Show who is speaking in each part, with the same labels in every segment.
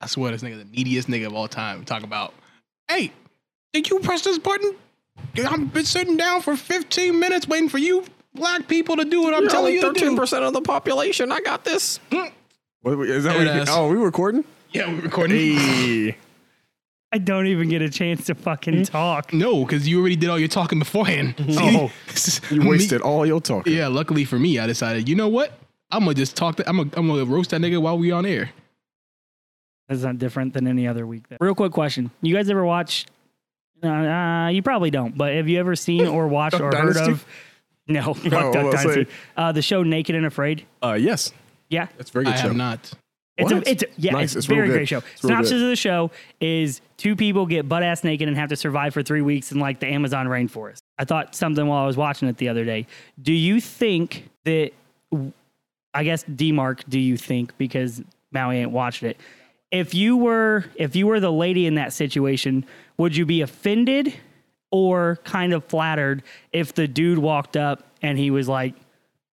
Speaker 1: I swear this nigga the neediest nigga of all time. Talk about, hey, did you press this button? I've been sitting down for 15 minutes waiting for you black people to do what I'm
Speaker 2: You're
Speaker 1: telling
Speaker 2: only
Speaker 1: you to
Speaker 2: thirteen
Speaker 1: do.
Speaker 2: percent of the population. I got this. What, is that
Speaker 1: Dead
Speaker 2: what you,
Speaker 1: ass.
Speaker 2: oh, we recording?
Speaker 1: Yeah, we're recording.
Speaker 2: Hey,
Speaker 3: I don't even get a chance to fucking talk.
Speaker 1: No, because you already did all your talking beforehand.
Speaker 3: Oh.
Speaker 2: you wasted all your talk.
Speaker 1: yeah, luckily for me, I decided, you know what? I'm gonna just talk. To, I'm gonna I'm gonna roast that nigga while we on air.
Speaker 3: That's not different than any other week. Then. Real quick question: You guys ever watch? Uh, uh, you probably don't, but have you ever seen or watched
Speaker 2: Duck
Speaker 3: or heard
Speaker 2: Dynasty?
Speaker 3: of? No, fuck
Speaker 2: No, I
Speaker 3: Duck
Speaker 2: was gonna
Speaker 3: Dynasty.
Speaker 2: say-
Speaker 3: Uh, the show Naked and Afraid.
Speaker 2: Uh, yes,
Speaker 3: Yeah,
Speaker 2: that's a very good
Speaker 1: I
Speaker 2: show.
Speaker 1: have not.
Speaker 3: It's a,
Speaker 2: What?
Speaker 3: it's a, yeah,
Speaker 2: Nice.
Speaker 3: it's,
Speaker 2: It's real
Speaker 3: very
Speaker 2: good.
Speaker 3: great show.
Speaker 2: It's real
Speaker 3: Synopsis
Speaker 2: good.
Speaker 3: of the show is two people get butt ass naked and have to survive for three weeks in like the Amazon rainforest. I thought something while I was watching it the other day. Do you think that? I guess Demark, do you think because Maui ain't watched it? If you were, if you were the lady in that situation, would you be offended or kind of flattered if the dude walked up and he was like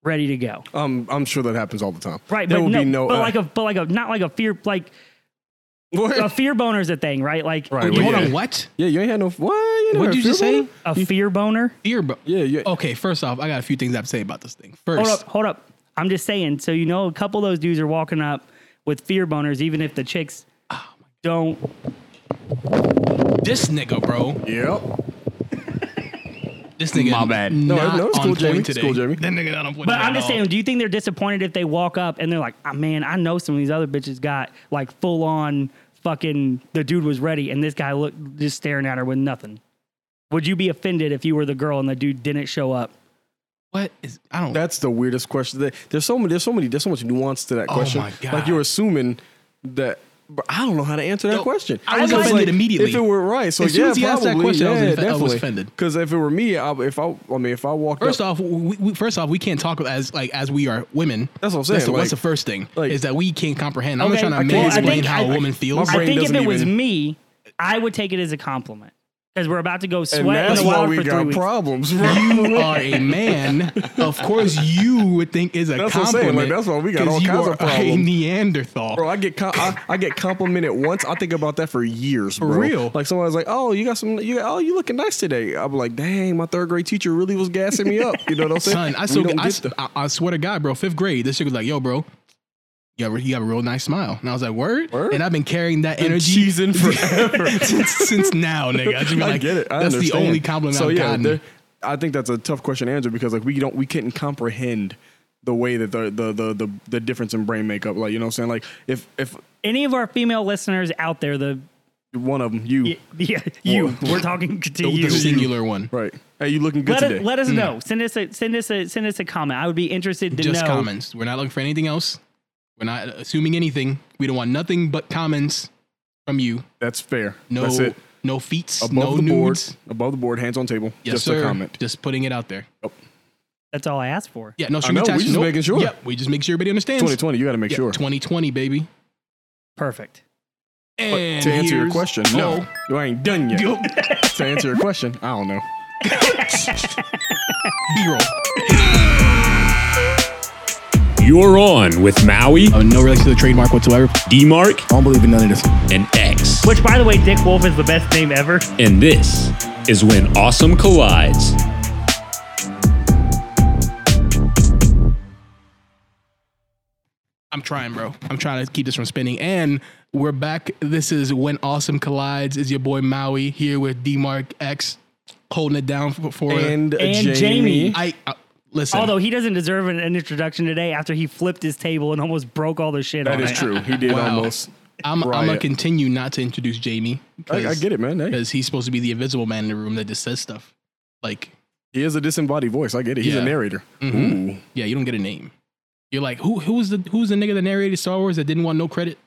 Speaker 3: ready to go?
Speaker 2: Um, I'm sure that happens all the time.
Speaker 3: Right,
Speaker 2: there
Speaker 3: but
Speaker 2: will
Speaker 3: no,
Speaker 2: be no.
Speaker 3: but
Speaker 2: uh,
Speaker 3: like a, but like a, not like a fear, like a fear boner is a thing, right? Like
Speaker 2: Right,
Speaker 3: you-
Speaker 2: well,
Speaker 1: Hold
Speaker 2: yeah.
Speaker 1: on, what?
Speaker 2: yeah, you ain't had no. What? You
Speaker 1: What
Speaker 2: never
Speaker 1: did you
Speaker 2: feel
Speaker 1: say?
Speaker 2: about it?
Speaker 3: a fear boner.
Speaker 1: Ear, bu-
Speaker 2: Yeah, yeah.
Speaker 1: Okay, first off, I got a few things I have to say about this thing.
Speaker 3: Hold
Speaker 1: First,
Speaker 3: up, hold up. I'm just saying. So you know, a couple of those dudes are walking up with fear boners, even if the chicks don't.
Speaker 1: this nigga, bro,
Speaker 2: Yep.
Speaker 1: this nigga,
Speaker 4: My bad.
Speaker 2: No,
Speaker 1: not
Speaker 2: no, it's
Speaker 1: on
Speaker 2: cool,
Speaker 1: point
Speaker 2: Jamie. It's
Speaker 1: today.
Speaker 2: cool, Jamie.
Speaker 1: That nigga not on point.
Speaker 3: But
Speaker 1: today
Speaker 3: I'm
Speaker 1: at
Speaker 3: just
Speaker 1: all.
Speaker 3: saying, do you think they're disappointed if they walk up and they're like, "Ah, man, I know some of these other bitches got like full on fucking the dude was ready and this guy looked just staring at her with nothing." Would you be offended if you were the girl and the dude didn't show up?
Speaker 1: what is? I don't.
Speaker 2: That's the weirdest question. There- There's so many. There's so many. There's so much nuance to that
Speaker 1: Oh
Speaker 2: question.
Speaker 1: my God.
Speaker 2: Like you're assuming that. But I don't know how to answer that
Speaker 1: No,
Speaker 2: question.
Speaker 1: I was
Speaker 2: Because,
Speaker 1: offended
Speaker 2: like,
Speaker 1: immediately.
Speaker 2: If it were right, so
Speaker 1: As soon
Speaker 2: yeah,
Speaker 1: as he asked
Speaker 2: probably.
Speaker 1: that question, I was
Speaker 2: yeah,
Speaker 1: infe- I was
Speaker 2: definitely.
Speaker 1: offended.
Speaker 2: Because if it were me, I, if I, I mean, if I walked
Speaker 1: First
Speaker 2: up,
Speaker 1: off, we, we, first off, we can't talk as like as we are women.
Speaker 2: That's what I'm
Speaker 1: That's the,
Speaker 2: saying,
Speaker 1: that's the
Speaker 2: like-
Speaker 1: first thing
Speaker 2: like-
Speaker 1: is that we can't comprehend. I'm
Speaker 3: Okay,
Speaker 1: not trying to
Speaker 3: I can't
Speaker 1: explain
Speaker 3: explain-
Speaker 1: how a
Speaker 3: I-
Speaker 1: woman feels.
Speaker 2: my
Speaker 3: I
Speaker 2: brain
Speaker 3: think if it
Speaker 2: doesn't
Speaker 3: was
Speaker 2: even-
Speaker 3: me, I would take it as a compliment because we're about to go
Speaker 2: and
Speaker 3: sweat in
Speaker 2: that's
Speaker 3: the
Speaker 2: why
Speaker 3: wild
Speaker 2: we
Speaker 3: for three
Speaker 2: got
Speaker 3: weeks.
Speaker 2: problems.
Speaker 1: you are a man, of course you would think is a
Speaker 2: That's what I'm saying,
Speaker 1: compliment.
Speaker 2: like, that's why we got
Speaker 1: 'cause
Speaker 2: all
Speaker 1: you
Speaker 2: kinds
Speaker 1: are
Speaker 2: of problems.
Speaker 1: A Neanderthal.
Speaker 2: Bro, I get com- I, I get complimented once. I think about that for years, bro.
Speaker 1: real?
Speaker 2: Like someone's like, "Oh, you got some. You oh, you looking nice today." I'm like, "Dang, my third grade teacher really was gassing me up." You know what I'm saying?
Speaker 1: Son, I,
Speaker 2: We
Speaker 1: so,
Speaker 2: don't
Speaker 1: I,
Speaker 2: get the-
Speaker 1: I, I swear to God, bro, fifth grade, this shit was like, yo, bro, you have, a- you have a real nice smile. And I was like, word?
Speaker 2: Word?
Speaker 1: And I've been carrying that
Speaker 2: Been
Speaker 1: energy
Speaker 2: cheesing forever.
Speaker 1: since, since now, nigga. I, just be
Speaker 2: I
Speaker 1: like,
Speaker 2: get it. I
Speaker 1: that's
Speaker 2: understand.
Speaker 1: the only compliment
Speaker 2: So
Speaker 1: I've
Speaker 2: yeah,
Speaker 1: gotten.
Speaker 2: there- I think that's a tough question to answer because like we don't we couldn't comprehend the way that the the the the, the difference in brain makeup. Like you know what I'm saying? Like if if
Speaker 3: Any of our female listeners out there, the
Speaker 2: one of them you
Speaker 3: yeah, you,
Speaker 2: Whoa.
Speaker 3: we're talking to
Speaker 1: The- the
Speaker 3: you.
Speaker 1: singular one.
Speaker 2: right, hey, you looking good
Speaker 3: Let
Speaker 2: today?
Speaker 3: us, let us know. Send us a send us a send us a comment. I would be interested to
Speaker 1: Just
Speaker 3: know.
Speaker 1: comments. We're not looking for anything else. We're not assuming anything. We don't want nothing but comments from you.
Speaker 2: that's fair.
Speaker 1: No,
Speaker 2: that's it.
Speaker 1: no feats,
Speaker 2: Above
Speaker 1: no
Speaker 2: the board,
Speaker 1: nudes.
Speaker 2: above the board, hands on table.
Speaker 1: Yes,
Speaker 2: just
Speaker 1: sir.
Speaker 2: a comment.
Speaker 1: Just putting it out there.
Speaker 3: That's all I asked for.
Speaker 1: Yeah, no
Speaker 2: know,
Speaker 1: stream
Speaker 2: we
Speaker 1: attached.
Speaker 2: just
Speaker 1: Nope.
Speaker 2: making sure.
Speaker 1: Yep, we just make sure everybody understands.
Speaker 2: 2020, you got to make
Speaker 1: Yeah,
Speaker 2: sure.
Speaker 1: 2020, baby.
Speaker 3: Perfect.
Speaker 1: And
Speaker 2: to answer your
Speaker 1: here's-
Speaker 2: question,
Speaker 1: Oh.
Speaker 2: no, you ain't done yet.
Speaker 1: Yo,
Speaker 2: to answer your question, I don't know.
Speaker 1: Oh, B-roll.
Speaker 4: You're on with Maui,
Speaker 1: no relation to the trademark whatsoever.
Speaker 4: D-Mark,
Speaker 2: don't believe in none of this.
Speaker 4: and X.
Speaker 3: Which, by the way, Dick Wolf is the best name ever.
Speaker 4: And this is when awesome collides.
Speaker 1: I'm trying, bro. I'm trying to keep this from spinning. And we're back. This is When Awesome Collides. Is your boy Maui here with D-Mark X holding it down for, for
Speaker 2: And,
Speaker 3: And Jamie.
Speaker 2: Jamie.
Speaker 1: I, I listen.
Speaker 3: Although he doesn't deserve an, an introduction today after he flipped his table and almost broke all the shit
Speaker 2: That
Speaker 3: on
Speaker 2: is
Speaker 3: it.
Speaker 2: true. He did
Speaker 1: Wow.
Speaker 2: almost.
Speaker 1: I'm, I'm gonna
Speaker 2: Riot.
Speaker 1: continue not to introduce Jamie.
Speaker 2: I, I get it, man. Hey,
Speaker 1: because he's supposed to be the invisible man in the room that just says stuff. Like,
Speaker 2: he is a disembodied voice. I get it. He's
Speaker 1: Yeah.
Speaker 2: a narrator.
Speaker 1: Mhm.
Speaker 2: Ooh.
Speaker 1: yeah, you don't get a name. You're like, who who was the who's the nigga that narrated Star Wars that didn't want no credit?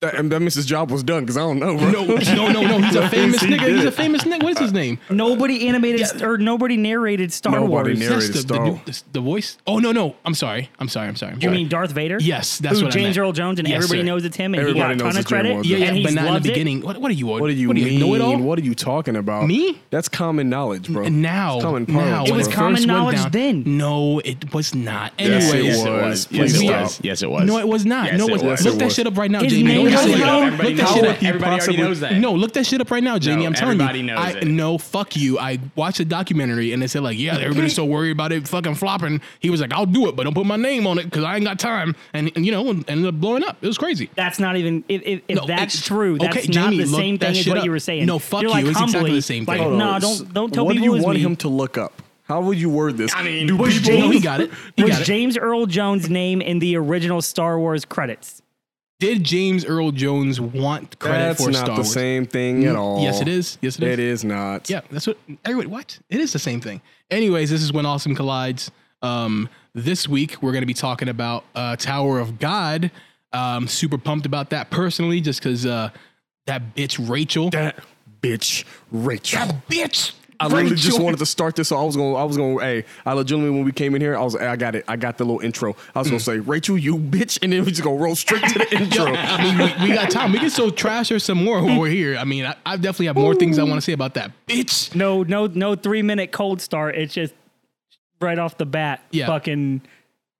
Speaker 2: That, and that means his job was done because I don't know, bro.
Speaker 1: No, no, no, no. He's a famous nigga. He's a famous nigga. What is
Speaker 2: Uh,
Speaker 1: his name?
Speaker 3: Nobody animated or nobody narrated Star
Speaker 2: Nobody
Speaker 3: Wars.
Speaker 2: narrated.
Speaker 1: the, the,
Speaker 2: Star
Speaker 1: new-
Speaker 2: Wars.
Speaker 1: the, the voice. Oh no, no. I'm sorry. I'm sorry. I'm sorry. I'm
Speaker 3: You
Speaker 1: sorry.
Speaker 3: mean Darth Vader?
Speaker 1: yes? That's
Speaker 3: who
Speaker 1: what
Speaker 3: James
Speaker 1: I meant.
Speaker 3: Earl Jones and
Speaker 1: Yes,
Speaker 3: everybody
Speaker 1: sir.
Speaker 3: knows it's him and
Speaker 2: Everybody
Speaker 3: he got a
Speaker 2: knows
Speaker 3: ton of
Speaker 2: it's James
Speaker 3: credit.
Speaker 2: Earl Jones.
Speaker 1: Yeah, yeah,
Speaker 3: and he's
Speaker 1: but not in the
Speaker 3: loved it.
Speaker 1: beginning. What, what are you?
Speaker 2: What do you mean?
Speaker 1: Know it all?
Speaker 2: What are you talking about?
Speaker 1: Me?
Speaker 2: That's common knowledge, bro.
Speaker 1: And now,
Speaker 2: It's common
Speaker 1: now
Speaker 2: parlance,
Speaker 3: It was
Speaker 1: when
Speaker 2: bro.
Speaker 3: common
Speaker 1: first went
Speaker 3: knowledge then.
Speaker 1: No, it was not.
Speaker 2: Yes,
Speaker 1: Anyways,
Speaker 2: it was.
Speaker 4: Yes,
Speaker 2: Please
Speaker 4: it
Speaker 2: stop.
Speaker 4: was. Yes, it was.
Speaker 1: No, it was not.
Speaker 4: Yes,
Speaker 1: no,
Speaker 4: it
Speaker 1: it was.
Speaker 4: was.
Speaker 1: Look
Speaker 2: Yes, it
Speaker 1: that
Speaker 2: was.
Speaker 1: shit up right now,
Speaker 3: His
Speaker 1: Jamie.
Speaker 3: name
Speaker 1: Don't Look that
Speaker 5: knows
Speaker 1: shit up.
Speaker 5: it. Everybody
Speaker 1: Look that
Speaker 5: knows
Speaker 1: shit
Speaker 5: it.
Speaker 1: up.
Speaker 5: Everybody already
Speaker 2: Possibly-
Speaker 5: knows that.
Speaker 1: No, look that shit up right now, Jamie.
Speaker 5: No,
Speaker 1: I'm telling you.
Speaker 5: everybody knows
Speaker 1: I,
Speaker 5: it.
Speaker 1: No, fuck you. I watched a documentary and they said like, yeah, everybody's so worried about it fucking flopping. He was like, I'll do it, but don't put my name on it because I ain't got time. And, and you know, and ended up blowing up. It was crazy.
Speaker 3: That's not even if, if, if
Speaker 1: No,
Speaker 3: that's
Speaker 1: it's-
Speaker 3: true. That's
Speaker 1: okay,
Speaker 3: not
Speaker 1: Jamie,
Speaker 3: the
Speaker 1: look
Speaker 3: same
Speaker 1: that
Speaker 3: thing as
Speaker 1: shit
Speaker 3: what
Speaker 1: up.
Speaker 3: you were saying.
Speaker 1: No, fuck
Speaker 3: You're like
Speaker 1: you. It's exactly
Speaker 3: humbly,
Speaker 1: the same
Speaker 3: like,
Speaker 1: thing.
Speaker 2: Hold on.
Speaker 3: No, don't don't tell
Speaker 2: what
Speaker 3: people
Speaker 2: do you
Speaker 3: it was
Speaker 2: want
Speaker 3: me.
Speaker 2: him to look up? How would you word this?
Speaker 5: I mean,
Speaker 2: do
Speaker 5: was
Speaker 2: people,
Speaker 1: Jamie, he got it. He
Speaker 3: was
Speaker 1: got it.
Speaker 3: James Earl Jones' name in the original Star Wars credits?
Speaker 1: Did James Earl Jones want credit
Speaker 2: that's
Speaker 1: for
Speaker 2: not
Speaker 1: Star
Speaker 2: the
Speaker 1: Wars? Mm,
Speaker 2: same thing at all.
Speaker 1: Yes, it is. Yes, it is.
Speaker 2: It is not.
Speaker 1: Yeah, that's what everybody. What? It is the same thing. Anyways, this is when awesome collides. Um, this week we're going to be talking about uh, Tower of God. Um, super pumped about that personally, just because uh, that bitch Rachel.
Speaker 2: That bitch, Rachel.
Speaker 1: bitch.
Speaker 2: I literally just wanted to start this. So I was going. to I was going. to Hey, I legitimately when we came in here, I was. I got it. I got the little intro. I was going
Speaker 1: Mm.
Speaker 2: to say, Rachel, you bitch, and then we just gonna roll straight to the intro.
Speaker 1: I mean, we, we got time. We can still trash her some more while we're here. I mean, I, I definitely have more things I want to say about that bitch.
Speaker 3: No, no, no. Three minute cold start. It's just right off the bat.
Speaker 1: Yeah.
Speaker 3: Fucking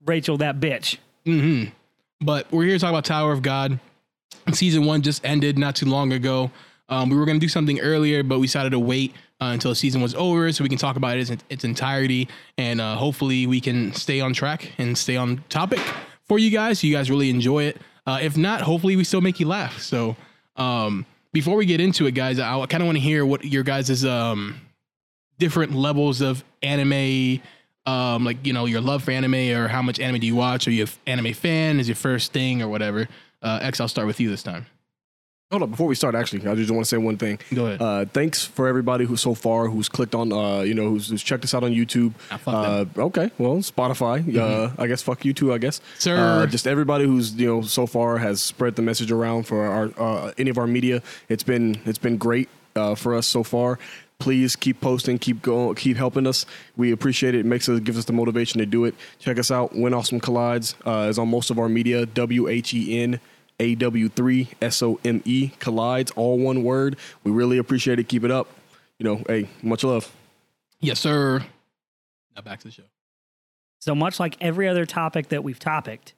Speaker 3: Rachel, that bitch.
Speaker 1: But we're here to talk about Tower of God. Season one just ended not too long ago. Um, we were going to do something earlier, but we decided to wait uh, until the season was over so we can talk about it in its entirety. And uh, hopefully, we can stay on track and stay on topic for you guys. So you guys really enjoy it. Uh, if not, hopefully, we still make you laugh. So um, before we get into it, guys, I, I kind of want to hear what your guys' um, different levels of anime um like you know your love for anime or how much anime do you watch are you an anime fan is your first thing or whatever uh x i'll start with you this time
Speaker 2: Hold up, before we start, actually, I just want to say one thing.
Speaker 1: Go ahead.
Speaker 2: Uh, thanks for everybody who so far who's clicked on, uh, you know, who's, who's checked us out on YouTube.
Speaker 1: Ah, fuck
Speaker 2: Uh, okay, well, Spotify.
Speaker 1: Mm-hmm.
Speaker 2: Uh, I guess fuck you too. I guess.
Speaker 1: Sir.
Speaker 2: Uh, just everybody who's you know so far has spread the message around for our uh, any of our media. It's been it's been great uh, for us so far. Please keep posting, keep going, keep helping us. We appreciate it. It makes us gives us the motivation to do it. Check us out. When Awesome Collides uh, is on most of our media. W H E N A W three S O M E collides, all one word. We really appreciate it. Keep it up. You know, hey, much love.
Speaker 1: yes sir now back to the show
Speaker 3: So much like every other topic that we've topicked,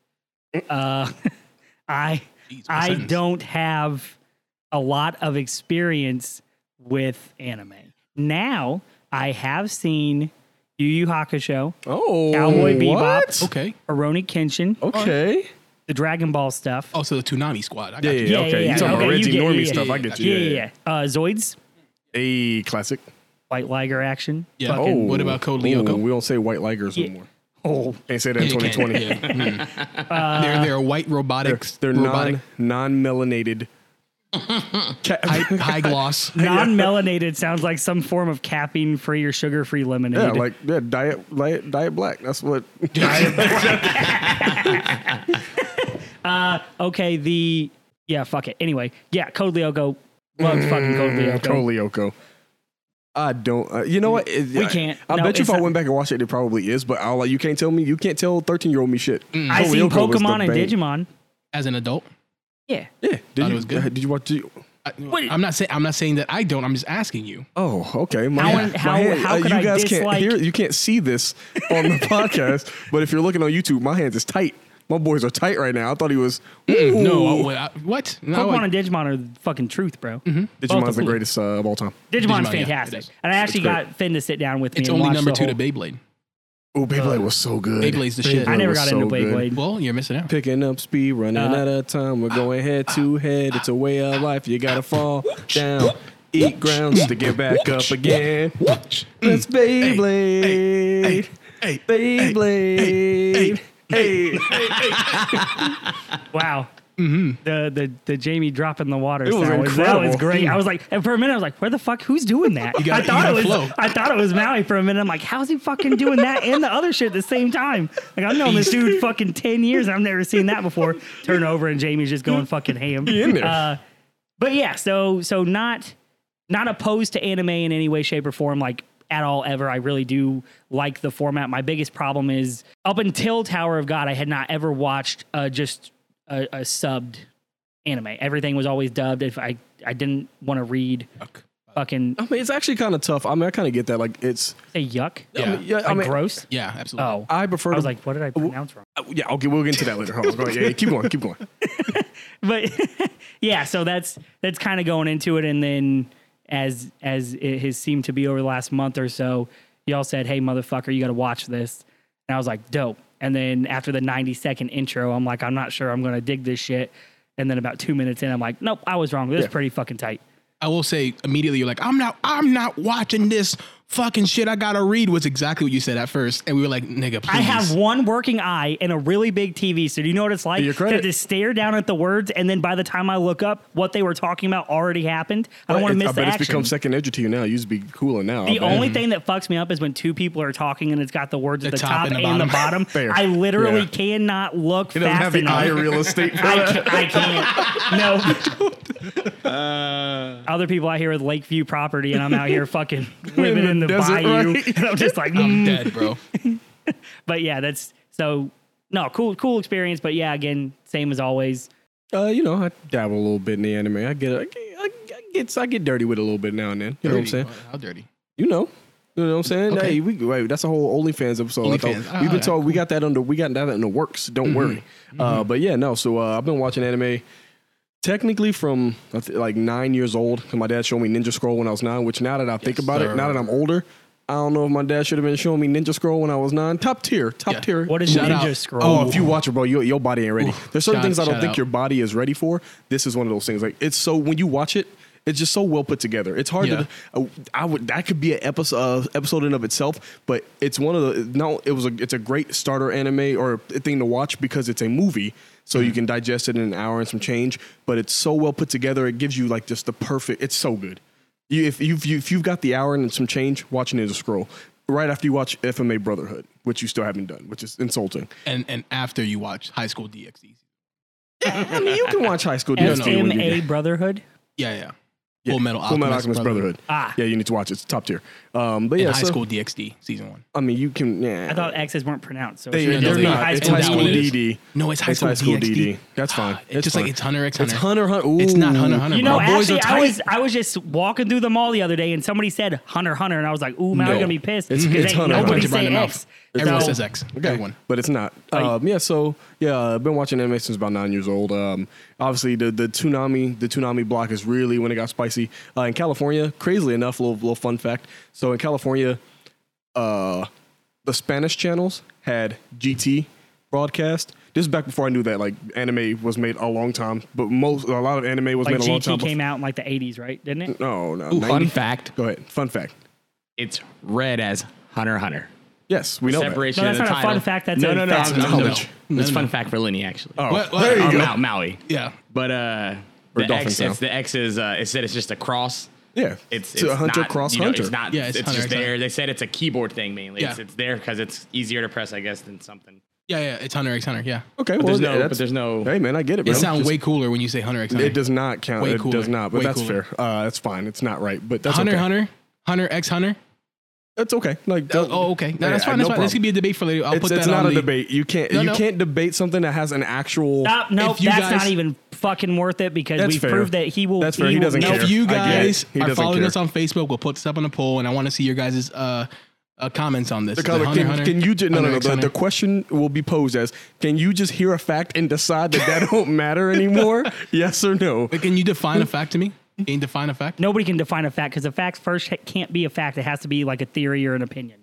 Speaker 3: uh, I
Speaker 1: Jeez, my
Speaker 3: I
Speaker 1: sentence.
Speaker 3: don't have a lot of experience with anime. Now I have seen Yu Yu Hakusho,
Speaker 2: Oh,
Speaker 3: Cowboy Bebop.
Speaker 1: okay
Speaker 3: Aroni Kenshin,
Speaker 2: Okay.
Speaker 3: the Dragon Ball stuff.
Speaker 1: oh so the tsunami squad i got you
Speaker 2: Yeah, okay. You talking about Reggie
Speaker 3: get-
Speaker 2: Normie
Speaker 3: yeah,
Speaker 2: stuff,
Speaker 3: yeah,
Speaker 2: I get
Speaker 1: yeah.
Speaker 2: you.
Speaker 3: Yeah, yeah, yeah. Uh, Zoids,
Speaker 2: A classic.
Speaker 3: White Liger action.
Speaker 1: Yeah.
Speaker 3: Fucking-
Speaker 1: Oh. What about Code
Speaker 2: Ooh,
Speaker 1: Lyoko?
Speaker 2: we don't say white ligers anymore.
Speaker 3: oh,
Speaker 2: Can't say that in
Speaker 1: Yeah, you can.
Speaker 2: 2020.
Speaker 1: Yeah. Mm. they're they're white robotics
Speaker 2: They're
Speaker 1: robotic,
Speaker 2: non non melanated.
Speaker 1: high, high gloss
Speaker 3: non-melanated sounds like some form of caffeine-free or sugar-free lemonade.
Speaker 2: Yeah, like yeah, diet diet diet black. That's what.
Speaker 3: okay, the yeah, fuck it. Anyway, yeah, Code Lyoko. Love fucking Code
Speaker 2: Mm,
Speaker 3: Lyoko.
Speaker 2: Kolioko. I don't. Uh, you know what? It-
Speaker 3: We
Speaker 2: I-
Speaker 3: can't.
Speaker 2: I
Speaker 3: No,
Speaker 2: bet you if
Speaker 3: it's
Speaker 2: I
Speaker 3: not-
Speaker 2: went back and watched it, it probably is. But I'll, like, you can't tell me. You can't tell thirteen year old me shit.
Speaker 3: I
Speaker 2: Code
Speaker 3: seen
Speaker 2: Lyoko was the
Speaker 3: Pokemon and
Speaker 2: bang.
Speaker 3: Digimon.
Speaker 1: as an adult.
Speaker 3: Yeah.
Speaker 2: Yeah. Did
Speaker 1: it
Speaker 2: you?
Speaker 1: was good.
Speaker 2: Did you watch? Did you-
Speaker 1: I, I'm not saying I'm not saying that I don't. I'm just asking you.
Speaker 2: Oh, okay. My,
Speaker 3: How
Speaker 2: my uh,
Speaker 3: in- how- how could
Speaker 2: you
Speaker 3: I
Speaker 2: guys
Speaker 3: dislike-
Speaker 2: can't hear, you can't see this on the podcast, but if you're looking on YouTube, my hands is tight. My boys are tight right now. I thought he was. Ooh.
Speaker 1: Mm, No, I, I, what? No,
Speaker 3: Pokemon
Speaker 1: I-
Speaker 3: and Digimon are the fucking truth, bro.
Speaker 2: Digimon's
Speaker 3: Both
Speaker 2: the
Speaker 3: of-
Speaker 2: greatest uh, of all time.
Speaker 3: Digimon's
Speaker 1: Mm-hmm. Digimon, yeah,
Speaker 3: fantastic.
Speaker 1: it is.
Speaker 3: and I actually
Speaker 2: great.
Speaker 3: got Finn to sit down with me
Speaker 1: it's
Speaker 3: and
Speaker 1: only
Speaker 3: watch
Speaker 1: number
Speaker 3: the
Speaker 1: two
Speaker 3: whole,
Speaker 1: to Beyblade.
Speaker 2: Oh, Beyblade was so good.
Speaker 1: Beyblade's the shit.
Speaker 2: Beyblade
Speaker 3: Uh, I never
Speaker 2: was
Speaker 3: got
Speaker 2: so
Speaker 3: into
Speaker 2: good.
Speaker 3: Beyblade. Uh,
Speaker 1: Well, you're missing out.
Speaker 2: Picking up speed, running out of time. We're going head to head. It's a way of life. You gotta fall down, eat grounds to get back up again.
Speaker 1: What?
Speaker 2: It's Beyblade.
Speaker 1: hey,
Speaker 2: Beyblade. Hey.
Speaker 3: Wow.
Speaker 1: Mm-hmm.
Speaker 3: The, the the Jamie drop in the water.
Speaker 2: It was
Speaker 3: sound That was
Speaker 2: incredible.
Speaker 3: great. I was like, and for a minute, I was like, where the fuck? Who's doing that?
Speaker 1: gotta-
Speaker 3: I
Speaker 1: you
Speaker 3: thought
Speaker 1: gotta
Speaker 3: it was.
Speaker 1: flow.
Speaker 3: I thought it was Maui for a minute. I'm like, how's he fucking doing that and the other shit at the same time? Like I've known this dude fucking ten years. I've never seen that before. Turn over and Jamie's just going fucking ham.
Speaker 2: in there.
Speaker 3: Uh, but yeah, so so not not opposed to anime in any way, shape, or form, like at all ever. I really do like the format. My biggest problem is up until Tower of God, I had not ever watched uh, just a, a subbed anime. Everything was always dubbed. If I I didn't want to read fucking
Speaker 2: I mean, it's actually kind of tough. I mean, I kind of get that. Like, it's
Speaker 3: say yuck?
Speaker 1: Yeah.
Speaker 2: I mean, yeah, I
Speaker 3: Like
Speaker 2: mean,
Speaker 3: gross?
Speaker 1: Yeah, absolutely.
Speaker 3: Oh.
Speaker 2: I prefer.
Speaker 3: I was
Speaker 2: to- uh,
Speaker 3: like, what did I pronounce wrong?
Speaker 2: yeah, okay, we'll get into that later. Hold on, go ahead. Yeah, yeah, keep going, keep going.
Speaker 3: but yeah, so that's that's kind of going into it, and then as as it has seemed to be over the last month or so, y'all said, "Hey, motherfucker, you got to watch this," and I was like, "Dope." And then after the ninety second intro, I'm like, "I'm not sure I'm gonna dig this shit," and then about two minutes in, I'm like, "Nope, I was wrong. This is pretty fucking tight."
Speaker 1: I will say immediately, you're like, I'm not, I'm not watching this fucking shit. I gotta read was exactly what you said at first, and we were like, nigga, please.
Speaker 3: I have one working eye and a really big TV. So do you know what it's like
Speaker 2: your
Speaker 3: to
Speaker 2: credit.
Speaker 3: have to stare down at the words and then by the time I look up, what they were talking about already happened? I don't want to
Speaker 2: It-
Speaker 3: miss
Speaker 2: I
Speaker 3: the
Speaker 2: bet it's
Speaker 3: action.
Speaker 2: become second nature to you now. You used to be cooler now. I
Speaker 3: The
Speaker 2: bet.
Speaker 3: only thing that fucks me up is when two people are talking and it's got the words at
Speaker 1: The
Speaker 3: the
Speaker 1: top
Speaker 3: top,
Speaker 1: and the
Speaker 3: and the
Speaker 1: bottom.
Speaker 3: bottom.
Speaker 2: Fair.
Speaker 3: I literally
Speaker 2: Yeah.
Speaker 3: cannot look
Speaker 2: It doesn't
Speaker 3: fast
Speaker 2: have the
Speaker 3: enough.
Speaker 2: eye real estate. for
Speaker 3: I,
Speaker 2: that.
Speaker 3: can't, I can't.
Speaker 1: Uh.
Speaker 3: No. Other people out here with Lakeview property, and I'm out here fucking living
Speaker 2: the
Speaker 3: in the,
Speaker 2: desert,
Speaker 3: bayou.
Speaker 2: right?
Speaker 3: And I'm just like,
Speaker 1: I'm
Speaker 3: mm.
Speaker 1: dead, bro.
Speaker 3: but yeah, that's so no cool, cool experience. But yeah, again, same as always.
Speaker 2: Uh, you know, I dabble a little bit in the anime. I get, I get, I get, I get dirty with it a little bit now and then. You know what I'm saying?
Speaker 1: How dirty?
Speaker 2: You know. You know what I'm saying?
Speaker 1: Okay.
Speaker 2: Hey, we wait, that's a whole OnlyFans episode. I thought-
Speaker 1: OnlyFans. Ah, Mm-hmm.
Speaker 2: We've been
Speaker 1: alright,
Speaker 2: told we got that under we got that in the works. Don't worry. Uh, but yeah, no. So uh, I've been watching anime technically from I th- like nine years old. 'cause my dad showed me Ninja Scroll when I was nine. Which now that I think about
Speaker 1: sir.
Speaker 2: it, now that I'm older, I don't know if my dad should have been showing me Ninja Scroll when I was nine. Top tier, top
Speaker 1: Yeah.
Speaker 2: tier.
Speaker 3: What is
Speaker 1: Shout
Speaker 3: Ninja
Speaker 1: out.
Speaker 3: Scroll?
Speaker 2: Oh, if you watch it, bro, your, your body ain't ready.
Speaker 1: Oof.
Speaker 2: There's certain
Speaker 1: Shout-
Speaker 2: things I don't
Speaker 1: shout
Speaker 2: think
Speaker 1: out.
Speaker 2: your body is ready for. This is one of those things. Like it's so when you watch it, it's just so well put together. It's hard to. Uh, I would that could be an episode uh, episode in of itself, but it's one of the no. It was a it's a great starter anime or a thing to watch because it's a movie. So
Speaker 1: Mm.
Speaker 2: you can digest it in an hour and some change, but it's so well put together. It gives you like just the perfect. It's so good. You, if you've you, if you've got the hour and some change, watch Ninja Scroll right after you watch FMA Brotherhood, which you still haven't done, which is insulting.
Speaker 1: And and after you watch High School DxD.
Speaker 2: I mean, you can watch High School DxD. when you
Speaker 3: FMA Brotherhood.
Speaker 1: Yeah, yeah.
Speaker 2: Yeah,
Speaker 1: Full Metal
Speaker 2: Full
Speaker 1: Alchemist,
Speaker 2: Metal Alchemist Brotherhood.
Speaker 3: Ah.
Speaker 2: Yeah, you need to watch it. It's top tier. Um, but
Speaker 1: and
Speaker 2: yeah,
Speaker 1: High
Speaker 2: so,
Speaker 1: School DxD season one.
Speaker 2: I mean, you can. Yeah,
Speaker 3: I thought X's weren't pronounced. So it
Speaker 2: they,
Speaker 3: should
Speaker 2: are
Speaker 3: just be
Speaker 2: not.
Speaker 3: high
Speaker 2: it's
Speaker 3: school
Speaker 2: High
Speaker 1: That
Speaker 2: School
Speaker 1: one is.
Speaker 2: DD.
Speaker 1: No, it's High
Speaker 2: It's
Speaker 1: School,
Speaker 2: High School
Speaker 1: DxD.
Speaker 2: DD. That's fine.
Speaker 1: Ah, It's, just
Speaker 2: fine.
Speaker 1: like it's Hunter X Hunter.
Speaker 2: It's Hunter Hunter. Ooh.
Speaker 1: It's not Hunter Hunter,
Speaker 3: You know,
Speaker 1: My boys
Speaker 3: actually,
Speaker 1: are tight.
Speaker 3: I was I was just walking through the mall the other day, and somebody said Hunter Hunter, and I was like, "Ooh, man,
Speaker 2: No.
Speaker 3: I'm gonna be pissed."
Speaker 2: It's-
Speaker 3: because
Speaker 2: it's
Speaker 3: ain't
Speaker 2: Hunter Hunter.
Speaker 3: Nobody
Speaker 1: Punch you right in
Speaker 3: say
Speaker 1: the mouth.
Speaker 3: X.
Speaker 1: Everyone
Speaker 3: So-
Speaker 1: says X.
Speaker 2: Okay,
Speaker 1: Everyone.
Speaker 2: but it's not. Um, yeah, so yeah, I've been watching anime since about nine years old. Um, obviously, the the tsunami the tsunami block is really when it got spicy uh, in California. Crazily enough, little little fun fact. So in California, uh, the Spanish channels had GT broadcast. This is back before I knew that like anime was made a long time, but most a lot of anime was
Speaker 3: Like
Speaker 2: made a long
Speaker 3: GT
Speaker 2: time.
Speaker 3: came out in like the '80s, right? Didn't it?
Speaker 2: no, no.
Speaker 5: Ooh,
Speaker 2: 90
Speaker 5: fun fact:
Speaker 2: Go ahead. Fun fact.
Speaker 5: it's read as Hunter x Hunter.
Speaker 2: Yes, we know that.
Speaker 5: Separation.
Speaker 3: No, that's
Speaker 5: of the
Speaker 3: not a
Speaker 5: title.
Speaker 3: fun fact, that's
Speaker 5: no,
Speaker 3: a
Speaker 5: no, no,
Speaker 3: fact
Speaker 5: no,
Speaker 1: of
Speaker 5: no, no.
Speaker 1: knowledge. No,
Speaker 5: It's
Speaker 1: no,
Speaker 5: fun
Speaker 1: no.
Speaker 5: fact for Lenny actually.
Speaker 2: Oh,
Speaker 1: What- what- there
Speaker 5: or
Speaker 1: you go.
Speaker 5: Mau- Maui.
Speaker 1: yeah.
Speaker 5: But uh, the
Speaker 2: dolphin
Speaker 5: X,
Speaker 2: sound.
Speaker 5: it's, the X is uh, it said it's just a cross.
Speaker 2: Yeah,
Speaker 5: It's,
Speaker 2: It's
Speaker 5: it's
Speaker 2: a hunter
Speaker 5: not,
Speaker 2: cross
Speaker 5: you know,
Speaker 2: hunter.
Speaker 5: It's not.
Speaker 1: Yeah, it's
Speaker 5: it's,
Speaker 1: hunter,
Speaker 5: just
Speaker 1: it's hunter.
Speaker 5: there. They said it's a keyboard thing mainly. It's,
Speaker 1: Yeah.
Speaker 5: it's there because it's easier to press, I guess, than something.
Speaker 1: Yeah, yeah. It's Hunter X Hunter. Yeah.
Speaker 2: Okay,
Speaker 5: there's
Speaker 2: well,
Speaker 5: no- but
Speaker 2: that's-
Speaker 5: there's no-
Speaker 2: Hey, man, I get it.
Speaker 1: It
Speaker 2: bro.
Speaker 1: sounds
Speaker 2: Just-
Speaker 1: way cooler when you say Hunter X Hunter.
Speaker 2: It does not count.
Speaker 1: Way
Speaker 2: it
Speaker 1: cooler.
Speaker 2: does not. But
Speaker 1: Way
Speaker 2: that's
Speaker 1: cooler.
Speaker 2: fair. Uh, that's fine. It's not right. But that's
Speaker 1: Hunter
Speaker 2: okay.
Speaker 1: Hunter. Hunter X Hunter.
Speaker 2: That's okay. Like, don't-
Speaker 1: Oh, okay. No,
Speaker 2: Yeah,
Speaker 1: that's fine.
Speaker 2: no
Speaker 1: That's fine. This
Speaker 2: problem.
Speaker 1: could be a debate for later. I'll
Speaker 2: it's
Speaker 1: put that
Speaker 2: it's
Speaker 1: on
Speaker 2: not a
Speaker 1: the-
Speaker 2: debate. You can't.
Speaker 1: No,
Speaker 2: you
Speaker 1: no.
Speaker 2: can't debate something that has an actual.
Speaker 3: Stop! No,
Speaker 1: If you
Speaker 3: that's
Speaker 1: guys-
Speaker 3: not even fucking worth it because
Speaker 2: That's
Speaker 3: we've
Speaker 2: fair.
Speaker 3: proved that he will.
Speaker 2: That's fair. He
Speaker 3: will
Speaker 2: doesn't
Speaker 3: know-
Speaker 2: care.
Speaker 1: If you
Speaker 2: I get it.
Speaker 1: guys
Speaker 2: He
Speaker 1: are
Speaker 2: doesn't
Speaker 1: following
Speaker 2: care.
Speaker 1: us on Facebook, we'll put this up on a poll, and I want to see your guys' uh, uh, comments on this.
Speaker 2: The
Speaker 1: Is it
Speaker 2: color,
Speaker 1: Hunter,
Speaker 2: can,
Speaker 1: Hunter,
Speaker 2: can you just no no
Speaker 1: Hunter
Speaker 2: no?
Speaker 1: X
Speaker 2: The,
Speaker 1: Hunter?
Speaker 2: the question will be posed as: Can you just hear a fact and decide that that don't matter anymore? yes or no?
Speaker 1: But can you define a fact to me? Can you define a fact?
Speaker 3: Nobody can define a fact because a fact first ha- can't be a fact. It has to be like a theory or an opinion.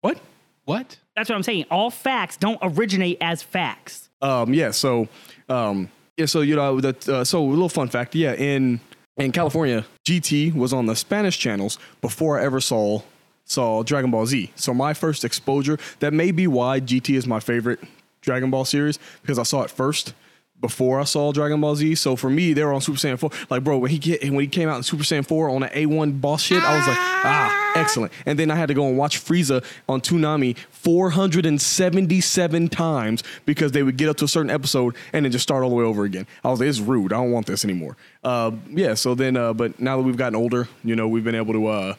Speaker 2: What?
Speaker 1: What?
Speaker 3: That's what I'm saying. All facts don't originate as facts.
Speaker 2: Um, yeah. So, um, yeah. So you know that. Uh, so a little fun fact. Yeah. In in California, GT was on the Spanish channels before I ever saw saw Dragon Ball Z. So my first exposure. That may be why GT is my favorite Dragon Ball series because I saw it first before I saw Dragon Ball Z. So for me, they were on Super Saiyan 4. Like, bro, when he get, when he came out in Super Saiyan 4 on the A1 boss shit, I was like, ah, excellent. And then I had to go and watch Frieza on Toonami 477 times because they would get up to a certain episode and then just start all the way over again. I was like, it's rude. I don't want this anymore. Uh, yeah, so then, uh, but now that we've gotten older, you know, we've been able to, uh,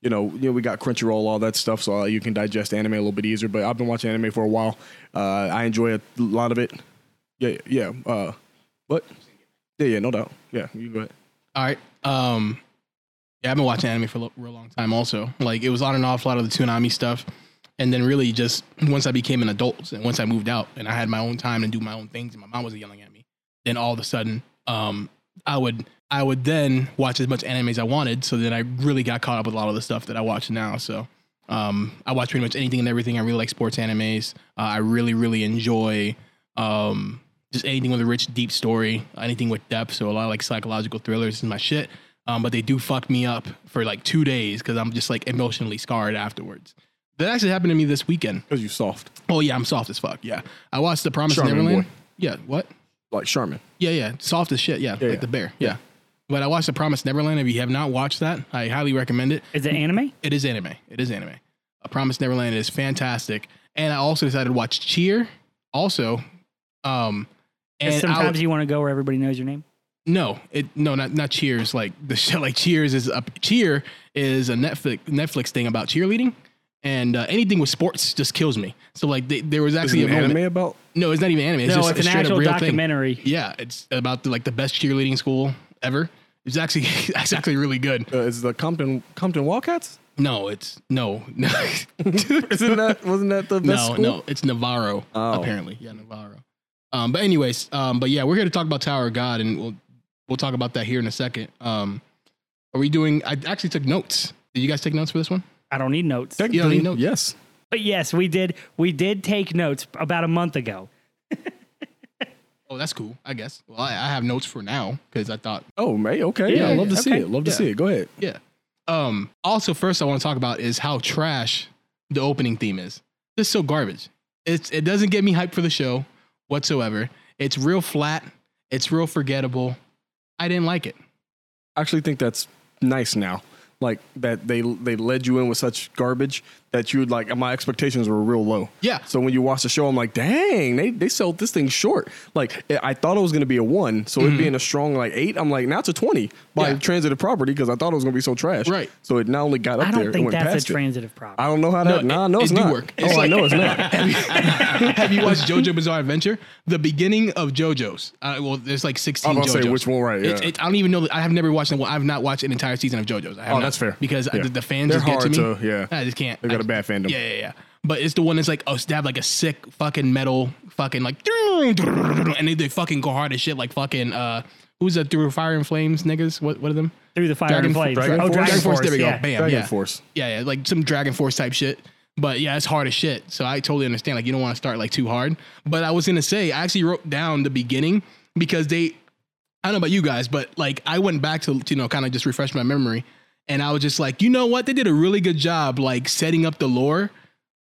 Speaker 2: you know, you know, we got Crunchyroll, all that stuff, so uh, you can digest anime a little bit easier. But I've been watching anime for a while. Uh, I enjoy a lot of it. Yeah, yeah. Uh, what? Yeah, yeah, no doubt. Yeah, you go ahead.
Speaker 1: All right. Um, Yeah, I've been watching anime for a lo- real long time. Also, like it was on and off a lot of the Toonami stuff, and then really just once I became an adult and once I moved out and I had my own time and do my own things, and my mom wasn't yelling at me, then all of a sudden, um, I would I would then watch as much anime as I wanted. So then I really got caught up with a lot of the stuff that I watch now. So um, I watch pretty much anything and everything. I really like sports animes. Uh, I really really enjoy um, just anything with a rich, deep story, anything with depth. So a lot of like psychological thrillers is my shit. Um, but they do fuck me up for like two days because I'm just like emotionally scarred afterwards. That actually happened to me this weekend.
Speaker 2: because you soft
Speaker 1: Oh yeah, I'm soft as fuck. Yeah, I watched The Promise
Speaker 2: Charmin
Speaker 1: Neverland.
Speaker 2: boy.
Speaker 1: Yeah, what?
Speaker 2: like Charmin.
Speaker 1: Yeah, yeah, soft as shit. Yeah, like
Speaker 2: yeah.
Speaker 1: the bear. Yeah. But I watched The Promise Neverland. If you have not watched that, I highly recommend it.
Speaker 3: Is it anime?
Speaker 1: It is anime. It is anime. A Promise Neverland is fantastic. And I also decided to watch Cheer. Also, um, and I-
Speaker 3: sometimes you want to go where everybody knows your name.
Speaker 1: no, it no, not not Cheers. Like the show, like Cheers is a Cheer is a Netflix Netflix thing about cheerleading, and uh, anything with sports just kills me. So like they, there was
Speaker 2: Is
Speaker 1: actually
Speaker 2: it an
Speaker 1: a moment.
Speaker 2: anime about?
Speaker 1: No, it's not even anime. It's
Speaker 3: no,
Speaker 1: just
Speaker 3: it's
Speaker 1: a
Speaker 3: an
Speaker 1: straight
Speaker 3: actual
Speaker 1: up real thing.
Speaker 3: documentary.
Speaker 1: Yeah, it's about the, like the best cheerleading school ever. It's actually it's actually really good.
Speaker 2: Uh, is it the Compton Compton Wildcats?
Speaker 1: No, it's no, no,
Speaker 2: Isn't that wasn't that the best
Speaker 1: no,
Speaker 2: school?
Speaker 1: no. It's Navarro
Speaker 2: Oh.
Speaker 1: apparently. Yeah, Navarro. Um, but anyways, um, but yeah, we're here to talk about Tower of God, and we'll we'll talk about that here in a second. Um, are we doing? I actually took notes. Did you guys take notes for this one?
Speaker 3: I don't need notes.
Speaker 1: You don't need notes.
Speaker 2: Yes.
Speaker 3: But yes, we did. We did take notes about a month ago.
Speaker 1: Oh, that's cool. I guess. Well, I, I have notes for now because I thought
Speaker 2: Oh, may okay. Yeah,
Speaker 1: Yeah,
Speaker 2: love to
Speaker 1: yeah,
Speaker 2: see
Speaker 1: okay.
Speaker 2: it. Love to
Speaker 1: Yeah.
Speaker 2: see it. Go ahead.
Speaker 1: Yeah. Um, also, first I want to talk about is how trash the opening theme is. It's so garbage. It's it doesn't get me hyped for the show whatsoever. It's real flat. It's real forgettable. I didn't like it.
Speaker 2: I actually think that's nice now. Like that they they led you in with such garbage that you like my expectations were real low.
Speaker 1: Yeah.
Speaker 2: So when you watch the show, I'm like, dang, they they sold this thing short. Like eh, I- I thought it was gonna be a one, so it being a strong like eight, I'm like now it's a twenty by
Speaker 1: Yeah.
Speaker 2: transitive property because I thought it was gonna be so trash.
Speaker 1: Right.
Speaker 2: So it not only got up
Speaker 3: I
Speaker 2: there,
Speaker 3: don't
Speaker 2: it
Speaker 3: think
Speaker 2: went
Speaker 3: that's a
Speaker 2: past it.
Speaker 3: transitive
Speaker 2: I
Speaker 3: problem.
Speaker 2: don't know how that.
Speaker 1: No,
Speaker 2: nah,
Speaker 1: it-
Speaker 2: no, it's
Speaker 1: it do
Speaker 2: not.
Speaker 1: work.
Speaker 2: Oh,
Speaker 1: It's
Speaker 2: I
Speaker 1: like-
Speaker 2: know it's not.
Speaker 1: Have you watched JoJo Bizarre Adventure? The beginning of JoJo's. Uh, well, there's like 16
Speaker 2: I'm gonna say
Speaker 1: JoJo's.
Speaker 2: which one, right,
Speaker 1: It's-
Speaker 2: yeah.
Speaker 1: it- I don't even know. that- I have never watched. Well, I've not watched an entire season of JoJo's. I have
Speaker 2: Oh,
Speaker 1: not.
Speaker 2: that's fair.
Speaker 1: Because
Speaker 2: Yeah.
Speaker 1: the, the fans
Speaker 2: They're
Speaker 1: just get to me.
Speaker 2: hard to- yeah.
Speaker 1: I just can't.
Speaker 2: They got
Speaker 1: I-
Speaker 2: a bad fandom.
Speaker 1: Yeah, yeah, yeah. But it's the one that's like, oh, they have like a sick fucking metal fucking like, and they, they fucking go hard as shit like fucking uh, who's that through fire and flames niggas? What what of them?
Speaker 3: Through the fire and flames.
Speaker 2: Dragon
Speaker 3: oh,
Speaker 2: Force?
Speaker 3: Dragon,
Speaker 2: Dragon
Speaker 3: Force.
Speaker 1: There we go.
Speaker 3: yeah.
Speaker 1: Bam.
Speaker 2: Dragon
Speaker 1: yeah.
Speaker 2: Force.
Speaker 1: Yeah, yeah, like some Dragon Force type shit. But yeah, it's hard as shit. So I totally understand. Like you don't want to start like too hard. But I was gonna say I actually wrote down the beginning because they. I don't know about you guys, but like I went back to you know kind of just refresh my memory, and I was just like, you know what, they did a really good job like setting up the lore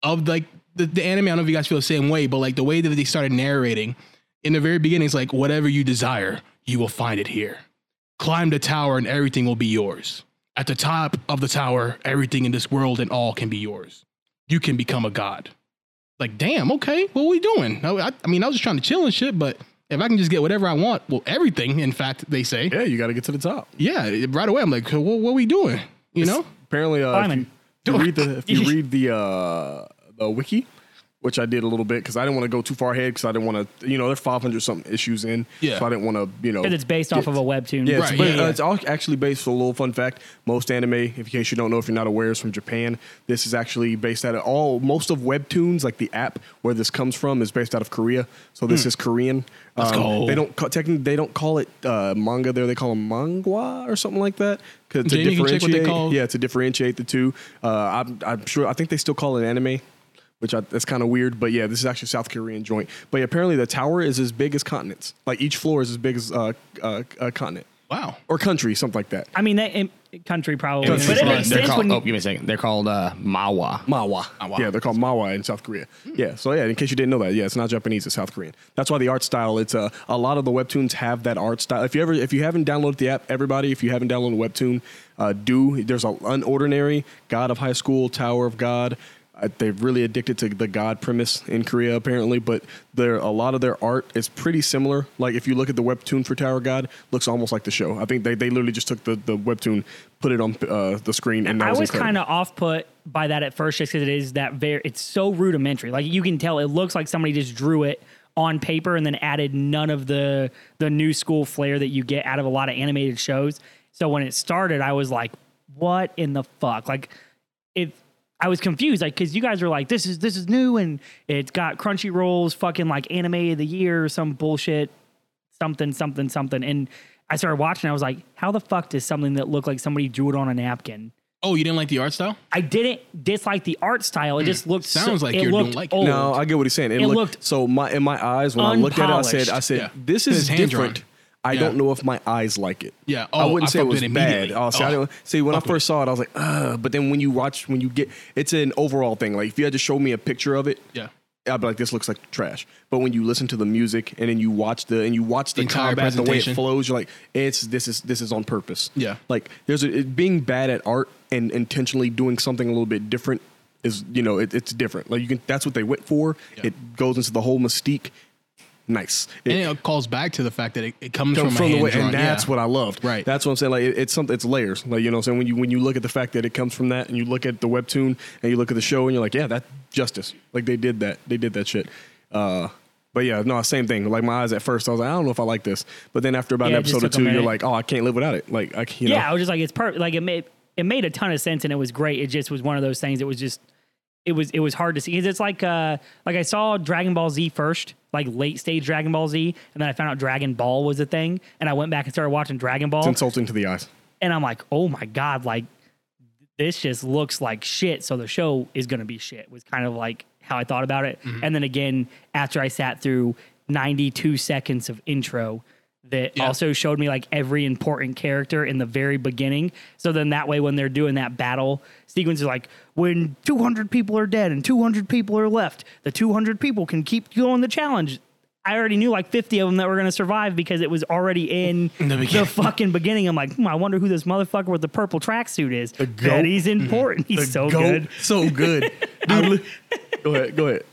Speaker 1: of like the, the anime. I don't know if you guys feel the same way, but like the way that they started narrating in the very beginning is like, whatever you desire, you will find it here. Climb the tower and everything will be yours. At the top of the tower, everything in this world and all can be yours. You can become a god. Like, damn, okay, what we doing? I, I- I mean, I was just trying to chill and shit, but if I can just get whatever I want, well, everything, in fact, they say,
Speaker 2: Yeah, you got to get to the top.
Speaker 1: yeah, right away, I'm like, "Wha- what, we doing? You know?
Speaker 2: apparently uh, if, you,
Speaker 3: Climbing.
Speaker 2: if you read the if you read the uh the wiki which i did a little bit because i didn't want to go too far ahead because i didn't want to you know they're 500 something issues in
Speaker 1: Yeah.
Speaker 2: so i didn't want to you know
Speaker 3: Because it's based off of a webtoon.
Speaker 2: yeah,
Speaker 1: Right,
Speaker 2: it's, but
Speaker 1: yeah, yeah.
Speaker 2: it's all actually based for a little fun fact. Most anime, if in case you don't know, if you're not aware, is from Japan. This is actually based out of all most of webtoons, like the app where this comes from, is based out of Korea. So this is Korean. Let's
Speaker 1: go.
Speaker 2: They don't ca- technically they don't call it uh, manga there. They call them mangwa or something like that. Cause to
Speaker 1: Jamie, you can check
Speaker 2: differentiate,
Speaker 1: what they call-
Speaker 2: yeah, to differentiate the two. Uh, I'm, I'm sure. I think they still call it anime. Which I, that's kind of weird, but yeah, this is actually South Korean joint. But apparently, the tower is as big as continents. Like each floor is as big as uh, uh, a continent
Speaker 1: Wow.
Speaker 2: or country, something like that.
Speaker 3: I mean, that in, country probably.
Speaker 1: Country
Speaker 3: but it
Speaker 1: probably.
Speaker 5: They're
Speaker 3: makes sense
Speaker 5: called-
Speaker 3: when
Speaker 5: oh, give me a second. They're called uh, Mawa.
Speaker 2: Mawa. Yeah, they're called Mawa in South Korea. Yeah, so yeah, in case you didn't know that, yeah, it's not Japanese, it's South Korean. That's why the art style, it's uh, a lot of the webtoons have that art style. If you ever, if you haven't downloaded the app, everybody, if you haven't downloaded Webtoon, uh, do. There's a Unordinary, God of High School, Tower of God. Uh, they're really addicted to the God premise in Korea, apparently, but there a lot of their art is pretty similar. Like if you look at the webtoon for Tower of God, looks almost like the show. I think they, they literally just took the, the webtoon, put it on uh, the screen, and that
Speaker 3: I
Speaker 2: was
Speaker 3: was
Speaker 2: incredible.
Speaker 3: kind of off put by that at first, just because it is that very. It's so rudimentary. Like you can tell, it looks like somebody just drew it on paper and then added none of the the new school flair that you get out of a lot of animated shows. So when it started, I was like, what in the fuck? Like, it. I was confused, like, because you guys were like, "This is this is new," and it's got Crunchyroll's fucking like anime of the year or some bullshit, something, something, something. And I started watching. I was like, "How the fuck does something that looked like somebody drew it on a napkin?"
Speaker 1: Oh, you didn't like the art style?
Speaker 3: I didn't dislike the art style. It just looked so-
Speaker 1: Hmm. Sounds like
Speaker 3: it
Speaker 1: you don't
Speaker 3: looked
Speaker 1: like it.
Speaker 3: old.
Speaker 2: No, I get what he's saying. It,
Speaker 3: It
Speaker 2: looked,
Speaker 3: looked
Speaker 2: so my in my eyes when I looked at it. I said, I
Speaker 3: unpolished.
Speaker 2: said,
Speaker 1: Yeah.
Speaker 2: this
Speaker 1: It's
Speaker 2: is
Speaker 1: hand-drawn.
Speaker 2: different. I
Speaker 1: Yeah.
Speaker 2: don't know if my eyes like it.
Speaker 1: Yeah.
Speaker 2: I
Speaker 1: Oh, I
Speaker 2: wouldn't say it
Speaker 1: fucked
Speaker 2: was
Speaker 1: it
Speaker 2: bad.
Speaker 1: immediately.
Speaker 2: Oh, see, I
Speaker 1: Oh.
Speaker 2: didn't, see when I
Speaker 1: Fucked it.
Speaker 2: first saw it, I was like, Ugh. but then when you watch, when you get, it's an overall thing. Like if you had to show me a picture of it,
Speaker 1: Yeah.
Speaker 2: I'd be like, this looks like trash. But when you listen to the music and then you watch the and you watch the,
Speaker 1: The entire
Speaker 2: combat, the way it
Speaker 1: presentation.
Speaker 2: flows, you're like, it's this is this is on purpose.
Speaker 1: Yeah.
Speaker 2: like there's a, it, being bad at art and intentionally doing something a little bit different is you know it, it's different. Like you can that's what they went for.
Speaker 1: Yeah.
Speaker 2: It goes into the whole mystique. Nice. It,
Speaker 1: And it calls back to the fact that it, it comes
Speaker 2: come
Speaker 1: from,
Speaker 2: from
Speaker 1: a
Speaker 2: the way,
Speaker 1: hand-drawn-
Speaker 2: and that's
Speaker 1: yeah.
Speaker 2: what I loved.
Speaker 1: Right.
Speaker 2: That's what I'm saying. Like it, it's something. It's layers. Like you know, what I'm saying when you when you look at the fact that it comes from that, and you look at the webtoon, and you look at the show, and you're like, yeah, that justice. Like they did that. They did that shit. Uh, but yeah, no, same thing. Like my eyes at first, I was like, I don't know if I like this. But then after about
Speaker 3: Yeah,
Speaker 2: an
Speaker 3: it just
Speaker 2: episode or
Speaker 3: took a
Speaker 2: two, you're
Speaker 3: minute.
Speaker 2: like, oh, I can't live without it. Like I, c- you
Speaker 3: yeah,
Speaker 2: know,
Speaker 3: I was just like, it's perfect. Like it made it made a ton of sense, and it was great. It just was one of those things. It was just it was it was hard to see 'Cause it's like uh like I saw Dragon Ball Z first, like late stage Dragon Ball Z, and then I found out Dragon Ball was a thing, and I went back and started watching Dragon Ball,
Speaker 2: it's insulting to the eyes.
Speaker 3: and I'm like, oh my god, like this just looks like shit. So the show is gonna be shit. Was kind of like how I thought about it.
Speaker 1: Mm-hmm.
Speaker 3: And then again, after I sat through 92 seconds of intro that also showed me like every important character in the very beginning. So then that way, when they're doing that battle sequence, is like when 200 people are dead and 200 people are left, the 200 people can keep going the challenge. I already knew like 50 of them that were going to survive because it was already in
Speaker 1: the
Speaker 3: the
Speaker 1: beginning.
Speaker 3: fucking beginning. I'm like, hmm, I wonder who this motherfucker with the purple tracksuit is. The
Speaker 2: goat. Mm-hmm.
Speaker 3: he's important. He's so
Speaker 2: Go-
Speaker 3: good.
Speaker 2: so good. Dude, li- go ahead, go ahead.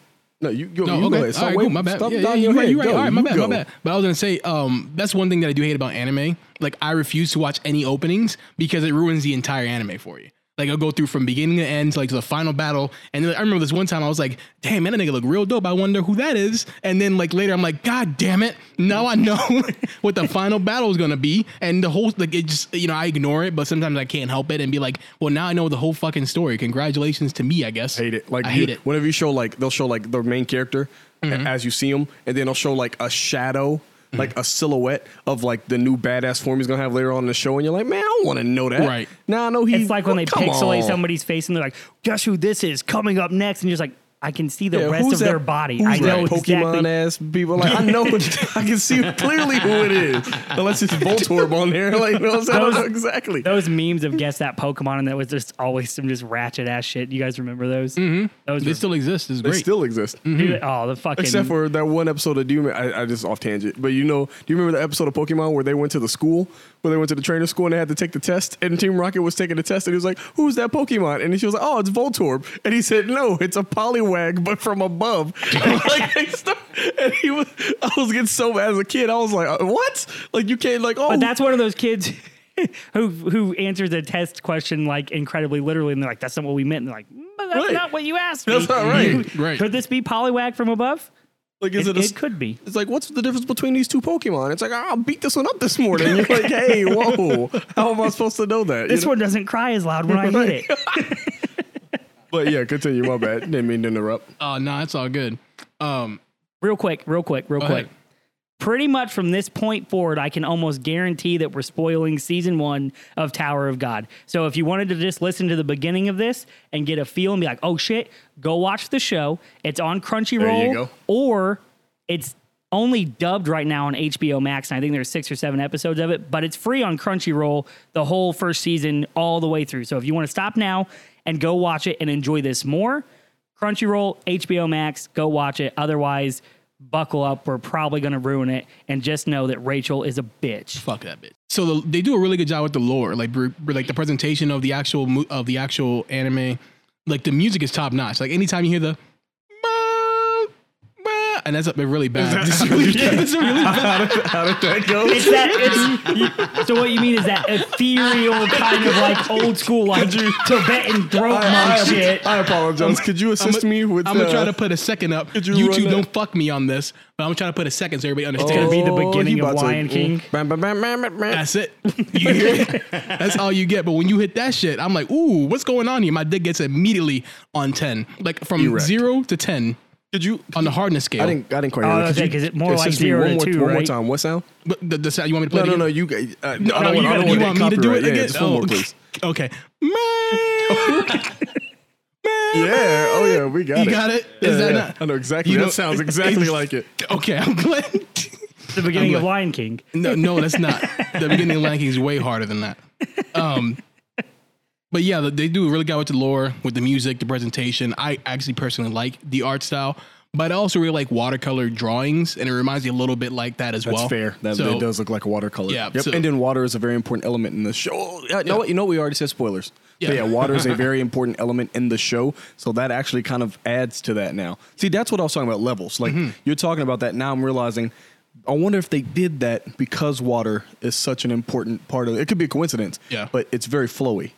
Speaker 2: No, you go.
Speaker 1: No,
Speaker 2: you go
Speaker 1: okay.
Speaker 2: ahead. Stop
Speaker 1: All right,
Speaker 2: wait-
Speaker 1: cool. My bad.
Speaker 2: Stop
Speaker 1: yeah, yeah,
Speaker 2: nodding
Speaker 1: you're
Speaker 2: your
Speaker 1: right.
Speaker 2: head.
Speaker 1: You're right.
Speaker 2: Go,
Speaker 1: All right, my
Speaker 2: you
Speaker 1: bad.
Speaker 2: go.
Speaker 1: My bad. But I was gonna say, um, that's one thing that I do hate about anime. Like, I refuse to watch any openings because it ruins the entire anime for you. Like, I'll go through from beginning to end, like to the final battle. And then I remember this one time, I was like, "Damn, man, that nigga look real dope. I wonder who that is." And then like later, I'm like, "God damn it! Now I know what the final battle is gonna be." And the whole like it just you know I ignore it, but sometimes I can't help it and be like, "Well, now I know the whole fucking story." Congratulations to me, I guess.
Speaker 2: hate it. Like
Speaker 1: I
Speaker 2: you-
Speaker 1: hate it. Mm-hmm.
Speaker 2: Whenever you show like they'll show like the main character a- as you see him, and then they'll show like a shadow, like a silhouette of like the new badass form he's gonna have later on in the show, and you're like, man, I don't want to know that.
Speaker 1: Right.
Speaker 2: Now I know he.
Speaker 3: It's like when they
Speaker 2: come
Speaker 3: pixelate
Speaker 2: on.
Speaker 3: somebody's face and they're like, guess who this is coming up next? And you're just like, I can see the
Speaker 2: Yeah,
Speaker 3: rest
Speaker 2: who's
Speaker 3: of
Speaker 2: that-
Speaker 3: their body.
Speaker 2: Who's
Speaker 3: I know
Speaker 2: that Pokemon
Speaker 3: exactly.
Speaker 2: ass people. Like I know, I can see clearly who it is. Unless it's Voltorb on there, like you know what I'm saying? I don't know exactly.
Speaker 3: Those memes of guess that Pokemon and that was just always some just ratchet ass shit. You guys remember those? Mm-hmm. Those
Speaker 1: They
Speaker 3: were,
Speaker 1: still exist. It's
Speaker 2: They
Speaker 1: great.
Speaker 2: still exist.
Speaker 1: Mm-hmm.
Speaker 3: dude, oh the fucking
Speaker 2: Except for that one episode of do you rem- I, I just off tangent, but you know, do you remember the episode of Pokemon where they went to the school, where they went to the trainer school and they had to take the test, and Team Rocket was taking the test, and he was like, "Who's that Pokemon?" And she was like, "Oh, it's Voltorb," and he said, "No, it's a Poliwag, but from above." and, like, they start- and he was, I was getting so mad as a kid. I was like, uh, "What? Like you can't like oh."
Speaker 3: But that's one of those kids who who answers a test question like incredibly literally, and they're like, "That's not what we meant." And they're like, "But "That's
Speaker 2: Right.
Speaker 3: not what you asked me."
Speaker 2: That's not right.
Speaker 3: You-
Speaker 1: Right.
Speaker 3: Could this be polywag from above?
Speaker 2: like, is
Speaker 3: it,
Speaker 2: it, a,
Speaker 3: it could be.
Speaker 2: It's like, what's the difference between these two Pokemon? It's like, "Ah, I'll beat this one up this morning. You're like, hey, whoa, how am I supposed to know that? You
Speaker 3: This
Speaker 2: know?
Speaker 3: one doesn't cry as loud when I hit it.
Speaker 2: But yeah, continue. My bad. Didn't mean to interrupt.
Speaker 1: Oh no, it's all good. Um,
Speaker 3: Real quick, real quick, real
Speaker 1: Go
Speaker 3: quick.
Speaker 1: ahead.
Speaker 3: Pretty much from this point forward, I can almost guarantee that we're spoiling season one of Tower of God. So if you wanted to just listen to the beginning of this and get a feel and be like, oh shit, go watch the show. It's on Crunchyroll.
Speaker 2: There you go.
Speaker 3: Or it's only dubbed right now on HBO Max, and I think there's six or seven episodes of it, but it's free on Crunchyroll the whole first season all the way through. So if you want to stop now and go watch it and enjoy this more, Crunchyroll, HBO Max, go watch it. Otherwise, buckle up. We're probably going to ruin it. And just know that Rachel is a bitch.
Speaker 1: fuck that bitch. So the, they do a really good job with the lore, like br- br- like the presentation of the actual mo- of the actual anime. Like the music is top notch. Like anytime you hear the, "Bah, bah," and that's really bad. It's really, it's really bad.
Speaker 3: It's that. It's, so what you mean is that ethereal kind of like old school like Tibetan throat monk shit.
Speaker 2: I apologize. Could you
Speaker 1: I'm
Speaker 2: assist me with?
Speaker 1: gonna
Speaker 2: uh,
Speaker 1: try to put a second up.
Speaker 2: Could you
Speaker 1: You
Speaker 2: run
Speaker 1: two
Speaker 2: that?
Speaker 1: don't fuck me on this, but I'm trying to put a second so everybody understands.
Speaker 3: gonna be the
Speaker 2: Oh, he
Speaker 3: beginning of
Speaker 2: about to-
Speaker 3: Lion King.
Speaker 2: Bam, bam, bam, bam, bam, bam.
Speaker 1: That's it. You hear it? That's all you get. But when you hit that shit, I'm like, ooh, what's going on here? My dick gets immediately on ten, like from
Speaker 2: Erect.
Speaker 1: zero to ten
Speaker 2: Could you?
Speaker 1: on the hardness scale.
Speaker 2: I didn't. I didn't quite.
Speaker 3: Oh,
Speaker 2: hear that.
Speaker 3: that's
Speaker 2: Could
Speaker 3: it,
Speaker 2: you
Speaker 3: 'cause it more like
Speaker 2: assist me
Speaker 3: zero
Speaker 2: one
Speaker 3: to
Speaker 2: more, One
Speaker 3: two,
Speaker 2: more
Speaker 3: right?
Speaker 2: time. What sound?
Speaker 1: But the, the, sound- you want me to play
Speaker 2: No,
Speaker 1: it
Speaker 2: no,
Speaker 1: again?
Speaker 2: no. You. g- Uh, no, I
Speaker 3: no,
Speaker 2: don't
Speaker 3: you
Speaker 2: want. I
Speaker 3: gotta
Speaker 2: don't
Speaker 1: You
Speaker 3: do
Speaker 2: want any
Speaker 3: it.
Speaker 1: want me to do it
Speaker 2: copyright.
Speaker 1: again?
Speaker 2: Yeah, just one more,
Speaker 1: okay.
Speaker 2: please.
Speaker 1: Okay. Man.
Speaker 2: Yeah. Oh, yeah. We got
Speaker 1: You
Speaker 2: it.
Speaker 1: got it? Is that not-
Speaker 2: I know exactly.
Speaker 1: You
Speaker 2: that
Speaker 1: know-
Speaker 2: sounds exactly like it.
Speaker 1: okay, I'm glad.
Speaker 3: The beginning
Speaker 1: I'm
Speaker 3: of
Speaker 1: like-
Speaker 3: Lion King.
Speaker 1: No, no, that's not. The beginning of Lion King is way harder than that. Um, but yeah, they do a really good with the lore, with the music, the presentation. I actually personally like the art style, but I also really like watercolor drawings, and it reminds me a little bit like that as
Speaker 2: That's
Speaker 1: well.
Speaker 2: fair. That
Speaker 1: So-
Speaker 2: it does look like a watercolor.
Speaker 1: Yeah,
Speaker 2: Yep.
Speaker 1: so-
Speaker 2: and then water is a very important element in the show. Oh, yeah, you know what? You know we already said spoilers. Yeah.
Speaker 1: Yeah.
Speaker 2: yeah, water is a very important element in the show. So that actually kind of adds to that now. See, that's what I was talking about levels. Like
Speaker 1: Mm-hmm.
Speaker 2: you're talking about that now. I'm realizing. I wonder if they did that because water is such an important part of it. It could be a coincidence.
Speaker 1: Yeah.
Speaker 2: But it's very flowy.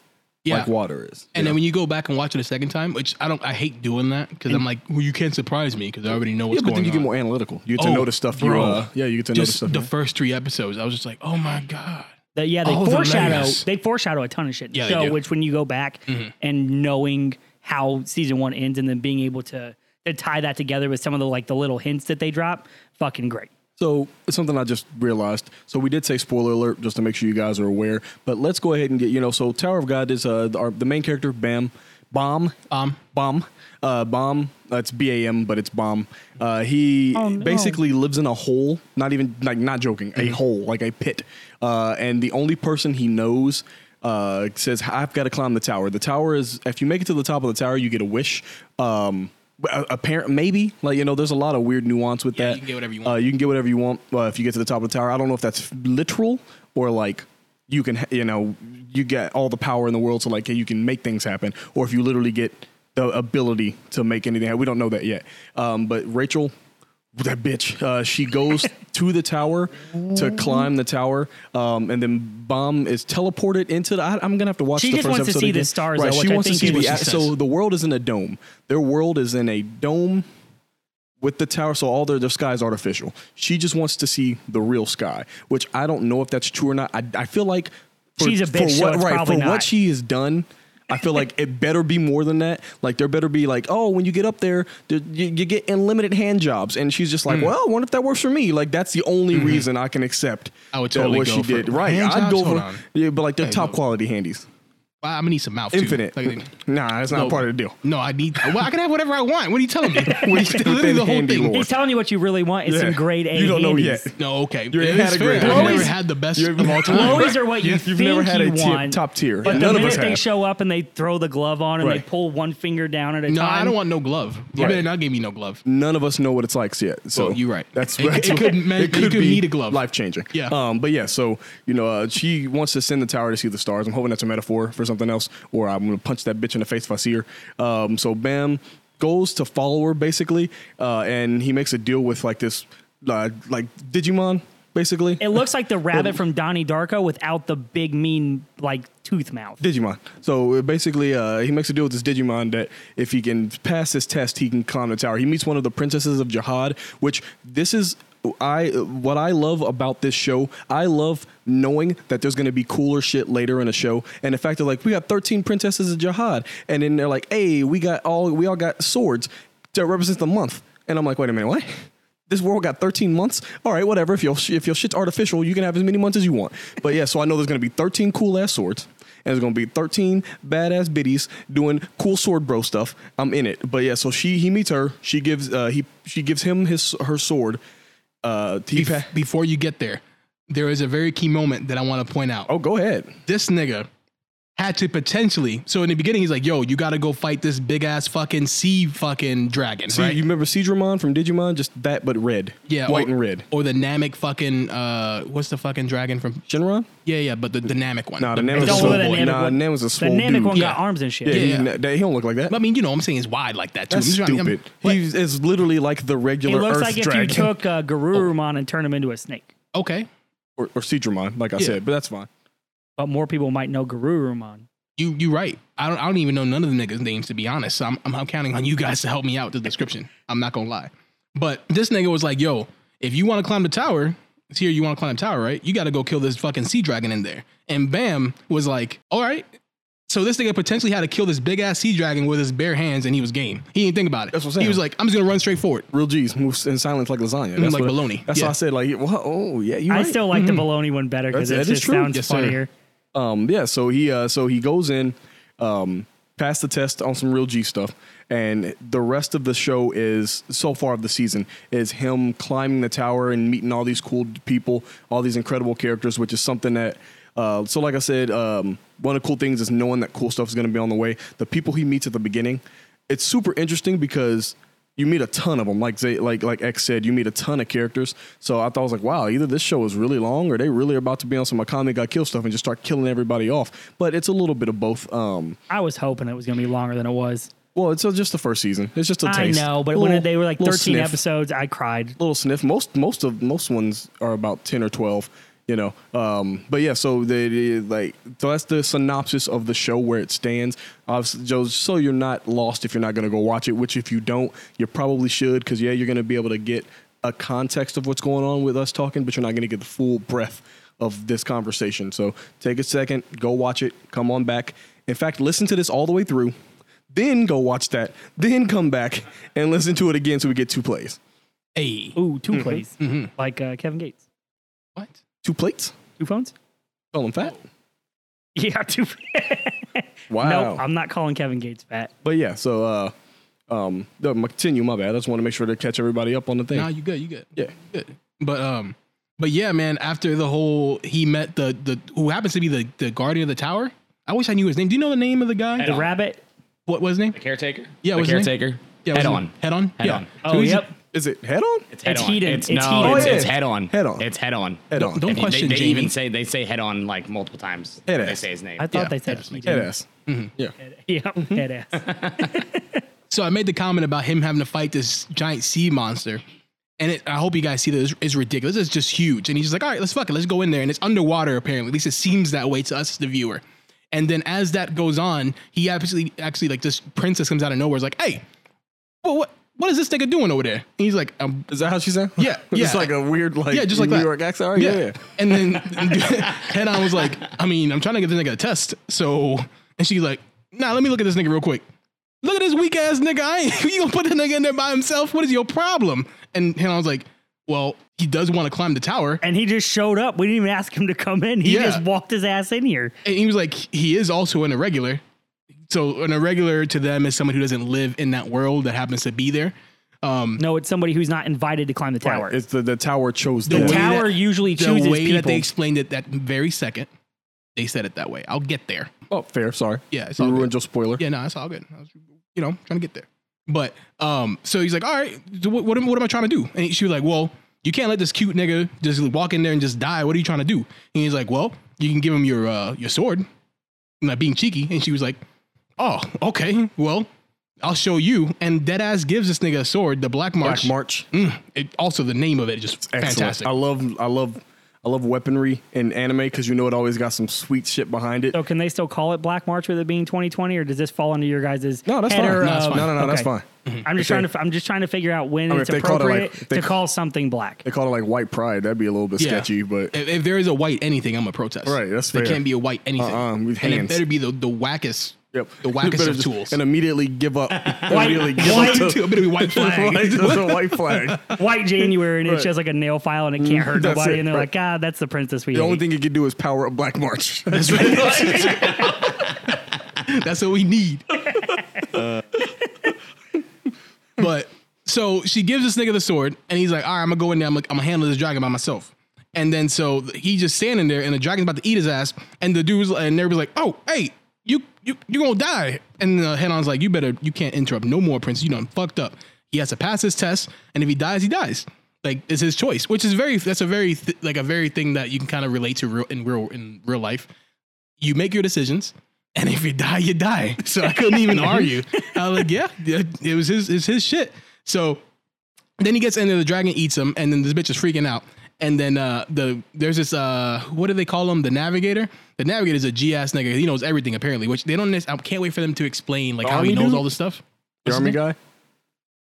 Speaker 1: Yeah.
Speaker 2: Like water is.
Speaker 1: And then when you go back and watch it a second time, which I don't, I hate doing that because I'm like, well, you can't surprise me because I already know what's
Speaker 2: yeah,
Speaker 1: going
Speaker 2: but then you get
Speaker 1: on.
Speaker 2: more analytical. You get to
Speaker 1: Oh,
Speaker 2: notice stuff. You,
Speaker 1: bro.
Speaker 2: uh, yeah, you get to notice
Speaker 1: Just
Speaker 2: stuff.
Speaker 1: the
Speaker 2: you-
Speaker 1: first three episodes, I was just like, oh my god.
Speaker 3: That- yeah, they
Speaker 2: Oh,
Speaker 1: All the
Speaker 3: foreshadow.
Speaker 1: layers.
Speaker 3: they foreshadow a ton of shit. in the
Speaker 1: Yeah, they
Speaker 3: show,
Speaker 1: do. Mm-hmm.
Speaker 3: which when you go back and knowing how season one ends, and then being able to to tie that together with some of the like the little hints that they drop, fucking great.
Speaker 2: So it's something I just realized. So we did say spoiler alert just to make sure you guys are aware. But let's go ahead and get you know. So Tower of God is uh the, our, the main character Bam, Bomb,
Speaker 1: Bam.
Speaker 2: Bomb, uh, Bomb. Uh, it's B A M, but it's Bomb. Uh, he
Speaker 3: no.
Speaker 2: basically lives in a hole. Not even like not joking,
Speaker 1: Mm-hmm.
Speaker 2: a hole like a pit. Uh, and the only person he knows. Uh, says I've got to climb the tower. The tower is if you make it to the top of the tower, you get a wish. Um, apparent maybe like you know, there's a lot of weird nuance with
Speaker 1: Yeah,
Speaker 2: that.
Speaker 1: you can get whatever you
Speaker 2: Uh,
Speaker 1: want.
Speaker 2: uh, you can get whatever you want uh, if you get to the top of the tower. I don't know if that's literal or like you can, you know, you get all the power in the world, so like you can make things happen, or if you literally get the ability to make anything happen. We don't know that yet. Um, but Rachel, that bitch, uh, she goes to the tower to climb the tower, um, and then Bomb is teleported into the. I, I'm gonna have to watch.
Speaker 3: She
Speaker 2: the
Speaker 3: just
Speaker 2: first
Speaker 3: wants to
Speaker 2: episode
Speaker 3: see the
Speaker 2: again.
Speaker 3: stars,
Speaker 2: Right,
Speaker 3: though,
Speaker 2: she
Speaker 3: which I
Speaker 2: wants to
Speaker 3: think
Speaker 2: see
Speaker 3: is-
Speaker 2: the.
Speaker 1: That's
Speaker 2: act-
Speaker 1: what she
Speaker 2: So
Speaker 1: says.
Speaker 2: the world is in a dome. Their world is in a dome with the tower, so all their, their sky is artificial. She just wants to see the real sky, which I don't know if that's true or not. I, I feel like
Speaker 3: She's a bitch, so it's
Speaker 2: right
Speaker 3: probably
Speaker 2: for what
Speaker 3: not.
Speaker 2: she has done. I feel like it better be more than that. Like there better be like, oh, when you get up there, th- you, you get unlimited hand jobs, and she's just
Speaker 3: Hmm.
Speaker 2: like, well, I wonder if that works for me. Like that's the only
Speaker 3: Mm-hmm.
Speaker 2: reason I can accept.
Speaker 1: I would
Speaker 2: that
Speaker 1: totally
Speaker 2: what
Speaker 1: go
Speaker 2: she
Speaker 1: for
Speaker 2: did. Right,
Speaker 1: hand
Speaker 2: I'd
Speaker 1: jobs?
Speaker 2: go
Speaker 1: Hold
Speaker 2: for
Speaker 1: on.
Speaker 2: yeah, but like they're top
Speaker 1: no.
Speaker 2: quality handies,
Speaker 1: Wow, I'm gonna need some mouth. too.
Speaker 2: infinite.
Speaker 1: Like,
Speaker 2: nah, that's not
Speaker 1: no.
Speaker 2: part of the deal.
Speaker 1: No, I need. Well, I can have whatever I want. What are you telling me? What are you, literally the whole
Speaker 2: handy
Speaker 1: thing.
Speaker 2: lore.
Speaker 3: He's telling you what you really want is some grade A.
Speaker 2: You don't know
Speaker 3: handies.
Speaker 2: yet.
Speaker 1: No, okay.
Speaker 2: You
Speaker 1: It
Speaker 2: had
Speaker 1: is
Speaker 2: a
Speaker 1: fair.
Speaker 2: great-
Speaker 1: I've
Speaker 2: Low
Speaker 1: never
Speaker 3: is-
Speaker 1: had the best
Speaker 2: you're-
Speaker 1: of all time.
Speaker 3: Lows are what you
Speaker 2: You've-
Speaker 3: think
Speaker 2: you've never had
Speaker 3: you
Speaker 2: a tier-
Speaker 3: want,
Speaker 2: top tier.
Speaker 3: But
Speaker 2: Yeah,
Speaker 3: the
Speaker 2: none of
Speaker 3: minute
Speaker 2: us
Speaker 3: they
Speaker 2: have.
Speaker 3: show up and they throw the glove on and
Speaker 2: Right.
Speaker 3: they pull one finger down at a
Speaker 1: No,
Speaker 3: time.
Speaker 1: I don't want no glove. You
Speaker 2: Right.
Speaker 1: better not give me no glove.
Speaker 2: none of us know what it's like yet. So
Speaker 1: Well, you're right.
Speaker 2: That's
Speaker 1: It- it could ma- it could need a glove.
Speaker 2: Life changing.
Speaker 1: Yeah.
Speaker 2: Um. But yeah. So you know, uh, she wants to send the tower to see the stars. I'm hoping that's a metaphor for something else, or I'm gonna punch that bitch in the face if I see her. Um. So Bam goes to follow her basically, uh, and he makes a deal with like this, uh, like Digimon basically.
Speaker 3: It looks like the rabbit from Donnie Darko without the big mean like tooth mouth.
Speaker 2: Digimon. So uh, basically, uh, he makes a deal with this Digimon that if he can pass this test, he can climb the tower. He meets one of the princesses of Jihad, which this is. I what I love about this show, I love knowing that there's going to be cooler shit later in a show, and the fact that like we got 13 princesses of Jihad, and then they're like, hey, we got all we all got swords that represents the month, and I'm like, wait a minute, what? This world got 13 months. All right, whatever. If your if your shit's artificial, you can have as many months as you want. But yeah, so I know there's gonna be 13 cool ass swords, and there's gonna be 13 badass biddies doing cool sword bro stuff. I'm in it. But yeah, so she he meets her. She gives uh he she gives him his her sword. Uh, he
Speaker 1: Bef-
Speaker 2: pa-
Speaker 1: Before you get there, there is a very key moment that I want to point out.
Speaker 2: oh, go ahead.
Speaker 1: This nigga had to potentially. So in the beginning, he's like, "Yo, you got to go fight this big ass fucking sea fucking dragon,
Speaker 2: See,
Speaker 1: right?
Speaker 2: you remember Seedramon from Digimon? Just that, but red.
Speaker 1: yeah,
Speaker 2: white
Speaker 1: or-
Speaker 2: and red.
Speaker 1: or the Namek fucking uh, what's the fucking dragon from?
Speaker 2: Shinron?
Speaker 1: Yeah, yeah, but the dynamic one.
Speaker 2: Nah, the
Speaker 1: The-
Speaker 2: name was a
Speaker 3: Don't
Speaker 2: swole
Speaker 3: let that
Speaker 2: boy.
Speaker 3: name-
Speaker 2: Nah, the name was a
Speaker 3: The
Speaker 2: swole
Speaker 3: Namek
Speaker 2: dude.
Speaker 3: one
Speaker 1: Yeah.
Speaker 3: got arms and shit.
Speaker 2: Yeah, he-
Speaker 1: Yeah.
Speaker 2: that- he, don't look like that.
Speaker 1: I mean, you know, I'm saying it's wide like that too.
Speaker 2: That's
Speaker 1: I'm just trying- I'm-
Speaker 2: stupid.
Speaker 1: what?
Speaker 2: He's it's literally like the
Speaker 3: It
Speaker 2: regular
Speaker 3: looks
Speaker 2: Earth
Speaker 3: like if
Speaker 2: dragon
Speaker 3: you took uh, Garurumon
Speaker 1: Oh.
Speaker 3: and turned him into a snake.
Speaker 1: okay,
Speaker 2: or, or Seedramon, like I
Speaker 1: Yeah.
Speaker 2: said, but that's fine.
Speaker 3: But more people might know Garurumon.
Speaker 1: you you right. I don't I don't even know none of the niggas' names to be honest. So I'm I'm counting on you guys to help me out with the description. I'm not gonna lie. But this nigga was like, "Yo, if you want to climb the tower, it's here. You want to climb the tower, right? You got to go kill this fucking sea dragon in there." And Bam was like, "All right." So this nigga potentially had to kill this big ass sea dragon with his bare hands, and he was game. He didn't think about it.
Speaker 2: That's what I'm
Speaker 1: He
Speaker 2: saying.
Speaker 1: was like, "I'm just gonna run straight forward."
Speaker 2: Real G's moves in silence like
Speaker 3: Mm,
Speaker 2: lasagna. That's
Speaker 1: like
Speaker 2: what-
Speaker 1: bologna.
Speaker 2: That's
Speaker 1: Yeah.
Speaker 2: why I said like, well, oh yeah, you.
Speaker 3: I
Speaker 2: Right.
Speaker 3: still like the baloney one better because it
Speaker 2: That's- that is
Speaker 3: just
Speaker 2: true.
Speaker 3: sounds
Speaker 1: Yes, sir.
Speaker 3: funnier.
Speaker 2: um yeah so he uh so he goes in um passed the test on some real g stuff and the rest of the show is so far of the season is him climbing the tower and meeting all these cool people all these incredible characters which is something that uh, so like i said um, one of the cool things is knowing that cool stuff is going to be on the way the people he meets at the beginning it's super interesting because you meet a ton of them. Like they, like like X said, you meet a ton of characters. So I thought I was like, wow, either this show is really long or they really are about to be on some Akame got kill stuff and just start killing everybody off. But it's a little bit of both. Um,
Speaker 3: I was hoping it was going to be longer than it was.
Speaker 2: well, it's uh just the first season. It's just a
Speaker 3: I
Speaker 2: taste.
Speaker 3: know, but
Speaker 2: A
Speaker 3: when
Speaker 2: little-
Speaker 3: they were like
Speaker 2: little
Speaker 3: 13
Speaker 2: sniff,
Speaker 3: episodes, I cried.
Speaker 2: Little sniff. Most most of most ones are about ten or twelve. You know, um, but yeah. So they, they like so that's the synopsis of the show where it stands. Obviously, Joe, so you're not lost if you're not going to go watch it. Which if you don't, you probably should because yeah, you're going to be able to get a context of what's going on with us talking, but you're not going to get the full breadth of this conversation. So take a second, go watch it, come on back. In fact, listen to this all the way through, then go watch that, then come back and listen to it again so we get two plays.
Speaker 1: Hey,
Speaker 3: Ooh,
Speaker 2: Mm-hmm.
Speaker 3: 2 plays. Like uh, Kevin Gates.
Speaker 1: what?
Speaker 2: Two plates?
Speaker 3: Two phones?
Speaker 2: Call him fat?
Speaker 3: Yeah, two.
Speaker 2: Wow.
Speaker 3: No, I'm not calling Kevin Gates fat.
Speaker 2: but yeah, so uh, um, no, my- continue. My bad. I just want to make sure to catch everybody up on the thing.
Speaker 1: No, you good. You good.
Speaker 2: Yeah.
Speaker 1: You good. But um, but yeah, man. After the whole, he met the the who happens to be the the guardian of the tower. I wish I knew his name. Do you know the name of the guy?
Speaker 3: The rabbit?
Speaker 1: What was his name?
Speaker 5: The caretaker?
Speaker 1: Yeah,
Speaker 5: the
Speaker 1: what's his name?
Speaker 5: caretaker.
Speaker 1: Yeah, what's
Speaker 5: head
Speaker 1: his
Speaker 5: on.
Speaker 1: name? Head on.
Speaker 5: Head
Speaker 1: yeah.
Speaker 5: on.
Speaker 3: Oh,
Speaker 1: he's-
Speaker 3: yep.
Speaker 2: Is it head on?
Speaker 5: It's head
Speaker 3: It's
Speaker 5: on.
Speaker 3: heated.
Speaker 5: It's,
Speaker 3: It's
Speaker 5: no,
Speaker 3: heated.
Speaker 5: It's,
Speaker 2: Oh, yeah.
Speaker 5: it's head on.
Speaker 2: Head on.
Speaker 5: It's head on.
Speaker 2: Head on.
Speaker 1: Don't
Speaker 5: They-
Speaker 1: question
Speaker 5: they, they
Speaker 1: Jamie.
Speaker 5: even say they say head on like multiple times.
Speaker 2: Head
Speaker 5: They
Speaker 2: ass.
Speaker 5: say his name.
Speaker 3: I thought
Speaker 1: Yeah,
Speaker 3: they said
Speaker 2: Head
Speaker 3: heated.
Speaker 2: ass. Mm-hmm.
Speaker 3: Yep, head ass.
Speaker 1: So I made the comment about him having to fight this giant sea monster. And it, I hope you guys see this. It's ridiculous. It's just huge. And he's just like, all right, let's fuck it. Let's go in there. And it's underwater, apparently. At least it seems that way to us, the viewer. And then as that goes on, he actually, actually like, this princess comes out of nowhere. Is like, hey, well, what, what is this nigga doing over there? And he's like, um,
Speaker 2: Is that how she said?
Speaker 1: Yeah,
Speaker 2: It's
Speaker 1: yeah.
Speaker 2: like a weird, like,
Speaker 1: yeah, just like
Speaker 2: New
Speaker 1: that.
Speaker 2: York accent. All right, yeah. yeah.
Speaker 1: And then head on was like, I mean, I'm trying to get this nigga a test. So, and she's like, nah, let me look at this nigga real quick. Look at this weak ass nigga. I ain't, you gonna put this nigga in there by himself? What is your problem? And head on was like, well, he does want to climb the tower.
Speaker 3: and he just showed up. We didn't even ask him to come in. He
Speaker 1: Yeah.
Speaker 3: just walked his ass in here.
Speaker 1: And he was like, he is also an irregular. So an irregular to them is someone who doesn't live in that world that happens to be there. Um,
Speaker 3: No, it's somebody who's not invited to climb the tower.
Speaker 2: Right. It's the, the tower chose
Speaker 1: The
Speaker 2: them.
Speaker 1: way
Speaker 3: tower
Speaker 1: that-
Speaker 3: usually
Speaker 1: the
Speaker 3: chooses
Speaker 1: way
Speaker 3: people.
Speaker 1: that they explained it that very second, they said it that way. I'll get there.
Speaker 2: Oh, fair. Sorry.
Speaker 1: Yeah, it's
Speaker 2: You
Speaker 1: all good.
Speaker 2: ruined your spoiler.
Speaker 1: Yeah, no, that's all good. I was, you know, trying to get there. But um, so he's like, all right, so what, what, am, what am I trying to do? And she was like, well, you can't let this cute nigga just walk in there and just die. What are you trying to do? And he's like, well, you can give him your uh, your sword. Not being cheeky. And she was like, oh, okay, well, I'll show you. And dead ass gives this nigga a sword, the Black March.
Speaker 2: Black March.
Speaker 1: Mm, it, also, the name of it is just
Speaker 2: Excellent.
Speaker 1: fantastic.
Speaker 2: I love, I love, I love weaponry in anime because you know it always got some sweet shit behind it.
Speaker 3: so can they still call it Black March with it being 2020, or does this fall under your guys'
Speaker 2: No, that's fine.
Speaker 3: header
Speaker 2: No,
Speaker 1: that's uh,
Speaker 3: of-
Speaker 1: fine.
Speaker 2: No, no, no, that's
Speaker 3: Okay.
Speaker 2: fine.
Speaker 3: I'm just
Speaker 2: If they-
Speaker 3: trying to. I'm just trying to figure out when
Speaker 2: mean,
Speaker 3: it's
Speaker 2: if they called it, like,
Speaker 3: appropriate
Speaker 2: if
Speaker 3: to
Speaker 2: they-
Speaker 3: call something black.
Speaker 2: They call it like white pride. That'd be a little bit
Speaker 1: Yeah.
Speaker 2: sketchy, but
Speaker 1: if, if there is a white anything, I'm a protest.
Speaker 2: Right, that's
Speaker 1: There
Speaker 2: fair.
Speaker 1: can't be a white anything.
Speaker 2: Uh-uh, with
Speaker 1: and it
Speaker 2: hands.
Speaker 1: better be the, the wackest,
Speaker 2: yep.
Speaker 1: the
Speaker 2: Better
Speaker 1: wackest of
Speaker 2: just-
Speaker 1: tools.
Speaker 2: And immediately give up. immediately give
Speaker 3: white-
Speaker 2: up.
Speaker 1: It better be white flag.
Speaker 2: White, that's a white flag.
Speaker 3: White January, and it
Speaker 2: Right. Mm-hmm.
Speaker 3: shows like a nail file, and it can't hurt
Speaker 2: That's
Speaker 3: nobody.
Speaker 2: it,
Speaker 3: and they're
Speaker 2: right.
Speaker 3: like, God, that's the princess we.
Speaker 2: The only
Speaker 3: hate."
Speaker 2: thing you could do is power up Black March.
Speaker 1: That's what we need. but so she gives this nigga the sword, and he's like, "All right, I'm gonna go in there. I'm, like, I'm gonna handle this dragon by myself." And then so he's just standing there, and the dragon's about to eat his ass. And the dude's and everybody's like, "Oh, hey, you you you gonna die. And uh, Henon's like, you better you can't interrupt no more, Prince. You know I'm fucked up. He has to pass his test, and if he dies, he dies. Like it's his choice, which is very that's a very th- like a very thing that you can kind of relate to real in real in real life. You make your decisions, and if you die, you die. So I couldn't even argue. I was like, yeah, yeah, it was his it's his shit. So then he gets in there, the dragon eats him, and then this bitch is freaking out. And then uh, the there's this uh, what do they call him? The navigator. The navigator is a G ass nigga. He knows everything apparently, which they don't. nec- I can't wait for them to explain
Speaker 3: Oh,
Speaker 1: like how he
Speaker 2: army
Speaker 1: knows
Speaker 2: dude?
Speaker 1: all this stuff.
Speaker 2: The army guy?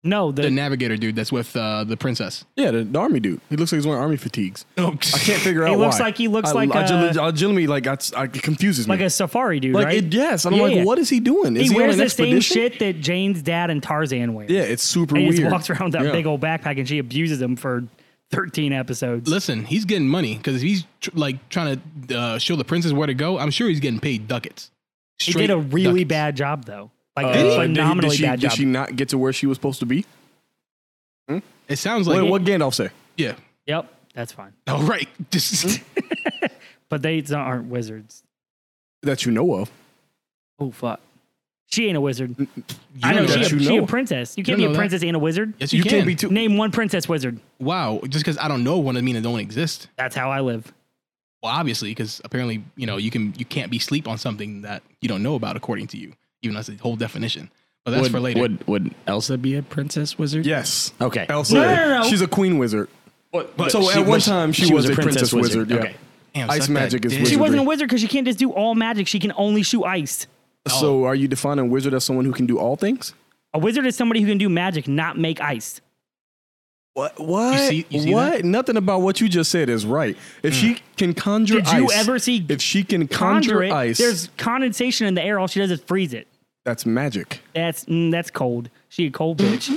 Speaker 3: No, the,
Speaker 1: The navigator dude that's with uh, the princess.
Speaker 2: Yeah, the, the army dude. He looks like he's wearing army fatigues.
Speaker 1: Oh,
Speaker 2: I can't figure out
Speaker 3: He looks
Speaker 2: why.
Speaker 3: like- he looks
Speaker 2: I,
Speaker 3: like
Speaker 2: I,
Speaker 3: a-
Speaker 2: genu- I genuinely like I, I- it confuses me.
Speaker 3: like a safari dude,
Speaker 2: Like,
Speaker 3: right?
Speaker 2: it, yes, and I'm
Speaker 3: Yeah,
Speaker 2: like,
Speaker 3: yeah.
Speaker 2: what is he doing? Is
Speaker 3: he,
Speaker 2: on
Speaker 3: wears
Speaker 2: an
Speaker 3: the
Speaker 2: expedition?
Speaker 3: same shit that Jane's dad and Tarzan wear.
Speaker 2: Yeah, it's super
Speaker 3: and he
Speaker 2: weird.
Speaker 3: just walks around with that
Speaker 2: Yeah.
Speaker 3: big old backpack, and she abuses him for thirteen episodes.
Speaker 1: Listen, he's getting money because if he's tr- like trying to uh, show the princess where to go, I'm sure he's getting paid ducats.
Speaker 3: He
Speaker 1: Straight
Speaker 3: did a really
Speaker 1: ducats.
Speaker 3: bad job, though. Like
Speaker 2: Uh,
Speaker 3: a
Speaker 2: did he-
Speaker 3: phenomenally
Speaker 2: did she,
Speaker 3: bad
Speaker 2: did
Speaker 3: job.
Speaker 2: she not get to where she was supposed to be?
Speaker 1: It sounds like
Speaker 2: What, what Gandalf say?
Speaker 1: yeah.
Speaker 3: Yep, that's fine.
Speaker 1: All right,
Speaker 2: Hmm?
Speaker 1: just
Speaker 3: But they don't- aren't wizards.
Speaker 2: That you know of.
Speaker 3: Oh fuck, she ain't a wizard. I
Speaker 1: You
Speaker 3: know,
Speaker 1: know
Speaker 3: she,
Speaker 2: that.
Speaker 3: a,
Speaker 2: You
Speaker 3: she
Speaker 2: know.
Speaker 3: a princess. You can't
Speaker 1: You
Speaker 3: be
Speaker 1: know
Speaker 3: a
Speaker 1: that.
Speaker 3: princess and a wizard.
Speaker 1: yes, you, can.
Speaker 2: can't be too.
Speaker 3: Name one princess wizard.
Speaker 1: wow, just because I don't know one doesn't mean it don't exist.
Speaker 3: That's how I live.
Speaker 1: Well, obviously, because apparently, you know, you can you can't be sleep on something that you don't know about, according to you, even though that's the whole definition. But that's
Speaker 5: would,
Speaker 1: for later.
Speaker 5: Would would Elsa be a princess wizard?
Speaker 2: Yes.
Speaker 5: Okay.
Speaker 2: Elsa.
Speaker 3: No, no, no.
Speaker 2: She's a queen wizard.
Speaker 5: But
Speaker 2: so
Speaker 5: she
Speaker 2: at one
Speaker 5: was-
Speaker 2: time she, was, a princess, wizard. yeah.
Speaker 5: Okay.
Speaker 1: Damn,
Speaker 2: ice
Speaker 1: suck that
Speaker 2: magic is
Speaker 1: dick.
Speaker 2: wizardry.
Speaker 3: She wasn't a wizard because she can't just do all magic. She can only shoot ice.
Speaker 2: So are you defining wizard as someone who can do all things?
Speaker 3: A wizard is somebody who can do magic, not make ice.
Speaker 2: What? What?
Speaker 1: see- you see
Speaker 2: what? Nothing about what you just said is right. If she can conjure
Speaker 3: Did
Speaker 2: ice,
Speaker 3: you ever see
Speaker 2: If she can conjure,
Speaker 3: Conjure, it.
Speaker 2: ice,
Speaker 3: There's condensation in the air. All she does is freeze it.
Speaker 2: that's magic.
Speaker 3: That's mm, that's cold. She a cold bitch.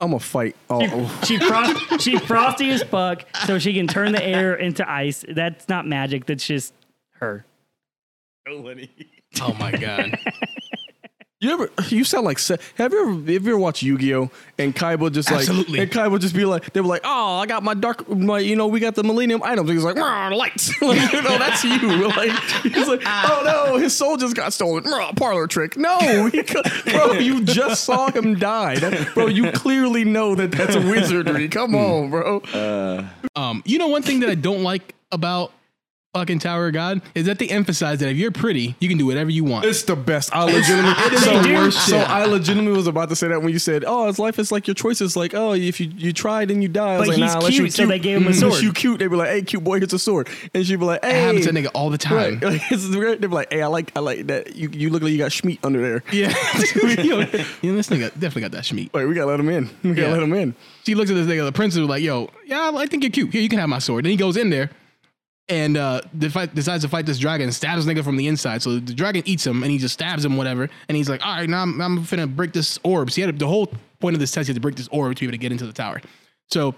Speaker 2: I'm gonna fight. Oh,
Speaker 3: she frost, she frosty as fuck, so she can turn the air into ice. That's not magic. That's just her.
Speaker 1: Oh my god.
Speaker 2: you ever? You sound like. Se- Have you ever? Have you ever watched Yu-Gi-Oh? And Kaiba just like.
Speaker 1: Absolutely.
Speaker 2: And Kaiba just be like, they were like, oh, I got my dark, my you know, we got the Millennium items. He's like, "Rah, lights. like, you know, that's you. Like he's like, oh no, his soul just got stolen. Rah, parlor trick. No, he, co- bro, you just saw him die, That- bro. You clearly know that that's a wizardry. Come on, bro.
Speaker 1: um, you know, one thing that I don't like about fucking Tower of God is that they emphasize that if you're pretty, you can do whatever you want.
Speaker 2: It's the best. I legitimately.
Speaker 1: It is
Speaker 2: so,
Speaker 1: the worst
Speaker 2: so
Speaker 1: shit.
Speaker 2: I legitimately was about to say that when you said, "Oh, it's life is like your choices. Like, oh, if you you try, then you die." I was
Speaker 3: But
Speaker 2: like,
Speaker 3: he's
Speaker 2: nah, unless you
Speaker 3: cute, so they gave him a
Speaker 2: Unless
Speaker 3: sword.
Speaker 2: You cute. They'd be like, "Hey, cute boy, here's a sword," and she'd be like, "Hey."
Speaker 1: It happens to that nigga all the time.
Speaker 2: Right. This is great. They'd be like, "Hey, I like I like that. You you look like you got schmeat under there.
Speaker 1: Yeah, you know, this nigga definitely got that schmeat.
Speaker 2: Wait, we gotta let him in. We gotta
Speaker 1: Yeah.
Speaker 2: let him in."
Speaker 1: She looks at this nigga. The princess was like, "Yo, yeah, I think you're cute. Here, you can have my sword." Then he goes in there and uh, the fight, decides to fight this dragon and stabs nigga from the inside. So the dragon eats him and he just stabs him, whatever. And he's like, "All right, now I'm, I'm finna break this orb." So he had to- the whole point of this test. He had to break this orb to be able to get into the tower. So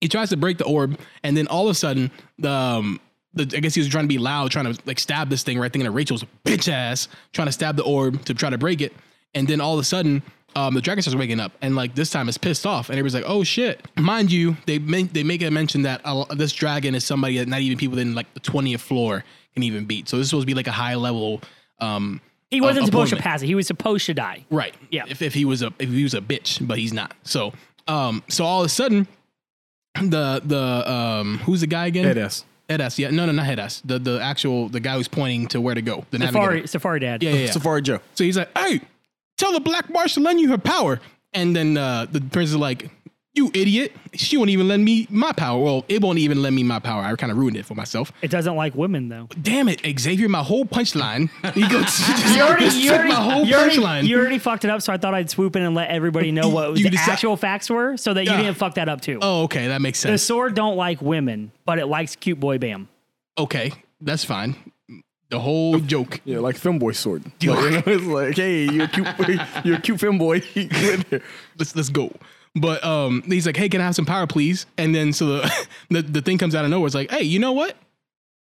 Speaker 1: he tries to break the orb, and then all of a sudden, the, um, the I guess he was trying to be loud, trying to like stab this thing, right? Thinking that Rachel's a bitch ass, trying to stab the orb to try to break it, and then all of a sudden, um, the dragon starts waking up, and like this time, it's pissed off, and everybody's like, "Oh shit!" Mind you, they men- they make a mention that uh, this dragon is somebody that not even people in like the twentieth floor can even beat. So this is supposed to be like a high level. Um,
Speaker 3: He wasn't
Speaker 1: a
Speaker 3: supposed
Speaker 1: woman.
Speaker 3: to pass it. He was supposed to die.
Speaker 1: Right.
Speaker 3: Yeah.
Speaker 1: If, if he was a if he was a bitch, but he's not. So um so all of a sudden the the um who's the guy again?
Speaker 2: Dead ass.
Speaker 1: Headass. Yeah. No, no, not Headass. The the actual the guy who's pointing to where to go. The
Speaker 3: Safari,
Speaker 1: navigator.
Speaker 3: Safari Dad.
Speaker 1: Yeah, yeah, yeah.
Speaker 2: Safari Joe.
Speaker 1: So he's like, "Hey, tell the black marsh to lend you her power." And then uh, the prince is like, "You idiot! She won't even lend me my power. Well, it won't even lend me my power. I kind of ruined it for myself.
Speaker 3: It doesn't like women though.
Speaker 1: Damn it, Xavier! My whole punchline. He goes,
Speaker 3: You already, you,
Speaker 1: took
Speaker 3: already,
Speaker 1: my whole
Speaker 3: you,
Speaker 1: punchline.
Speaker 3: already, you already fucked it up, so I thought I'd swoop in and let everybody know what
Speaker 1: You
Speaker 3: the
Speaker 1: decide-
Speaker 3: actual facts were, so that you
Speaker 1: Yeah.
Speaker 3: didn't fuck that up too.
Speaker 1: Oh, okay, that makes sense.
Speaker 3: the sword don't like women, but it likes cute boy Bam.
Speaker 1: okay, that's fine. The whole joke.
Speaker 2: Yeah, like femboy sword. Like, you know, it's like, hey, you're a cute, boy. you're a cute femboy. Go in there.
Speaker 1: Let's let's go. But um, he's like, "Hey, can I have some power, please?" And then so the the, the thing comes out of nowhere. It's like, "Hey, you know what?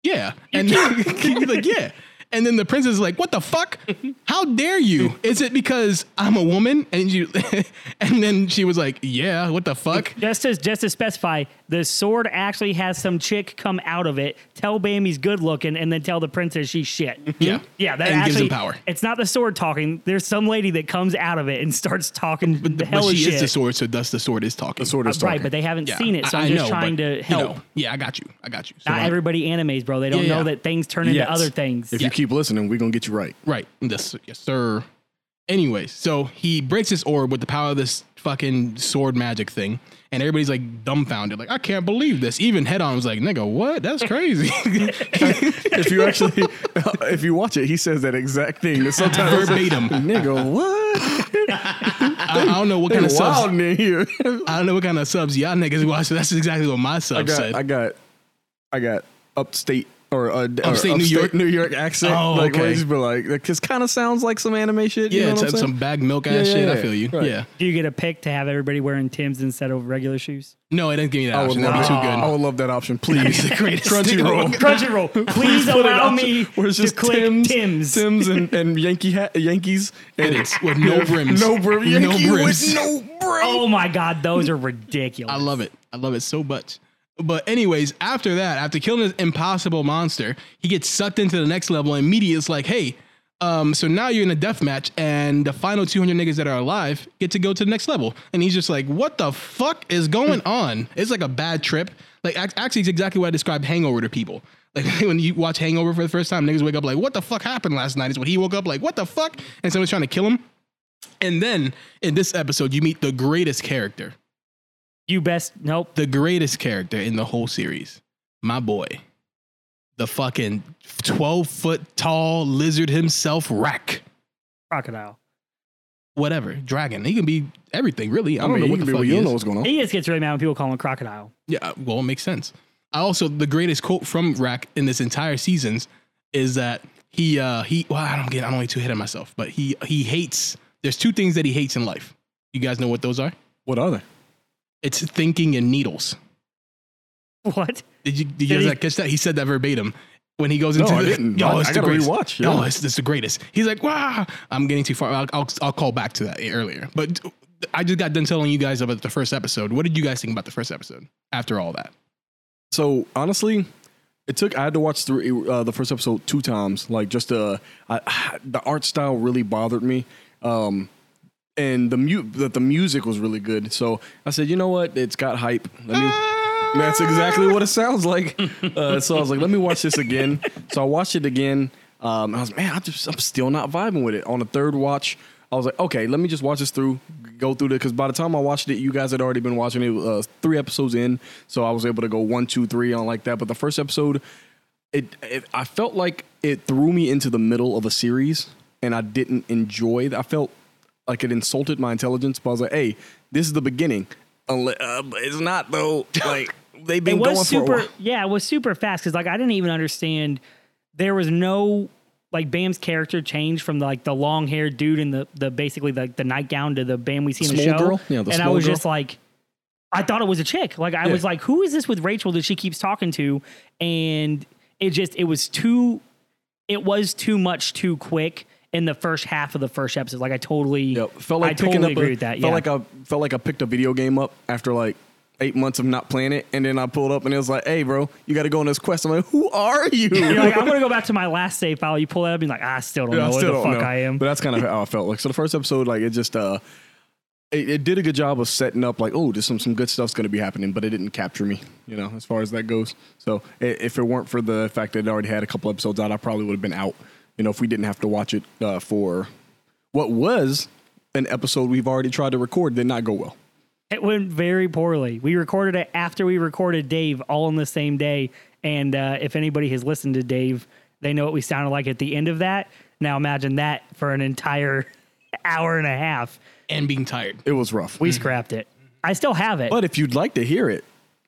Speaker 1: Yeah." And he's like, "Yeah." And then the princess is like, "What the fuck? How dare you? Is it because I'm a woman?" And you, and then she was like, "Yeah, what the fuck?"
Speaker 3: Just to just to specify, the sword actually has some chick come out of it, tell Bambi's good looking, and then tell the princess she's shit.
Speaker 1: Yeah.
Speaker 3: Yeah, that
Speaker 1: And
Speaker 3: actually,
Speaker 1: gives him power.
Speaker 3: It's not the sword talking. There's some lady that comes out of it and starts talking the hell
Speaker 1: but she
Speaker 3: shit.
Speaker 1: is the sword, so thus the sword is talking. The
Speaker 2: Sword is
Speaker 3: Right,
Speaker 2: talking.
Speaker 3: but they haven't seen it, so I, am just trying to help.
Speaker 1: yeah, I got you. I got you. So
Speaker 3: not
Speaker 1: I'm-
Speaker 3: everybody animes, bro. They don't
Speaker 1: Yeah,
Speaker 3: know
Speaker 1: yeah.
Speaker 3: that things turn into
Speaker 2: Yes.
Speaker 3: other things.
Speaker 2: if
Speaker 1: Yeah.
Speaker 2: you keep listening, we're gonna get you right.
Speaker 1: Right. Yes, yes, sir. Anyways, so he breaks his orb with the power of this fucking sword magic thing, and everybody's like dumbfounded, like I can't believe this. Even head on was like, "Nigga, what? That's crazy."
Speaker 2: if you actually, if you watch it, he says that exact thing. That sometimes
Speaker 1: Verbatim.
Speaker 2: nigga, what?
Speaker 1: I, I don't know what kind of
Speaker 2: It's
Speaker 1: subs.
Speaker 2: wild in here.
Speaker 1: I don't know what kind of subs y'all niggas watch. So that's exactly what my
Speaker 2: I
Speaker 1: sub
Speaker 2: got,
Speaker 1: said.
Speaker 2: I got, I got upstate or, uh, d- or
Speaker 1: Upstate New York?
Speaker 2: New York accent.
Speaker 1: Oh,
Speaker 2: like, where
Speaker 1: okay.
Speaker 2: it's been like, like, this kind of sounds like some anime shit. you
Speaker 1: yeah,
Speaker 2: know
Speaker 1: it's
Speaker 2: what I'm saying?
Speaker 1: some bag milk ass
Speaker 2: Yeah, yeah,
Speaker 1: shit. I
Speaker 2: yeah.
Speaker 1: feel you.
Speaker 2: Right.
Speaker 1: Yeah.
Speaker 3: Do you get a pick to have everybody wearing Tim's instead of regular shoes?
Speaker 1: No, it didn't give me that
Speaker 2: I would
Speaker 1: option.
Speaker 2: love
Speaker 1: That'd be
Speaker 2: that.
Speaker 1: too good.
Speaker 2: I would love that option, please.
Speaker 1: It's the greatest thing.
Speaker 2: Crunchyroll.
Speaker 3: Crunchyroll, please
Speaker 2: Put an
Speaker 3: allow
Speaker 2: option
Speaker 3: me
Speaker 2: where it's
Speaker 3: to click Tim's.
Speaker 2: Tim's and, and Yankee hat, Yankees and
Speaker 1: It's with no brims.
Speaker 2: No brim.
Speaker 1: No
Speaker 2: Yankee
Speaker 1: brims.
Speaker 2: With no brim.
Speaker 3: Oh my god, those are ridiculous.
Speaker 1: I love it. I love it so much. But anyways, after that, after killing this impossible monster, he gets sucked into the next level and media is like, hey, um, so now you're in a death match and the final 200 niggas that are alive get to go to the next level. And he's just like, what the fuck is going on? It's like a bad trip. Like ac- actually, it's exactly what I described hangover to people. Like when you watch Hangover for the first time, niggas wake up like, what the fuck happened last night? Is what he woke up like, what the fuck? And someone's trying to kill him. And then in this episode, you meet the greatest character
Speaker 3: You best nope.
Speaker 1: the greatest character in the whole series, my boy, the fucking 12 foot tall lizard himself, Rack.
Speaker 3: crocodile.
Speaker 1: Whatever, dragon. He can be everything, really. I,
Speaker 2: I
Speaker 1: don't
Speaker 2: mean,
Speaker 1: know
Speaker 2: you
Speaker 1: what
Speaker 2: can
Speaker 1: the
Speaker 2: be-
Speaker 1: fuck
Speaker 2: you
Speaker 1: he
Speaker 2: don't know
Speaker 1: is.
Speaker 2: what's going on.
Speaker 3: He just gets really mad when people call him crocodile.
Speaker 1: Yeah, uh, well, it makes sense. I also the greatest quote from Rack in this entire seasons is that he uh he well I don't get I'm only too ahead of myself, but he he hates. There's two things that he hates in life. You guys know what those are?
Speaker 2: What are they?
Speaker 1: It's thinking and needles.
Speaker 3: What?
Speaker 1: Did you, did you
Speaker 3: Did
Speaker 1: guys
Speaker 3: he-
Speaker 1: not catch that? He said that verbatim when he goes
Speaker 2: No,
Speaker 1: into
Speaker 2: I
Speaker 1: the.
Speaker 2: didn't.
Speaker 1: Yo,
Speaker 2: I-
Speaker 1: it's
Speaker 2: I
Speaker 1: the
Speaker 2: gotta
Speaker 1: greatest.
Speaker 2: rewatch,
Speaker 1: Yo,
Speaker 2: yeah.
Speaker 1: it's, it's the greatest. He's like, wow. I'm getting too far. I'll, I'll, I'll call back to that earlier. But I just got done telling you guys about the first episode. What did you guys think about the first episode after all that?
Speaker 2: So honestly, it took. I had to watch three, uh, the first episode two times. Like just uh, I, the art style really bothered me, um, and the mu- that the music was really good. So I said, you know what? It's got hype. Let me. That's exactly what it sounds like. Uh, so I was like, let me watch this again. So I watched it again. Um, and I was man, I just I'm still not vibing with it. On the third watch, I was like, okay, let me just watch this through, go through it. Because by the time I watched it, you guys had already been watching it uh, three episodes in. So I was able to go one, two, three on like that. But the first episode, it, it I felt like it threw me into the middle of a series, and I didn't enjoy. That. I felt like it insulted my intelligence. But I was like, hey, this is the beginning. Unle- Uh, but it's not though. Like they've
Speaker 3: It
Speaker 2: been going
Speaker 3: was
Speaker 2: for a
Speaker 3: super.
Speaker 2: while.
Speaker 3: Yeah, it was super fast because like I didn't even understand. There was no like Bam's character change from like the long haired dude in the the basically like the nightgown to the Bam we see in the show.
Speaker 2: Small girl? Yeah, the
Speaker 3: and I
Speaker 2: small
Speaker 3: was
Speaker 2: girl.
Speaker 3: just like, I thought it was a chick. Like I was like, who is this with Rachel that she keeps talking to? And it just it was too. It was too much too quick in the first half of the first episode. Like I totally,
Speaker 2: Yeah, felt like
Speaker 3: I
Speaker 2: picking
Speaker 3: totally
Speaker 2: up.
Speaker 3: agree
Speaker 2: a,
Speaker 3: with that.
Speaker 2: Felt
Speaker 3: yeah.
Speaker 2: like I felt like I picked a video game up after like eight months of not playing it, and then I pulled up and it was like, "Hey, bro, you got to go on this quest." I'm like, "Who are you?"
Speaker 3: You're like, I'm gonna go back to my last save file. You pull that up, and you're like, "Ah, I still don't
Speaker 2: Yeah,
Speaker 3: know
Speaker 2: I
Speaker 3: where
Speaker 2: still
Speaker 3: the
Speaker 2: don't
Speaker 3: fuck
Speaker 2: know.
Speaker 3: I am.
Speaker 2: But that's kind of how I felt. Like so, the first episode, like it just uh, it, it did a good job of setting up. Like, oh, there's some some good stuff's going to be happening, but it didn't capture me. You know, as far as that goes. So i if it weren't for the fact that it already had a couple episodes out, I probably would have been out. You know, if we didn't have to watch it uh, for what was an episode we've already tried to record, did not go well.
Speaker 3: It went very poorly. We recorded it after we recorded Dave all on the same day. And uh, if anybody has listened to Dave, they know what we sounded like at the end of that. Now imagine that for an entire hour and a half.
Speaker 1: And being tired.
Speaker 2: It was rough.
Speaker 3: We scrapped it. I still have it.
Speaker 2: But if you'd like to hear it,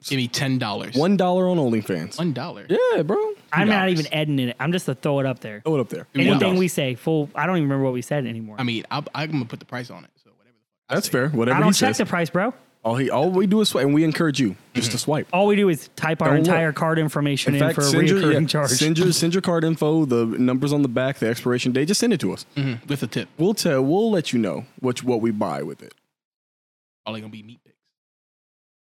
Speaker 1: Give me ten dollars.
Speaker 2: one dollar on OnlyFans.
Speaker 1: one dollar.
Speaker 2: Yeah, bro.
Speaker 3: I'm not
Speaker 1: dollars.
Speaker 3: even editing it. I'm just to throw it up there.
Speaker 2: Throw it up there.
Speaker 3: Anything
Speaker 1: dollars.
Speaker 3: we say, full. I don't even remember what we said anymore.
Speaker 1: I mean, I'll, I'm gonna put the price on it. So whatever.
Speaker 2: That's fair. Whatever
Speaker 3: I
Speaker 2: he
Speaker 3: don't check
Speaker 2: says.
Speaker 3: the price, bro.
Speaker 2: All he all we do is swipe, and we encourage you just to swipe.
Speaker 3: All we do is type our
Speaker 2: Don't look.
Speaker 3: entire card information in, for a
Speaker 2: send your,
Speaker 3: recurring
Speaker 2: yeah,
Speaker 3: charge.
Speaker 2: send your send your card info, the numbers on the back, the expiration date. Just send it to us.
Speaker 1: Mhm, with a tip.
Speaker 2: We'll tell. We'll let you know what what we buy with it.
Speaker 1: Probably gonna be meat picks.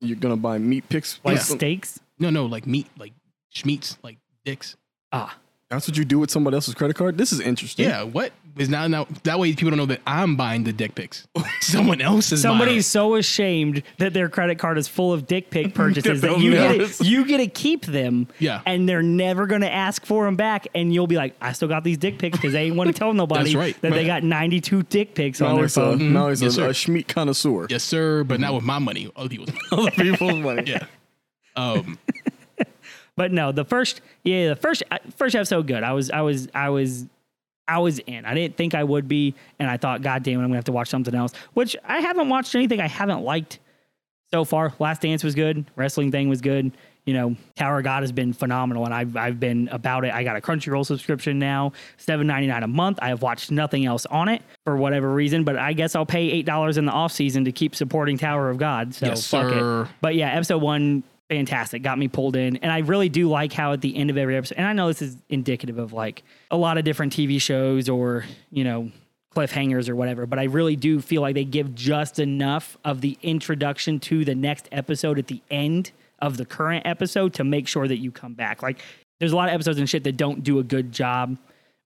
Speaker 2: You're gonna buy meat picks.
Speaker 3: like
Speaker 1: yeah.
Speaker 3: steaks.
Speaker 1: No, no, like meat, like schmeats, like dicks.
Speaker 3: Ah,
Speaker 2: That's what you do with somebody else's credit card. This is interesting.
Speaker 1: Yeah, what is now now that way people don't know that I'm buying the dick pics. Someone else is. buying
Speaker 3: somebody's
Speaker 1: it.
Speaker 3: so ashamed that their credit card is full of dick pic purchases that
Speaker 2: They'll
Speaker 3: you get
Speaker 2: notice.
Speaker 3: to, you get to keep them.
Speaker 1: Yeah.
Speaker 3: and they're never gonna ask for them back, and you'll be like, I still got these dick pics because they ain't want to tell nobody
Speaker 1: That's right.
Speaker 3: that they got ninety two dick pics on
Speaker 2: Now
Speaker 3: their
Speaker 2: he's a,
Speaker 3: phone.
Speaker 2: now he's
Speaker 1: Yes,
Speaker 2: a,
Speaker 1: sir.
Speaker 2: a schmeat connoisseur.
Speaker 1: yes, sir, but
Speaker 3: Mm-hmm.
Speaker 1: not with my money. Other people's money.
Speaker 2: Other people's money.
Speaker 1: yeah. Um,
Speaker 3: But no, the first yeah, the first uh, first episode good. I was I was I was I was in. I didn't think I would be, and I thought, God damn it, I'm gonna have to watch something else. Which I haven't watched anything I haven't liked so far. Last Dance was good. Wrestling thing was good. You know, Tower of God has been phenomenal, and I've I've been about it. I got a Crunchyroll subscription now, seven ninety nine a month. I have watched nothing else on it for whatever reason, but I guess I'll pay eight dollars in the off season to keep supporting Tower of God. So
Speaker 1: Yes,
Speaker 3: fuck
Speaker 1: sir.
Speaker 3: it. But yeah, episode one, fantastic. Got me pulled in. And I really do like how at the end of every episode, and I know this is indicative of like a lot of different TV shows or, you know, cliffhangers or whatever, but I really do feel like they give just enough of the introduction to the next episode at the end of the current episode to make sure that you come back. Like there's a lot of episodes and shit that don't do a good job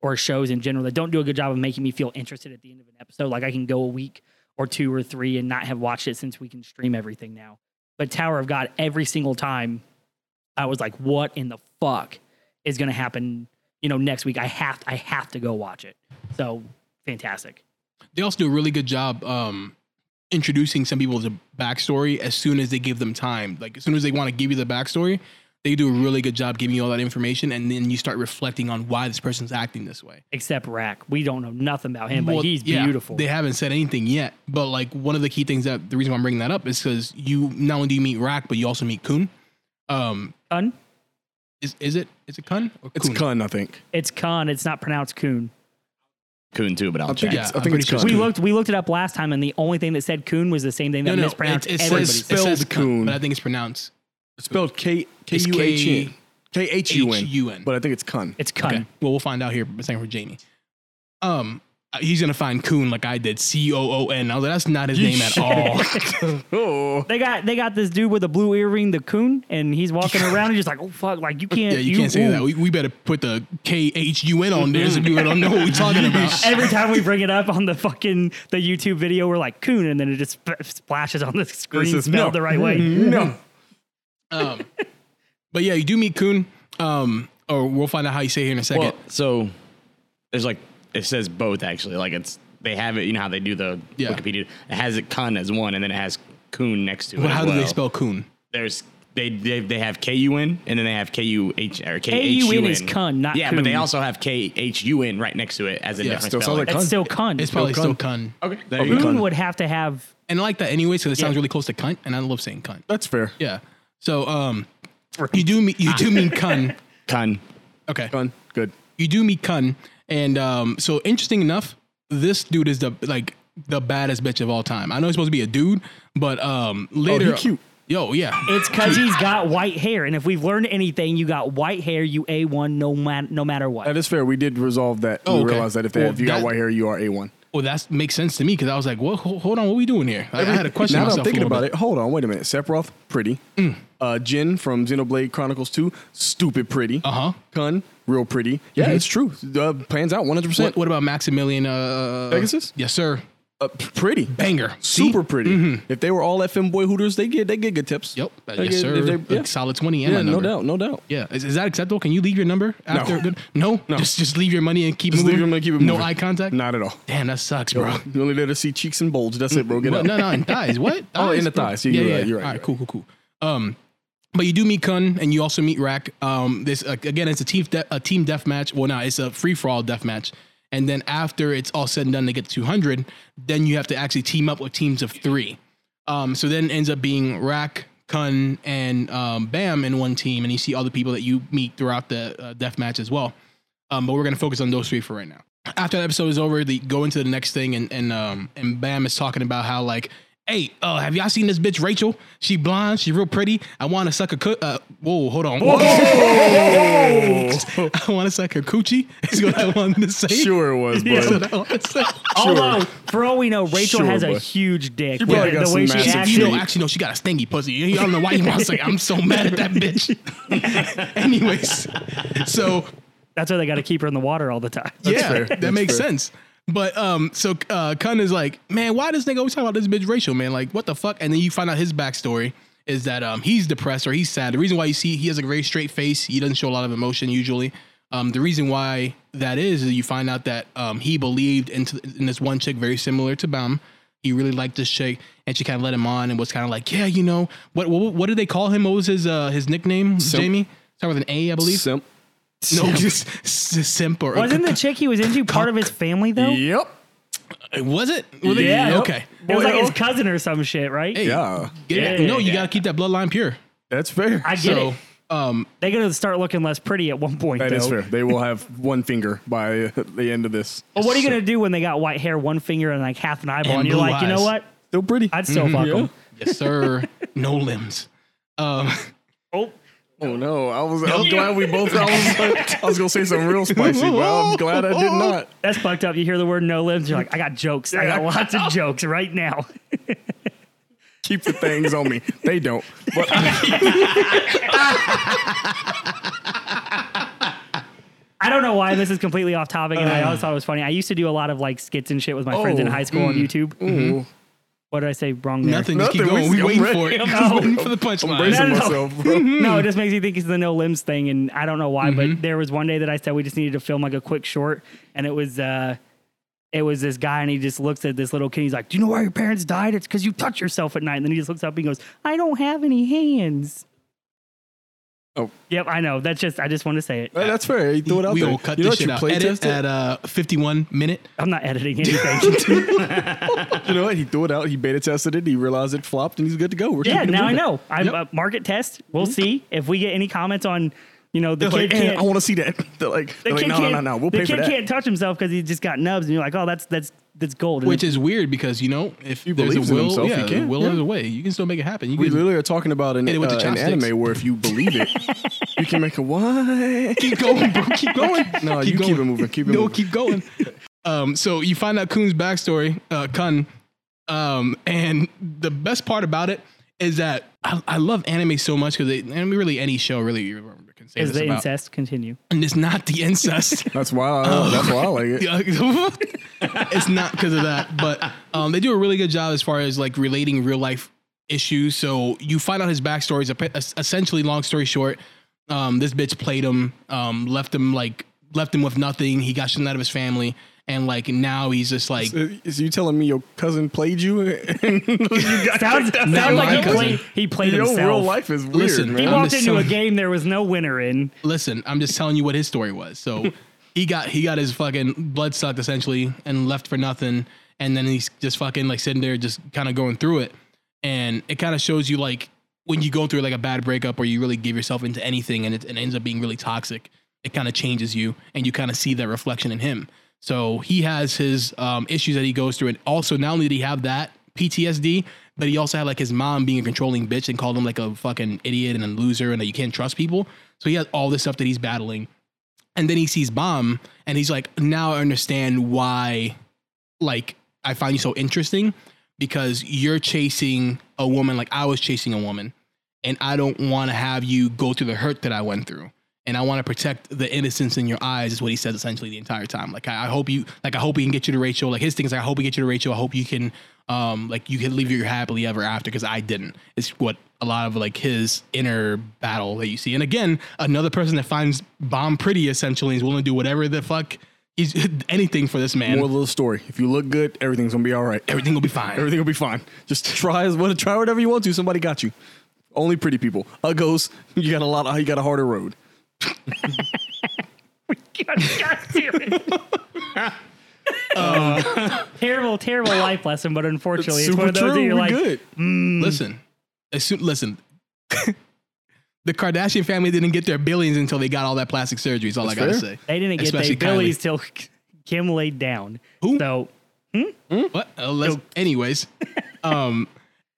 Speaker 3: or shows in general that don't do a good job of making me feel interested at the end of an episode. Like I can go a week or two or three and not have watched it since we can stream everything now but Tower of God every single time I was like what in the fuck is going to happen you know next week I have I have to go watch it so fantastic
Speaker 1: they also do a really good job um, introducing some people to backstory as soon as they give them time. Like as soon as they want to give you the backstory, they do a really good job giving you all that information, and then you start reflecting on why this person's acting this way.
Speaker 3: except Rack we don't know nothing about him
Speaker 1: Well,
Speaker 3: but he's
Speaker 1: yeah,
Speaker 3: beautiful
Speaker 1: They haven't said anything yet, but like one of the key things that the reason why I'm bringing that up is because you not only do you meet Rack, but you also meet Kun. Um,
Speaker 3: Kun
Speaker 1: is is it is it Kun or
Speaker 2: It's
Speaker 1: Kun?
Speaker 2: Kun, I think.
Speaker 3: it's Kun it's not pronounced Coon
Speaker 5: Coon too, but I'll
Speaker 2: think
Speaker 5: check.
Speaker 1: Yeah,
Speaker 2: it's- I
Speaker 1: I'm
Speaker 2: think
Speaker 1: pretty
Speaker 2: it's
Speaker 1: sure
Speaker 2: Kun.
Speaker 3: we
Speaker 2: Coon.
Speaker 3: looked we looked it up last time and the only thing that said Coon was the same thing that mispronounced
Speaker 1: it, it
Speaker 3: everybody
Speaker 1: says
Speaker 2: Spelled
Speaker 1: it says Kun,
Speaker 2: Kun.
Speaker 1: but I think it's pronounced
Speaker 2: Spelled K K
Speaker 1: It's
Speaker 2: U H N K H U
Speaker 1: H
Speaker 2: N.
Speaker 1: U N.
Speaker 2: But I think it's Kun.
Speaker 3: it's Kun
Speaker 1: Okay. Well, we'll find out here in a second for Jamie. Um, uh, he's gonna find Coon like I did, C O O N. I was like, that's not his name at all.
Speaker 2: Oh,
Speaker 3: They got they got this dude with a blue earring, the coon, and he's walking around and just like, oh fuck, like you can't,
Speaker 1: yeah, you can't say
Speaker 3: ooh.
Speaker 1: that. We, we better put the K H U N on there so people don't know what we're talking about.
Speaker 3: Every time we bring it up on the fucking the YouTube video, we're like coon, and then it just sp- splashes on the screen
Speaker 2: is-
Speaker 3: spelled
Speaker 2: no. Mm-hmm.
Speaker 3: the right way.
Speaker 2: no.
Speaker 1: Um, but yeah, you do meet Coon. Um, or we'll find out how you say it here in a second.
Speaker 5: Well, so there's like it says both actually. Like it's they have it. You know how they do the
Speaker 1: Yeah.
Speaker 5: Wikipedia. It has it Kun as one, and then it has Coon next to it.
Speaker 1: Well, how
Speaker 5: as
Speaker 1: do they
Speaker 5: well.
Speaker 1: spell Coon?
Speaker 5: There's they they, they have K U N, and then they have K U H or K H U
Speaker 3: K-U-N
Speaker 5: N
Speaker 3: is Kun, not
Speaker 5: yeah. But they
Speaker 3: Coon.
Speaker 5: also have K H U N right next to it as a
Speaker 1: Yeah,
Speaker 5: different
Speaker 2: still sounds
Speaker 5: spelling.
Speaker 2: like
Speaker 3: That's still cunt.
Speaker 1: It's probably still Kun.
Speaker 5: okay. Oh, There
Speaker 2: Okay.
Speaker 5: you go.
Speaker 3: coon
Speaker 2: cunt.
Speaker 3: would have to have
Speaker 1: And I like that anyway, so it sounds really close to cunt, and I love saying cunt.
Speaker 2: That's fair.
Speaker 1: Yeah. So um, you do meet you do meet Kun.
Speaker 5: Kun.
Speaker 1: Okay.
Speaker 2: Kun, good.
Speaker 1: you do meet Kun, and um, so interesting enough, this dude is the like the baddest bitch of all time. I know he's supposed to be a dude, but um, later,
Speaker 2: Oh, he cute.
Speaker 1: Yo, yeah,
Speaker 3: it's because he's got white hair, and if we've learned anything, you got white hair, you a one, no man, no matter what.
Speaker 2: That is fair. We did resolve that.
Speaker 1: Oh,
Speaker 2: we
Speaker 1: okay.
Speaker 2: realized that if, they,
Speaker 1: Well,
Speaker 2: if you
Speaker 1: that-
Speaker 2: got white hair, you are a one.
Speaker 1: well that makes sense to me because I was like, well, ho- hold on, what we doing here? I, I had a question.
Speaker 2: Now that
Speaker 1: myself
Speaker 2: I'm thinking
Speaker 1: a little
Speaker 2: about
Speaker 1: bit. Mm.
Speaker 2: it, hold on, wait a minute. Sephiroth, pretty. Uh, Jin from Xenoblade Chronicles 2, stupid pretty.
Speaker 1: Uh-huh.
Speaker 2: Kun, real pretty. Yeah,
Speaker 1: Mhm.
Speaker 2: it's true. Uh, pans out 100%.
Speaker 1: What, what about Maximilian uh,
Speaker 2: Pegasus?
Speaker 1: Yes, sir.
Speaker 2: Uh, p- pretty.
Speaker 1: Banger. See?
Speaker 2: Super pretty. If they were all FM boy hooters, they get they get good tips.
Speaker 1: Yep. Uh,
Speaker 2: They
Speaker 1: yes,
Speaker 2: get-
Speaker 1: sir.
Speaker 2: they-
Speaker 1: Like,
Speaker 2: yeah.
Speaker 1: solid twenty. And
Speaker 2: Yeah,
Speaker 1: a
Speaker 2: no
Speaker 1: number.
Speaker 2: doubt, no doubt.
Speaker 1: Yeah, is, is that acceptable? Can you leave your number after? No, no? Just, just leave your money and keep
Speaker 2: Just leave
Speaker 1: moving.
Speaker 2: your money, keep it
Speaker 1: no
Speaker 2: moving.
Speaker 1: eye contact.
Speaker 2: Not at all.
Speaker 1: Damn, that sucks, bro.
Speaker 2: You only let us see cheeks and bulge. That's it, bro. Get
Speaker 1: Well,
Speaker 2: out.
Speaker 1: no, no, in thighs. What?
Speaker 2: Oh, in the thighs. Yeah, you're right, you're right,
Speaker 1: All right,
Speaker 2: you're
Speaker 1: cool, cool, cool. Um, but you do meet Kun, and you also meet Rack. Um, this uh, again, it's a team de- a team death match. Well, no, it's a free for all death match. And then after it's all said and done, they get 200. Then you have to actually team up with teams of three. Um, so then it ends up being Rack, Kun, and um, Bam in one team, and you see all the people that you meet throughout the uh, death match as well. Um, but we're gonna focus on those three for right now. After that episode is over, they go into the next thing, and and um, and Bam is talking about how like Hey, uh, have y'all seen this bitch Rachel? She blonde. She real pretty. I want to suck a coo- uh, whoa, hold on. I want to suck her coochie. Is what I wanted to say.
Speaker 2: Sure it was,
Speaker 1: That's
Speaker 2: but
Speaker 1: what I wanted to say.
Speaker 3: Although, for all we know, Rachel
Speaker 2: Sure,
Speaker 3: has a
Speaker 2: but-
Speaker 3: huge dick.
Speaker 2: probably
Speaker 3: Yeah,
Speaker 2: got
Speaker 3: the
Speaker 2: some
Speaker 3: way she
Speaker 2: massive
Speaker 3: acts,
Speaker 1: You know,
Speaker 2: Shit.
Speaker 1: actually, no, she got a stingy pussy. I don't know why you want to say I'm so mad at that bitch. Anyways, so
Speaker 3: that's why they got to keep her in the water all the time.
Speaker 1: yeah,
Speaker 2: fair.
Speaker 1: that
Speaker 2: That's
Speaker 1: makes
Speaker 2: fair.
Speaker 1: sense. But um, so uh, Kun is like, man, why this nigga always talk about this bitch Rachel, man? Like, what the fuck? And then you find out his backstory is that um, he's depressed or he's sad. The reason why you see he has a very straight face, he doesn't show a lot of emotion usually. Um, the reason why that is is you find out that um, he believed into in this one chick very similar to Bam. He really liked this chick, and she kind of let him on and was kind of like, yeah, you know, what, what what did they call him? What was his uh, his nickname? Jamie, start with an A, I believe.
Speaker 2: simp.
Speaker 1: No, just s- simp or
Speaker 3: Wasn't the chick he was into part of his family though?
Speaker 2: Yep.
Speaker 1: was it? Were they-
Speaker 3: Yeah.
Speaker 1: Okay.
Speaker 3: It was
Speaker 2: Boy,
Speaker 3: like his
Speaker 2: oh.
Speaker 3: cousin or some shit, right?
Speaker 1: Hey,
Speaker 2: Yeah,
Speaker 1: get-
Speaker 3: Yeah.
Speaker 1: no, you gotta keep that bloodline pure.
Speaker 2: that's fair.
Speaker 3: I get
Speaker 1: So,
Speaker 3: it. They're gonna start looking less pretty at one point.
Speaker 2: That
Speaker 3: though.
Speaker 2: is fair. They will have one finger by the end of this.
Speaker 3: But what are you gonna do when they got white hair, one finger, and like half an eyeball? And,
Speaker 1: And
Speaker 3: you're
Speaker 1: blue
Speaker 3: like, you know
Speaker 1: eyes.
Speaker 3: what?
Speaker 2: Still pretty.
Speaker 3: I'd still fuck him.
Speaker 1: yes, sir. no limbs. Um,
Speaker 3: Oh,
Speaker 2: Oh no! I was. I'm glad we both. I was, like, I was gonna say something real spicy, but I'm glad I did not.
Speaker 3: that's fucked up. You hear the word no limbs, you're like, I got jokes. I got lots of jokes right now.
Speaker 2: Keep the things on me. They don't. But
Speaker 3: I don't know why this is completely off topic, and I always thought it was funny. I used to do a lot of like skits and shit with my friends in
Speaker 2: Oh,
Speaker 3: high school on YouTube.
Speaker 2: Ooh.
Speaker 3: What did I say wrong there?
Speaker 1: nothing. Just keep
Speaker 2: Nothing.
Speaker 1: going.
Speaker 2: We-
Speaker 1: We
Speaker 2: I'm
Speaker 1: waiting
Speaker 2: ready.
Speaker 1: for it.
Speaker 2: I'm
Speaker 1: Just waiting for the punchline.
Speaker 2: bracing
Speaker 3: no, no.
Speaker 2: myself, bro.
Speaker 3: No, it just makes you think it's the no limbs thing, and I don't know why.
Speaker 2: Mm-hmm.
Speaker 3: But there was one day that I said we just needed to film like a quick short, and it was uh, it was this guy, and he just looks at this little kid. He's like, "Do you know why your parents died? It's because you touch yourself at night." And then he just looks up and he goes, "I don't have any hands."
Speaker 2: Oh.
Speaker 3: yep, I know. That's just I just want to say it.
Speaker 2: Hey, that's fair. You threw it out
Speaker 1: we
Speaker 2: there.
Speaker 1: will cut
Speaker 2: you know
Speaker 1: this
Speaker 2: what
Speaker 1: shit
Speaker 2: you
Speaker 1: out.
Speaker 2: play
Speaker 1: Edit
Speaker 2: tested?
Speaker 1: at uh, 51 minute.
Speaker 3: I'm not editing anything.
Speaker 2: You know what? He threw it out. He beta tested it. He realized it flopped, and he's good to go. We're
Speaker 3: yeah,
Speaker 2: keeping it
Speaker 3: now I
Speaker 2: moving.
Speaker 3: know. I uh, market test. We'll see if we get any comments on you know the
Speaker 2: Mm-hmm. They're like,
Speaker 3: kid
Speaker 2: eh,
Speaker 3: can't.
Speaker 2: I want to see that. They're like,
Speaker 3: the
Speaker 2: they're like
Speaker 3: kid
Speaker 2: no, no,
Speaker 3: can't-
Speaker 2: no, no. We'll
Speaker 3: the
Speaker 2: pay
Speaker 3: kid
Speaker 2: for that.
Speaker 3: can't touch himself because he just got nubs, and you're like, oh, that's that's that's gold. And
Speaker 1: Which
Speaker 3: it's-
Speaker 1: is weird because you know if
Speaker 2: He
Speaker 1: there's a
Speaker 2: believes in
Speaker 1: will,
Speaker 2: himself,
Speaker 1: yeah,
Speaker 2: he can,
Speaker 1: will
Speaker 2: yeah.
Speaker 1: is a way. You can still make it happen. You
Speaker 2: We
Speaker 1: can
Speaker 2: literally are talking about an,
Speaker 1: Hit it with the
Speaker 2: uh, an
Speaker 1: chopsticks.
Speaker 2: anime where if you believe it, you can make a what?
Speaker 1: keep going, bro. Keep going.
Speaker 2: No, you keep it moving, keep it
Speaker 1: no,
Speaker 2: moving.
Speaker 1: keep going. Um, so you find out Kun's backstory, uh, Kun, um, and the best part about it is that I, I love anime so much because anime really any show really you can say
Speaker 3: is
Speaker 1: this
Speaker 3: the
Speaker 1: about,
Speaker 3: incest continue?
Speaker 1: and it's not the incest.
Speaker 2: That's why. I, that's why I like it.
Speaker 1: it's not because of that, but um, they do a really good job as far as like relating real life issues. So you find out his backstory is ep- es- essentially, long story short, um, this bitch played him, um, left him like left him with nothing. He got shit out of his family, and like now he's just like
Speaker 2: Is is you telling me your cousin played you? And you got
Speaker 3: Sounds, sounds
Speaker 1: Now
Speaker 3: like
Speaker 1: my
Speaker 3: he
Speaker 1: cousin.
Speaker 3: played, he played
Speaker 2: your
Speaker 3: himself.
Speaker 2: real life is weird,
Speaker 1: Listen,
Speaker 2: man.
Speaker 3: He
Speaker 1: I'm
Speaker 3: walked
Speaker 1: just
Speaker 3: into a
Speaker 1: telling-
Speaker 3: game there was no winner in.
Speaker 1: listen, I'm just telling you what his story was. So he got he got his fucking blood sucked essentially and left for nothing. And then he's just fucking like sitting there just kind of going through it. And it kind of shows you like when you go through like a bad breakup or you really give yourself into anything and it, and it ends up being really toxic, it kind of changes you and you kind of see that reflection in him. So he has his um, issues that he goes through. And also not only did he have that PTSD, but he also had like his mom being a controlling bitch and called him like a fucking idiot and a loser and that you can't trust people. So he has all this stuff that he's battling. And then he sees Bomb and he's like, now I understand why like I find you so interesting because you're chasing a woman like I was chasing a woman. And I don't want to have you go through the hurt that I went through. And I want to protect the innocence in your eyes, is what he says essentially the entire time. Like I, I hope you like I hope he can get you to Rachel. Like his thing is like, I hope he get you to Rachel. I hope you can um like you can leave your happily ever after because I didn't. It's what a lot of like his inner battle that you see. And again, another person that finds Bomb pretty essentially and is willing to do whatever the fuck he's anything for this man.
Speaker 2: Moral of the story: If you look good, everything's gonna be all right.
Speaker 1: Everything will be fine.
Speaker 2: Everything will be fine. Just try as well. Try whatever you want to. Somebody got you. Only pretty people. Uggos. You got a lot. Of, you got a harder road.
Speaker 3: God, God damn it.
Speaker 2: Uh,
Speaker 3: terrible, terrible life lesson, but unfortunately, it's, one of those that
Speaker 2: We
Speaker 3: you're like,
Speaker 2: good. mm.
Speaker 1: Listen, assume, listen. the Kardashian family didn't get their billions until they got all that plastic surgery. Is all I gotta
Speaker 2: fair.
Speaker 1: say.
Speaker 3: they didn't get their
Speaker 1: Especially Kylie.
Speaker 3: billies till Kim laid down.
Speaker 1: Who?
Speaker 3: So
Speaker 1: What? Uh, let's- anyways, um,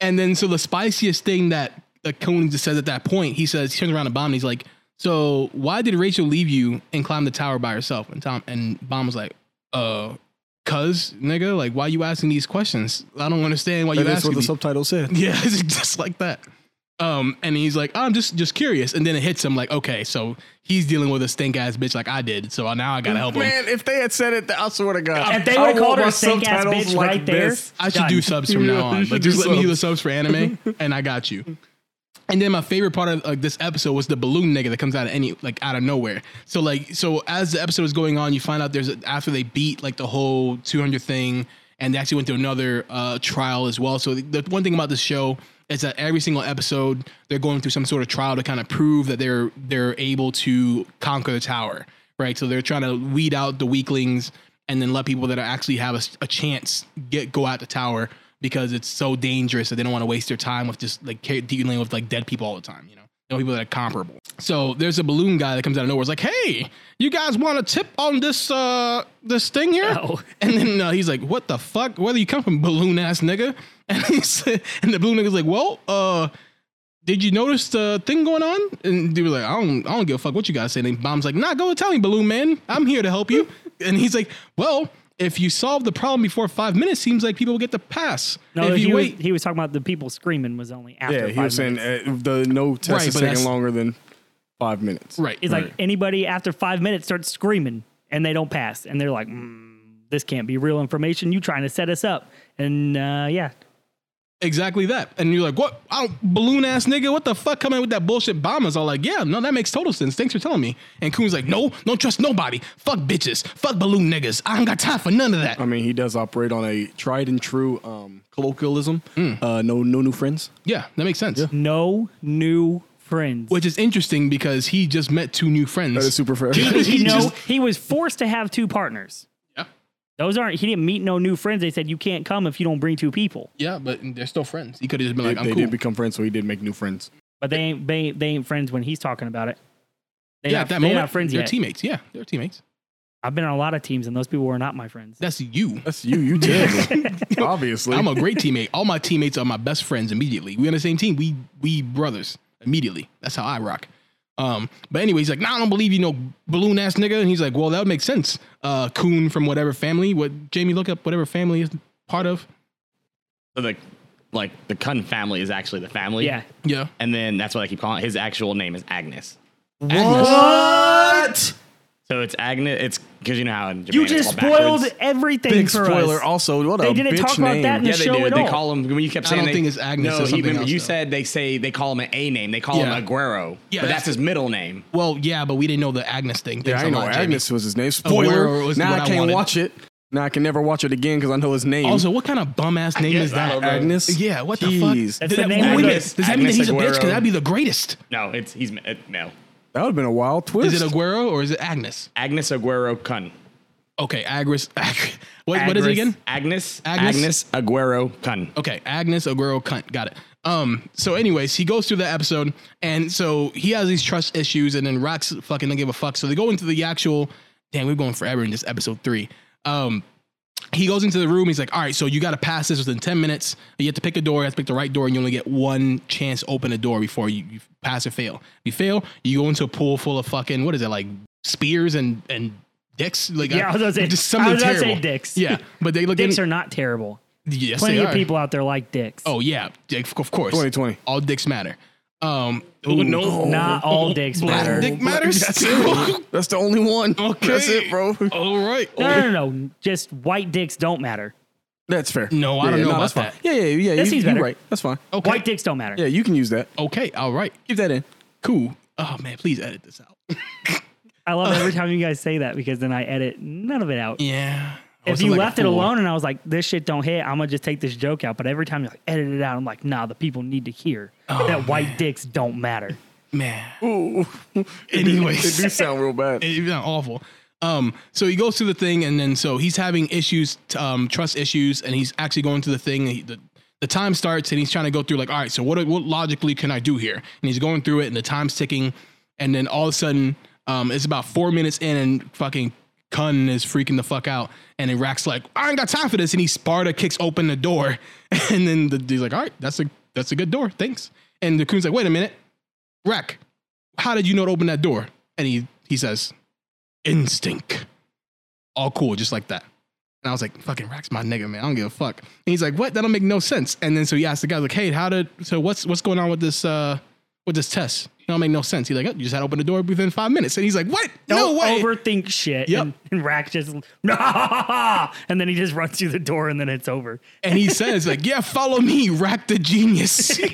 Speaker 1: And then so the spiciest thing that that Conan just says at that point, he says he turns around to Bomb and he's like, "So why did Rachel leave you and climb the tower by herself?" And Tom and Bomb was like, "Uh, cuz nigga, like why you asking these questions? I don't understand why you
Speaker 2: That is
Speaker 1: asking."
Speaker 2: what the
Speaker 1: these-
Speaker 2: subtitle said.
Speaker 1: yeah, it's just like that. Um, and he's like, "I'm just just curious," and then it hits him like, "Okay, so he's dealing with a stink ass bitch like I did, so now I gotta help him."
Speaker 2: Man, if they had said it, I swear to God.
Speaker 3: If they
Speaker 2: I
Speaker 3: would have
Speaker 2: want
Speaker 3: called her
Speaker 2: my
Speaker 3: a stank ass
Speaker 2: subtitles
Speaker 3: bitch
Speaker 2: like
Speaker 3: right there,
Speaker 2: this.
Speaker 1: I should
Speaker 3: done.
Speaker 1: do subs from
Speaker 2: Yeah,
Speaker 1: now on.
Speaker 2: you
Speaker 1: Like,
Speaker 2: should
Speaker 1: just
Speaker 2: do
Speaker 1: let me do the subs
Speaker 2: subs.
Speaker 1: for anime, and I got you. And then my favorite part of like this episode was the balloon nigga that comes out of any like out of nowhere. So like so as the episode is going on, you find out there's a, after they beat like the whole 200 thing, and they actually went to another uh, trial as well. So the, the one thing about this show is that every single episode they're going through some sort of trial to kind of prove that they're they're able to conquer the tower, right? So they're trying to weed out the weaklings and then let people that are actually have a, s- a chance get go out the tower because it's so dangerous that they don't want to waste their time with just like ca- dealing with like dead people all the time. You know, you know people that are comparable. So there's a balloon guy that comes out of nowhere. It's like, hey, you guys want a tip on this uh this thing here?
Speaker 3: Oh.
Speaker 1: And then uh, he's like, what the fuck? Where do you come from, balloon ass nigga? And he said, and the balloon nigga's like, well, uh did you notice the thing going on? And they were like, I don't, I don't give a fuck what you guys say. And Bomb's like, Nah, go tell me, Balloon Man. I'm here to help you. and he's like, Well, if you solve the problem before five minutes, seems like people will get the pass.
Speaker 3: No,
Speaker 1: if
Speaker 3: he,
Speaker 1: you
Speaker 3: was,
Speaker 1: wait,
Speaker 3: he was talking about the people screaming was only after.
Speaker 2: Yeah,
Speaker 3: five
Speaker 2: he was saying
Speaker 3: minutes.
Speaker 2: uh, the no test
Speaker 1: Right,
Speaker 2: is
Speaker 1: but
Speaker 2: taking
Speaker 1: that's-
Speaker 2: longer than five minutes.
Speaker 1: right,
Speaker 3: It's like anybody after five minutes starts screaming and they don't pass, and they're like, mm, "This can't be real information. You trying to set us up?" And uh, yeah,
Speaker 1: exactly that. And you're like, What? I don't, balloon ass nigga, what the fuck coming with that bullshit? Bombers all like, Yeah, no, that makes total sense. Thanks for telling me. And Coon's like, No, don't trust nobody. Fuck bitches. Fuck balloon niggas. I ain't got time for none of that.
Speaker 2: I
Speaker 3: Um,
Speaker 2: mean, he does operate on a tried and true um, colloquialism.
Speaker 1: Hmm.
Speaker 2: Uh, no, no new friends.
Speaker 1: yeah, that makes sense.
Speaker 3: no new friends.
Speaker 1: Which is interesting because he just met two new friends.
Speaker 2: That is super fair.
Speaker 3: he, no,
Speaker 1: just-
Speaker 3: he was forced to have two partners.
Speaker 1: Yeah.
Speaker 3: Those aren't. He didn't meet no new friends. They said you can't come if you don't bring two people.
Speaker 1: Yeah, but they're still friends. He could have just been
Speaker 2: they
Speaker 1: like, "I'm
Speaker 2: they
Speaker 1: cool."
Speaker 2: did become friends, so he did make new friends.
Speaker 3: But they ain't. They, they ain't friends when he's talking about it. They
Speaker 1: yeah,
Speaker 3: not,
Speaker 1: at that
Speaker 3: they
Speaker 1: moment,
Speaker 3: not friends
Speaker 1: they're
Speaker 3: yet.
Speaker 1: teammates. Yeah, they're teammates.
Speaker 3: I've been on a lot of teams, and those people were not my friends.
Speaker 1: That's you.
Speaker 2: That's you. You terrible. Obviously.
Speaker 1: I'm a great teammate. All my teammates are my best friends immediately. We on the same team. We we brothers immediately. That's how I rock. Um, but anyway, he's like, "Nah, I don't believe you, no balloon ass nigga." And he's like, "Well, that would make sense. Uh, Coon from whatever family. What Jamie look up whatever family is part of.
Speaker 5: So the like the Kun family is actually the family.
Speaker 3: Yeah.
Speaker 1: Yeah,
Speaker 5: And then that's what I keep calling it. His actual name is Agnes.
Speaker 2: what?
Speaker 5: So it's Agnes. It's because you know how in Japan
Speaker 3: You
Speaker 5: it's
Speaker 3: just
Speaker 5: all
Speaker 3: spoiled
Speaker 5: backwards.
Speaker 3: everything
Speaker 2: Big
Speaker 3: for
Speaker 2: spoiler.
Speaker 3: us.
Speaker 2: Also, what
Speaker 3: They
Speaker 2: a
Speaker 3: didn't
Speaker 2: bitch
Speaker 3: talk about
Speaker 2: name.
Speaker 3: that in the
Speaker 5: Yeah, they
Speaker 3: show
Speaker 5: do.
Speaker 3: at
Speaker 5: they
Speaker 3: all.
Speaker 5: call him. When you kept
Speaker 1: I
Speaker 5: saying
Speaker 1: don't
Speaker 5: they,
Speaker 1: think it's Agnes,
Speaker 5: No,
Speaker 1: it's
Speaker 5: he-
Speaker 1: something
Speaker 5: remember,
Speaker 1: else,
Speaker 5: you
Speaker 1: though.
Speaker 5: said they say they call him an A name. They call
Speaker 1: Yeah.
Speaker 5: him Aguero.
Speaker 1: Yeah,
Speaker 5: but
Speaker 1: that's-
Speaker 5: that's his middle name.
Speaker 1: Well, yeah, but we didn't know the Agnes thing.
Speaker 2: Yeah,
Speaker 1: Thanks
Speaker 2: I
Speaker 1: a
Speaker 2: didn't know
Speaker 1: lot, Jamie.
Speaker 2: Agnes was his name. Spoiler.
Speaker 1: was
Speaker 2: Now
Speaker 1: what
Speaker 2: I
Speaker 1: I
Speaker 2: can't
Speaker 1: wanted.
Speaker 2: watch it. Now I can never watch it again because I know his name.
Speaker 1: Also, what kind of bum ass name is
Speaker 5: I
Speaker 1: that?
Speaker 5: don't know.
Speaker 2: Agnes?
Speaker 1: Yeah, what
Speaker 2: Jeez.
Speaker 1: the fuck?
Speaker 3: That's the
Speaker 1: that,
Speaker 3: name
Speaker 1: wait a
Speaker 3: of
Speaker 1: minute.
Speaker 5: it.
Speaker 1: Does that mean that
Speaker 5: Agnes
Speaker 1: he's a bitch?
Speaker 5: Aguero.
Speaker 1: Because that'd be the greatest.
Speaker 5: No, it's he's uh, no
Speaker 2: that would have been a wild twist.
Speaker 1: Is it Aguero or is it Agnes?
Speaker 5: Agnes Aguero Kun.
Speaker 1: Okay, Agris. Ag- what, what is it again?
Speaker 5: Agnes.
Speaker 1: Agnes?
Speaker 5: Agnes, Aguero Kun.
Speaker 3: Oh,
Speaker 1: Okay, Agnes Aguero cunt. Got it. Um. So, anyways, he goes through that episode, and so he has these trust issues, and then Rock's fucking don't give a fuck. So they go into the actual. Damn, we're going forever in this episode three. Um. He goes into the room. He's like, "All right, so you got to pass this within ten minutes. You have to pick a door. You have to pick the right door, and you only get one chance to open a door before you, you pass or fail. If you fail, you go into a pool full of fucking what is it like spears and and dicks? Like
Speaker 3: Yeah, I was gonna say-
Speaker 1: just something
Speaker 3: I was gonna say
Speaker 1: terrible.
Speaker 3: dicks.
Speaker 1: Yeah, but they look
Speaker 3: Dicks
Speaker 1: in,
Speaker 3: are not terrible.
Speaker 1: yes,
Speaker 3: Plenty
Speaker 1: they
Speaker 3: of
Speaker 1: are.
Speaker 3: people out there like dicks.
Speaker 1: Oh yeah, dick, of course.
Speaker 2: 2020.
Speaker 1: All dicks matter. Um,
Speaker 3: not all dicks
Speaker 1: black
Speaker 3: matter.
Speaker 1: dick matters.
Speaker 2: That's the only one.
Speaker 1: okay,
Speaker 2: That's it, bro.
Speaker 1: All right.
Speaker 3: No, no, no, no. Just white dicks don't matter.
Speaker 2: That's fair.
Speaker 1: No, I don't know about
Speaker 2: that's
Speaker 1: that.
Speaker 2: Fine. Yeah, yeah, yeah.
Speaker 3: That
Speaker 2: you,
Speaker 3: seems
Speaker 2: you're
Speaker 3: better.
Speaker 2: right. That's fine.
Speaker 1: Okay.
Speaker 3: White dicks don't matter.
Speaker 2: Yeah, you can use that.
Speaker 1: Okay. All right.
Speaker 2: Keep that in.
Speaker 1: Cool. Oh man, please edit this out.
Speaker 3: I love every time you guys say that because then I edit none of it out.
Speaker 1: Yeah. I
Speaker 3: If
Speaker 1: was
Speaker 3: you
Speaker 1: like a
Speaker 3: left it
Speaker 1: fool.
Speaker 3: alone and I was like, this shit don't hit, I'm gonna just take this joke out. But every time you like edit it out, I'm like, nah, the people need to hear
Speaker 1: Oh,
Speaker 3: that white dicks don't matter.
Speaker 1: man.
Speaker 2: It
Speaker 1: Anyways,
Speaker 2: do sound real bad.
Speaker 1: It- it's not awful. Um, so he goes through the thing, and then so he's having issues, t- um, trust issues, and he's actually going to the thing. He, the, the time starts, and he's trying to go through like, all right, so what what logically can I do here? And he's going through it, and the time's ticking, and then all of a sudden, um, it's about four minutes in, and fucking Cun is freaking the fuck out, and Iraq's like, I ain't got time for this, and he Sparta kicks open the door, and then the, he's like, all right, that's a that's a good door, thanks. And the coon's like, wait a minute, Rack, how did you know to open that door? And he he says, instinct. All cool, just like that. And I was like, fucking Rack's my nigga, man. I don't give a fuck. And he's like, what? That don't make no sense. And then so he asked the guy, like, hey, how did so what's what's going on with this uh with this test? It don't make no sense. He's like, oh, you just had to open the door within five minutes. And he's like, what?
Speaker 3: Don't
Speaker 1: no way.
Speaker 3: overthink shit.
Speaker 1: Yep.
Speaker 3: And, and Rack just, and then he just runs through the door and then it's over.
Speaker 1: and he says, like, yeah, follow me, Rack the genius. he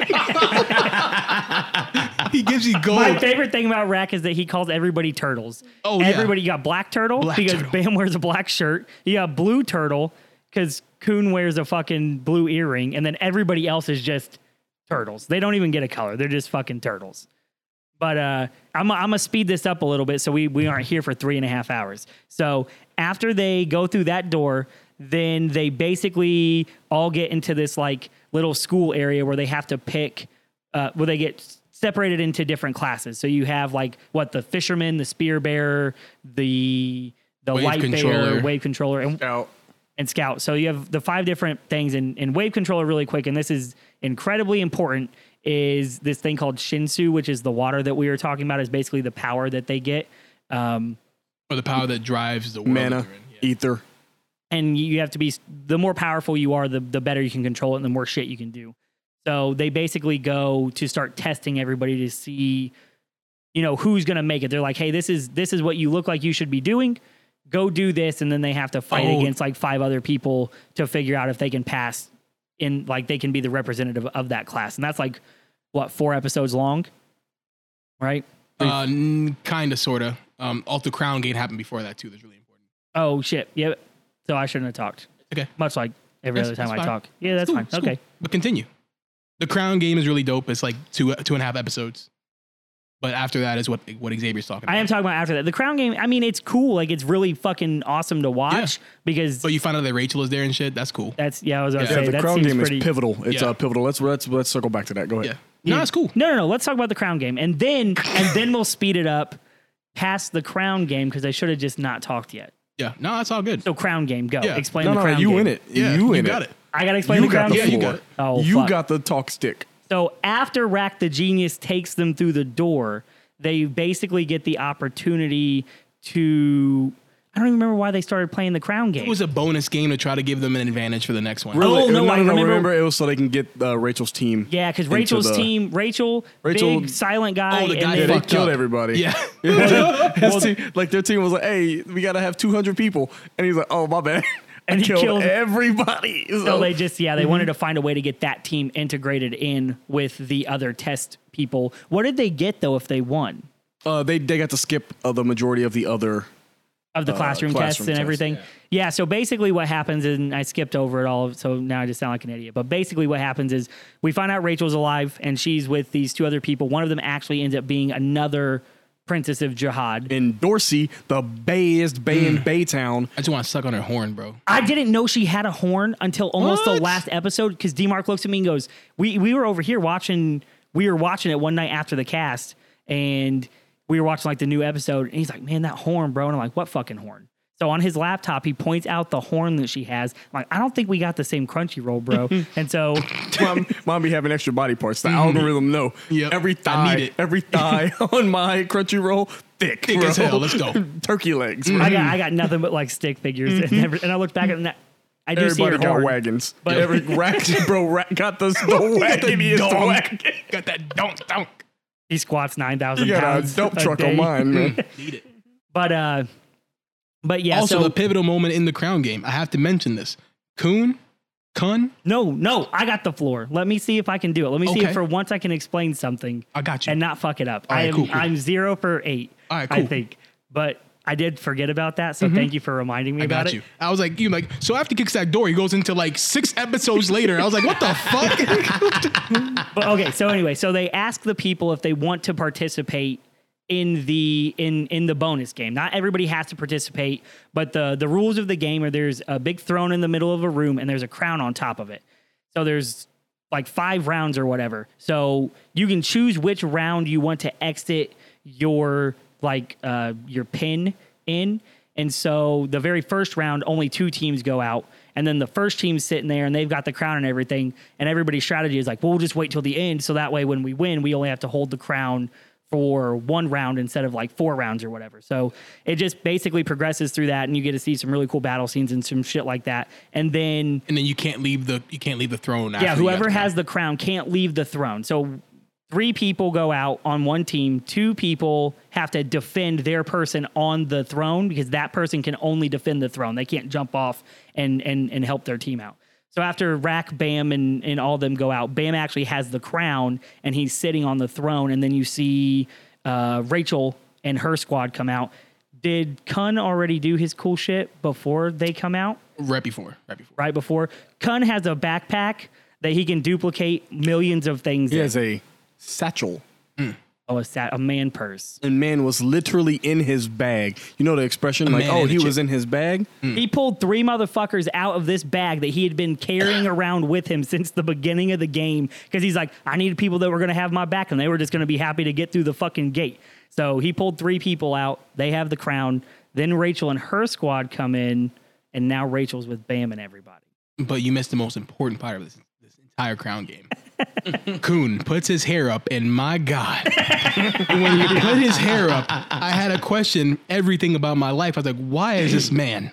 Speaker 1: gives you gold.
Speaker 3: My favorite thing about Rack is that he calls everybody turtles.
Speaker 1: Oh, yeah.
Speaker 3: everybody you got black turtle
Speaker 1: Black
Speaker 3: because
Speaker 1: turtle.
Speaker 3: Bam wears a black shirt. You got blue turtle because Coon wears a fucking blue earring, and then everybody else is just turtles. They don't even get a color; they're just fucking turtles. But uh, I'm I'm gonna speed this up a little bit so we we aren't here for three and a half hours. So after they go through that door, then they basically all get into this like little school area where they have to pick uh, where they get separated into different classes. So you have like what the fisherman, the spear bearer, the the
Speaker 1: Wave
Speaker 3: light
Speaker 1: controller.
Speaker 3: bearer, wave controller, and
Speaker 2: Out.
Speaker 3: and scout. So you have the five different things in, in wave controller really quick, and this is incredibly important. Is this thing called Shinsu, which is the water that we were talking about, is basically the power that they get. Um,
Speaker 1: Or the power that drives the world.
Speaker 2: Mana,
Speaker 1: you're in. Yeah.
Speaker 2: ether.
Speaker 3: and you have to be the more powerful you are, the the better you can control it, and the more shit you can do. So they basically go to start testing everybody to see, you know, who's gonna make it. They're like, hey, this is this is what you look like you should be doing. Go do this, and then they have to fight
Speaker 1: Oh.
Speaker 3: against like five other people to figure out if they can pass in, like they can be the representative of that class. And that's like what four episodes long, right?
Speaker 1: Uh, kind of, sort of. Um, Alter Crown Gate happened before that, too. That's really important.
Speaker 3: Oh shit, yep. So I shouldn't have talked.
Speaker 1: Okay.
Speaker 3: Much like every
Speaker 1: That's-
Speaker 3: other time
Speaker 1: that's
Speaker 3: I
Speaker 1: fine.
Speaker 3: talk. Yeah, that's
Speaker 1: It's cool,
Speaker 3: fine.
Speaker 1: it's Oh, cool.
Speaker 3: Okay.
Speaker 1: But continue. The Crown game is really dope. It's like two two and a half episodes. But after that is what what Xavier's talking about.
Speaker 3: I am talking about after that. The Crown Game. I mean, it's cool. Like it's really fucking awesome to watch because
Speaker 1: but you find out that Rachel is there and shit. That's cool.
Speaker 3: that's yeah. I was
Speaker 1: Yeah,
Speaker 3: about to
Speaker 2: Yeah,
Speaker 3: say
Speaker 2: the
Speaker 3: that
Speaker 2: crown
Speaker 3: seems
Speaker 2: game
Speaker 3: pretty.
Speaker 2: is pivotal. It's
Speaker 1: Yeah.
Speaker 2: uh, pivotal. Let's let's let's circle back to that. Go ahead.
Speaker 1: Yeah. No, that's cool.
Speaker 3: No, no, no. Let's talk about the Crown Game and then and then we'll speed it up past the Crown Game because I should have just not talked yet.
Speaker 1: Yeah. No, that's all good.
Speaker 3: So Crown Game, go
Speaker 1: Yeah.
Speaker 3: explain
Speaker 2: No,
Speaker 3: the
Speaker 2: no,
Speaker 3: Crown
Speaker 2: you
Speaker 3: Game.
Speaker 2: in it.
Speaker 1: yeah,
Speaker 2: you
Speaker 1: you
Speaker 2: in
Speaker 1: got it.
Speaker 3: I gotta explain
Speaker 2: You
Speaker 3: the
Speaker 2: got
Speaker 3: Crown
Speaker 2: the
Speaker 1: Yeah,
Speaker 3: Game.
Speaker 1: you
Speaker 2: floor.
Speaker 1: got it.
Speaker 3: Oh,
Speaker 2: you
Speaker 3: fuck.
Speaker 2: got the talk stick.
Speaker 3: So after Rack the Genius takes them through the door, they basically get the opportunity to. I don't even remember why they started playing the Crown Game.
Speaker 1: It was a bonus game to try to give them an advantage for the next one.
Speaker 3: Really? Oh, no, I remember-
Speaker 2: it was so they can get uh, Rachel's team.
Speaker 3: Yeah, because
Speaker 2: into
Speaker 3: Rachel's
Speaker 2: the-
Speaker 3: team, Rachel,
Speaker 2: Rachel-
Speaker 3: big silent guy,
Speaker 1: Oh, the guy
Speaker 2: Yeah,
Speaker 3: and
Speaker 2: they
Speaker 3: then,
Speaker 1: fucked
Speaker 2: killed
Speaker 1: up.
Speaker 2: everybody.
Speaker 1: Yeah.
Speaker 2: His team, like their team was like, "Hey, we gotta have 200 people," and he's like, "Oh, my bad."
Speaker 3: And
Speaker 2: I
Speaker 3: he killed-
Speaker 2: everybody.
Speaker 3: so they just yeah, they wanted to find a way to get that team integrated in with the other test people. What did they get though if they won
Speaker 2: uh, they they got to skip uh, the majority of the other.
Speaker 3: of the
Speaker 2: Uh,
Speaker 3: classroom,
Speaker 2: classroom
Speaker 3: tests and
Speaker 2: tests,
Speaker 3: everything? Yeah. So basically, what happens is and I skipped over it all, so now I just sound like an idiot. But basically, what happens is we find out Rachel's alive and she's with these two other people. One of them actually ends up being another princess of jihad.
Speaker 2: In Dorsey, the bayest bay in Baytown,
Speaker 1: I just want to suck on her horn, bro.
Speaker 3: I didn't know she had a horn until almost the
Speaker 1: What?
Speaker 3: last episode because Demark looks at me and goes, "We we were over here watching. We were watching it one night after the cast, and we were watching like the new episode. And he's like, "Man, that horn, bro!" And I'm like, "What fucking horn?" So on his laptop, he points out the horn that she has. I'm like, I don't think we got the same Crunchyroll, bro. and so
Speaker 2: mom, mom be having extra body parts. The algorithm know
Speaker 1: Yep.
Speaker 2: every
Speaker 1: I
Speaker 2: thigh,
Speaker 1: need it.
Speaker 2: every thigh on my Crunchyroll, thick,
Speaker 1: Thick as
Speaker 2: bro.
Speaker 1: hell. Let's go.
Speaker 2: Turkey legs.
Speaker 3: I got I got nothing but like stick figures, and, every, and I look back at that. I do
Speaker 2: Mm-hmm. Everybody
Speaker 3: see her
Speaker 2: got
Speaker 3: horn.
Speaker 2: wagons,
Speaker 3: But-
Speaker 2: but every rack, bro, rack got the, the wagginiest
Speaker 1: donk.
Speaker 2: wagon.
Speaker 1: Got that donk donk.
Speaker 3: He squats nine thousand
Speaker 2: You got a
Speaker 3: pounds.
Speaker 2: dump truck on
Speaker 3: day.
Speaker 2: mine, man.
Speaker 1: Need it.
Speaker 3: but uh, but yeah.
Speaker 1: also,
Speaker 3: so,
Speaker 1: the pivotal moment in the Crown game. I have to mention this. Coon, Kun,
Speaker 3: No, no, I got the floor. Let me see if I can do it. Let me see
Speaker 1: Okay.
Speaker 3: if for once I can explain something
Speaker 1: I got you.
Speaker 3: and not fuck it up.
Speaker 1: All
Speaker 3: I
Speaker 1: right,
Speaker 3: am
Speaker 1: cool, cool.
Speaker 3: I'm zero for eight.
Speaker 1: All right,
Speaker 3: I
Speaker 1: cool. Mm-hmm.
Speaker 3: think, but I did forget about that. So thank you for reminding me
Speaker 1: I
Speaker 3: about
Speaker 1: got
Speaker 3: it.
Speaker 1: you. I was like, you like, so after he kicks that door, he goes into like six episodes later. I was like, what the fuck?
Speaker 3: But okay, so anyway, so they ask the people if they want to participate in the in in the bonus game. Not everybody has to participate, but the the rules of the game are there's a big throne in the middle of a room and there's a crown on top of it. So there's like five rounds or whatever. So you can choose which round you want to exit your like uh your pin in And so the very first round, only two teams go out. And then the first team's sitting there and they've got the crown and everything. And everybody's strategy is like, well, we'll just wait till the end. So that way, when we win, we only have to hold the crown for one round instead of like four rounds or whatever. So it just basically progresses through that. And you get to see some really cool battle scenes and some shit like that. And then
Speaker 1: and then you can't leave the you can't leave the throne.
Speaker 3: yeah, whoever has the crown can't leave the throne. So three people go out on one team. Two people have to defend their person on the throne because that person can only defend the throne. They can't jump off and and and help their team out. So after Rack, Bam, and and all of them go out, Bam actually has the crown and he's sitting on the throne. And then you see uh, Rachel and her squad come out. Did Kun already do his cool shit before they come out?
Speaker 1: right before right before.
Speaker 3: right before. Kun has a backpack that he can duplicate millions of things.
Speaker 2: He
Speaker 3: in.
Speaker 2: has a satchel.
Speaker 3: Oh, a, sat, a man purse.
Speaker 2: And man was literally in his bag. You know the expression like,
Speaker 1: man
Speaker 2: "Oh,
Speaker 1: in a
Speaker 2: he
Speaker 1: chip."
Speaker 2: was in his bag."
Speaker 3: He pulled three motherfuckers out of this bag that he had been carrying around with him since the beginning of the game because he's like, I needed people that were going to have my back and they were just going to be happy to get through the fucking gate. So he pulled three people out. They have the crown. Then Rachel and her squad come in, and now Rachel's with Bam and everybody.
Speaker 1: But you missed the most important part of this this entire crown game. Kuhn puts his hair up, and my God, when he put his hair up, I had a question everything about my life. I was like, why is this man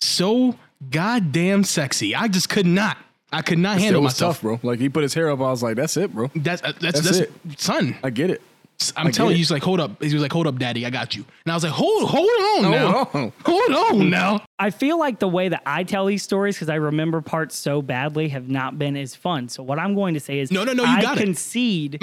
Speaker 1: so goddamn sexy? I just could not. I could not
Speaker 2: It
Speaker 1: handle
Speaker 2: was
Speaker 1: myself.
Speaker 2: tough, bro. Like he put his hair up. I was like, "That's it, bro.
Speaker 1: That's, uh, that's that's,
Speaker 2: That's it.
Speaker 1: son.
Speaker 2: I get it."
Speaker 1: I'm telling you,
Speaker 2: get it.
Speaker 1: he's like, hold up. He was like, hold up, daddy, I got you. And I was like, hold hold on now,
Speaker 2: Hold on.
Speaker 1: hold on now.
Speaker 3: I feel like the way that I tell these stories, because I remember parts so badly, have not been as fun. So what I'm going to say is,
Speaker 1: No, no, no, you
Speaker 3: I
Speaker 1: got it.
Speaker 3: concede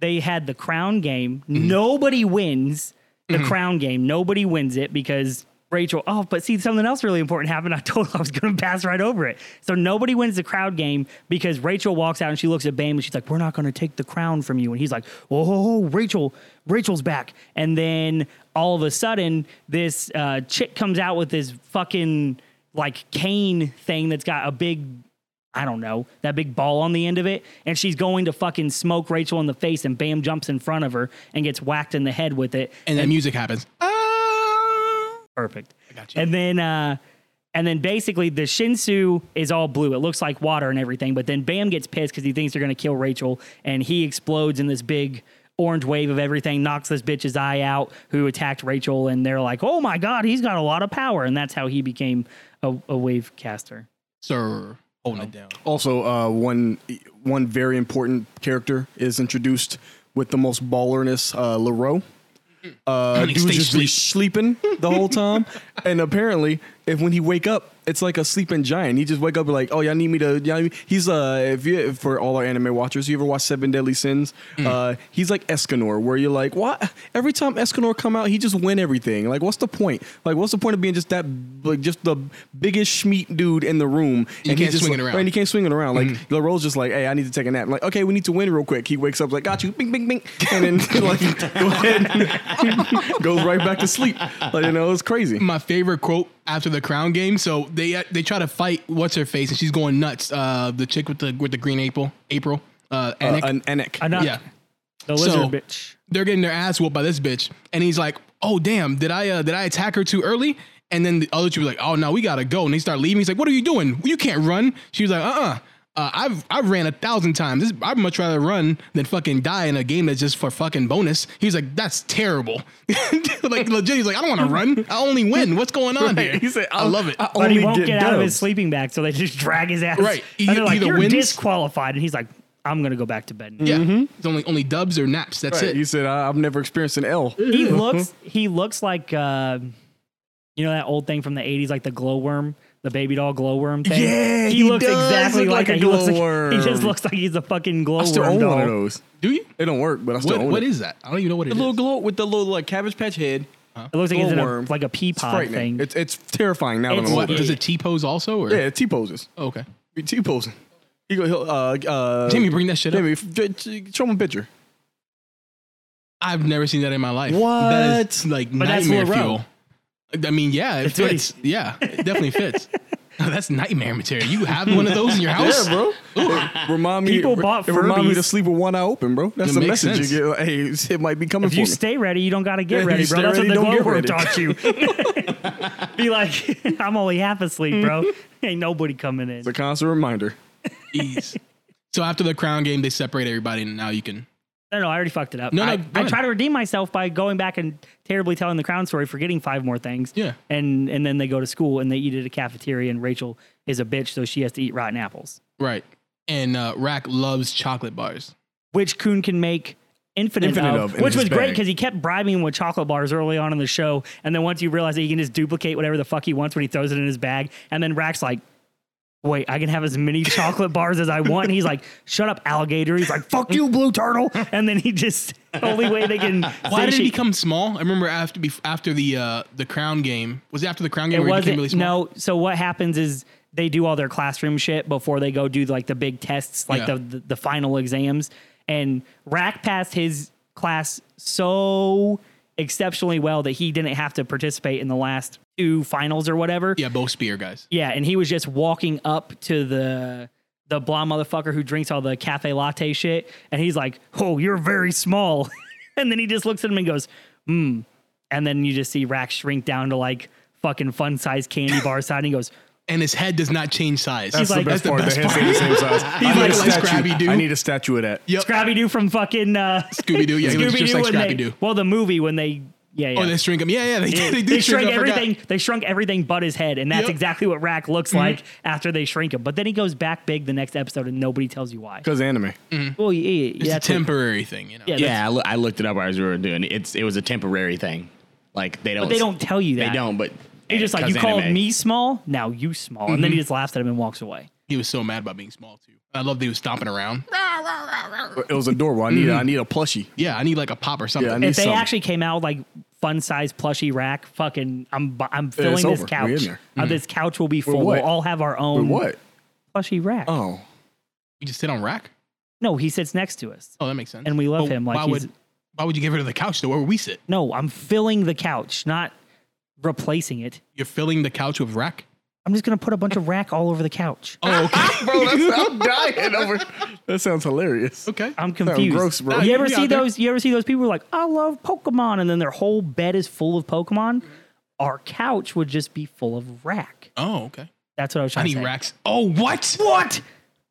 Speaker 3: they had the crown game. Nobody wins the crown game. Nobody wins it because Rachel. Oh, but see, something else really important happened. I told I was going to pass right over it. So nobody wins the crown game because Rachel walks out and she looks at Bam and she's like, "We're not going to take the crown from you." And he's like, "Oh, Rachel, Rachel's back." And then all of a sudden, this uh, chick comes out with this fucking like cane thing that's got a big I don't know, that big ball on the end of it. And she's going to fucking smoke Rachel in the face, and Bam jumps in front of her and gets whacked in the head with it.
Speaker 1: And then music happens.
Speaker 3: Perfect.
Speaker 1: gotcha.
Speaker 3: And then, uh, and then basically the Shinsu is all blue. It looks like water and everything. But then Bam gets pissed because he thinks they're going to kill Rachel, and he explodes in this big orange wave of everything, knocks this bitch's eye out who attacked Rachel, and they're like, "Oh my god, he's got a lot of power," and that's how he became a, a wave caster.
Speaker 1: Sir, holding it down.
Speaker 2: Also, uh, one one very important character is introduced with the most ballerness, uh, Leroux. Uh,
Speaker 1: he
Speaker 2: dude
Speaker 1: stays
Speaker 2: just be sleeping the whole time, and apparently, if when he wake up, it's like a sleeping giant. He just wake up like, oh, y'all need me to. Y'all need me-" He's uh, if you for all our anime watchers, you ever watch Seven Deadly Sins? Uh, he's like Escanor, where you're like, what? Every time Escanor come out, he just win everything. Like, what's the point? Like, what's the point of being just that, like, just the biggest schmeat dude in the room?
Speaker 1: You
Speaker 2: he
Speaker 1: can't
Speaker 2: just
Speaker 1: swing
Speaker 2: like-
Speaker 1: it around.
Speaker 2: right, and he can't swing it around. Mm-hmm. Like LaRoe's just like, hey, I need to take a nap. I'm like, okay, we need to win real quick. He wakes up like, got you, bing, bing, bing, and then like go ahead, goes right back to sleep. Like you know, it's crazy.
Speaker 1: my favorite quote after the crown game. So they uh, they try to fight what's her face, and she's going nuts. Uh, the chick with the with the green April, April, uh, Anik.
Speaker 2: An anek.
Speaker 3: Enough.
Speaker 1: yeah,
Speaker 3: The lizard
Speaker 1: So-
Speaker 3: bitch.
Speaker 1: they're getting their ass whooped by this bitch, and he's like, "Oh damn, did I uh, did I attack her too early?" And then the other chick was like, "Oh no, we gotta go." And he started leaving. He's like, "What are you doing? You can't run." She was like, "Uh uh." Uh, I've I've ran a thousand times. This, I'd much rather run than fucking die in a game that's just for fucking bonus. He's like, that's terrible. like legit, he's like, I don't want to run. I only win. What's going on here?
Speaker 2: He said, "Oh, uh,
Speaker 1: I love it.
Speaker 3: But he won't get, out of
Speaker 2: dubs."
Speaker 3: his sleeping bag, so they just drag his ass.
Speaker 1: Right.
Speaker 3: And
Speaker 2: E-
Speaker 1: Either-
Speaker 3: they're like,
Speaker 1: either
Speaker 3: "You're
Speaker 1: wins-
Speaker 3: disqualified," and he's like, "I'm gonna go back to bed." now."
Speaker 1: Yeah, it's only only dubs or naps. That's
Speaker 2: mm-hmm. Right, He
Speaker 1: it.
Speaker 2: said, I- "I've never experienced an L."
Speaker 3: He looks. He looks like, uh, you know, that old thing from the '80s, like the glowworm, the baby doll glowworm thing.
Speaker 2: Yeah,
Speaker 3: he,
Speaker 2: he
Speaker 3: looks
Speaker 2: does
Speaker 3: exactly
Speaker 2: look
Speaker 3: like,
Speaker 2: like
Speaker 3: that.
Speaker 2: a
Speaker 3: He looks like- He just
Speaker 2: glowworm.
Speaker 3: looks like he's a fucking glowworm.
Speaker 2: I still own
Speaker 3: doll.
Speaker 2: one of those.
Speaker 1: Do you?
Speaker 2: They don't work, but I still
Speaker 1: What
Speaker 2: own
Speaker 1: what
Speaker 2: it.
Speaker 1: is that? I don't even know what it
Speaker 2: The
Speaker 1: is.
Speaker 2: little glow with the little like cabbage patch head.
Speaker 3: It looks like he's in a,
Speaker 2: Glowworm.
Speaker 3: like a pea
Speaker 2: It's
Speaker 3: pod
Speaker 2: frightening.
Speaker 3: thing.
Speaker 2: It's it's terrifying now.
Speaker 3: It's-
Speaker 2: that I'm
Speaker 1: What,
Speaker 2: older.
Speaker 1: does it T pose also? Or?
Speaker 2: Yeah, it T poses.
Speaker 1: Oh, okay.
Speaker 2: T posing. He go. He'll, uh, uh,
Speaker 1: Timmy, bring that shit up.
Speaker 2: Timmy, f- show him a picture.
Speaker 1: I've never seen that in my life.
Speaker 2: What?
Speaker 1: That is like
Speaker 3: that's
Speaker 1: nightmare
Speaker 3: LaRoe.
Speaker 1: fuel. I mean, yeah, it
Speaker 3: what
Speaker 1: fits. yeah, it definitely fits. that's nightmare material. You have one of those in your house?
Speaker 2: Yeah, bro. It remind me.
Speaker 3: People
Speaker 2: it
Speaker 3: bought
Speaker 2: Remind me
Speaker 3: Furbies.
Speaker 2: to sleep with one eye open, bro. That's
Speaker 1: It
Speaker 2: the
Speaker 1: makes
Speaker 2: message you
Speaker 1: sense.
Speaker 2: get. Hey, it might be coming
Speaker 3: If
Speaker 2: for
Speaker 3: you
Speaker 2: me.
Speaker 3: stay ready, you don't got to
Speaker 2: Yeah,
Speaker 3: get
Speaker 2: you
Speaker 3: ready, bro.
Speaker 2: stay
Speaker 3: That's
Speaker 2: ready, don't
Speaker 3: what the
Speaker 2: get
Speaker 3: glowworm
Speaker 2: ready.
Speaker 3: taught you. Be like, I'm only half asleep, bro. Ain't nobody coming in.
Speaker 2: It's a constant reminder.
Speaker 1: Jeez. So after the crown game, they separate everybody, and now you can.
Speaker 3: No, no, I already fucked it up.
Speaker 1: No, no,
Speaker 3: I,
Speaker 1: go
Speaker 3: I
Speaker 1: ahead.
Speaker 3: try to redeem myself by going back and terribly telling the crown story, forgetting five more things.
Speaker 1: Yeah.
Speaker 3: And and then they go to school and they eat at a cafeteria and Rachel is a bitch, so she has to eat rotten apples.
Speaker 1: Right. And uh, Rack loves chocolate bars.
Speaker 3: Which Coon can make infinite,
Speaker 2: Infinite
Speaker 3: of,
Speaker 2: of in
Speaker 3: which
Speaker 2: his
Speaker 3: was great
Speaker 2: bag.
Speaker 3: because he kept bribing him with chocolate bars early on in the show. And then once you realize that he can just duplicate whatever the fuck he wants when he throws it in his bag, and then Rack's like, Wait, I can have as many chocolate bars as I want. And he's like, Shut up, alligator. He's like, Fuck you, blue turtle. And then he just only way they can
Speaker 1: Why did
Speaker 3: satiate-
Speaker 1: he become small? I remember after bef- after the uh, the crown game. Was it after the crown game
Speaker 3: It
Speaker 1: where he
Speaker 3: wasn't.
Speaker 1: became really small?
Speaker 3: No. So what happens is they do all their classroom shit before they go do like the big tests, like
Speaker 1: Yeah.
Speaker 3: the, the the final exams. And Rack passed his class so exceptionally well that he didn't have to participate in the last two finals or whatever.
Speaker 1: Yeah, both spear guys.
Speaker 3: Yeah, and he was just walking up to the the blonde motherfucker who drinks all the cafe latte shit, and he's like, "Oh, you're very small," and then he just looks at him and goes, "Hmm," and then you just see Rack shrink down to like fucking fun size candy bar side, and he goes,
Speaker 1: And his head does not change size.
Speaker 3: He's like-
Speaker 1: that's the best part.
Speaker 2: the same size. I
Speaker 1: like-
Speaker 2: need a
Speaker 1: like
Speaker 2: statue.
Speaker 1: Scrappy-Doo.
Speaker 2: I need a statue of that.
Speaker 1: Yep.
Speaker 3: "Scrappy Doo from fucking uh,
Speaker 1: Scooby Doo. Yeah, he looks
Speaker 3: Scooby
Speaker 1: just like Scrappy
Speaker 3: Doo."
Speaker 1: Doo.
Speaker 3: Well, the movie when they yeah yeah.
Speaker 1: Oh, they shrink him. Yeah, yeah, they,
Speaker 3: Yeah,
Speaker 1: did they do shrink,
Speaker 3: shrunk
Speaker 1: him. I forgot. Mm-hmm.
Speaker 3: everything. They shrunk everything but his head, and that's
Speaker 1: Yep.
Speaker 3: exactly what Rack looks like after they shrink him. But then he goes back big the next episode, and nobody tells you why.
Speaker 2: Because anime.
Speaker 3: Well, yeah, yeah,
Speaker 1: It's
Speaker 3: yeah,
Speaker 1: a
Speaker 3: that's what-
Speaker 1: temporary thing, you know.
Speaker 3: Yeah,
Speaker 5: Yeah, I, loo- I looked it up as we were doing. it. It's it was a temporary thing. Like they don't.
Speaker 3: But they don't tell you that.
Speaker 5: They don't. But
Speaker 3: They're just like, you
Speaker 5: 'cause
Speaker 3: called
Speaker 5: anime.
Speaker 3: me small, now you small. And
Speaker 2: Mm-hmm.
Speaker 3: then he just laughs at him and walks away.
Speaker 1: He was so mad about being small too. I love that he was stomping around.
Speaker 2: It was adorable. I need, I need a plushie.
Speaker 1: Yeah, I need like a pop or something.
Speaker 2: Yeah, I
Speaker 3: If
Speaker 2: need
Speaker 3: they
Speaker 2: some.
Speaker 3: actually came out with, like fun size plushy rack, fucking, I'm bu- I'm filling this
Speaker 2: over. We in
Speaker 3: couch.
Speaker 2: there. Mm-hmm.
Speaker 3: Uh, this couch will be full.
Speaker 2: what?
Speaker 3: We'll all have our
Speaker 2: But
Speaker 3: own
Speaker 2: what?
Speaker 3: plushy rack.
Speaker 2: Oh.
Speaker 1: you just sit on rack.
Speaker 3: No, he sits next to us,
Speaker 1: Oh, that makes sense.
Speaker 3: and we love
Speaker 1: Oh,
Speaker 3: him. Like
Speaker 1: why
Speaker 3: he's
Speaker 1: would why would you get rid of the couch though? Where would we sit?
Speaker 3: no, I'm filling the couch, not replacing it.
Speaker 1: You're filling the couch with rack.
Speaker 3: I'm just gonna put a bunch of rack all over the couch.
Speaker 1: Oh, okay,
Speaker 2: Bro, that's, I'm dying over. That sounds hilarious.
Speaker 1: okay.
Speaker 3: I'm confused.
Speaker 2: gross, bro.
Speaker 3: You ever
Speaker 1: Yeah,
Speaker 3: see
Speaker 1: they're-
Speaker 3: those? You ever see those people who are like, I love Pokemon, and then their whole bed is full of Pokemon? Our couch would just be full of rack.
Speaker 1: Oh, okay.
Speaker 3: That's what I was
Speaker 1: I
Speaker 3: trying
Speaker 1: need
Speaker 3: to say.
Speaker 1: racks. Oh, what? What?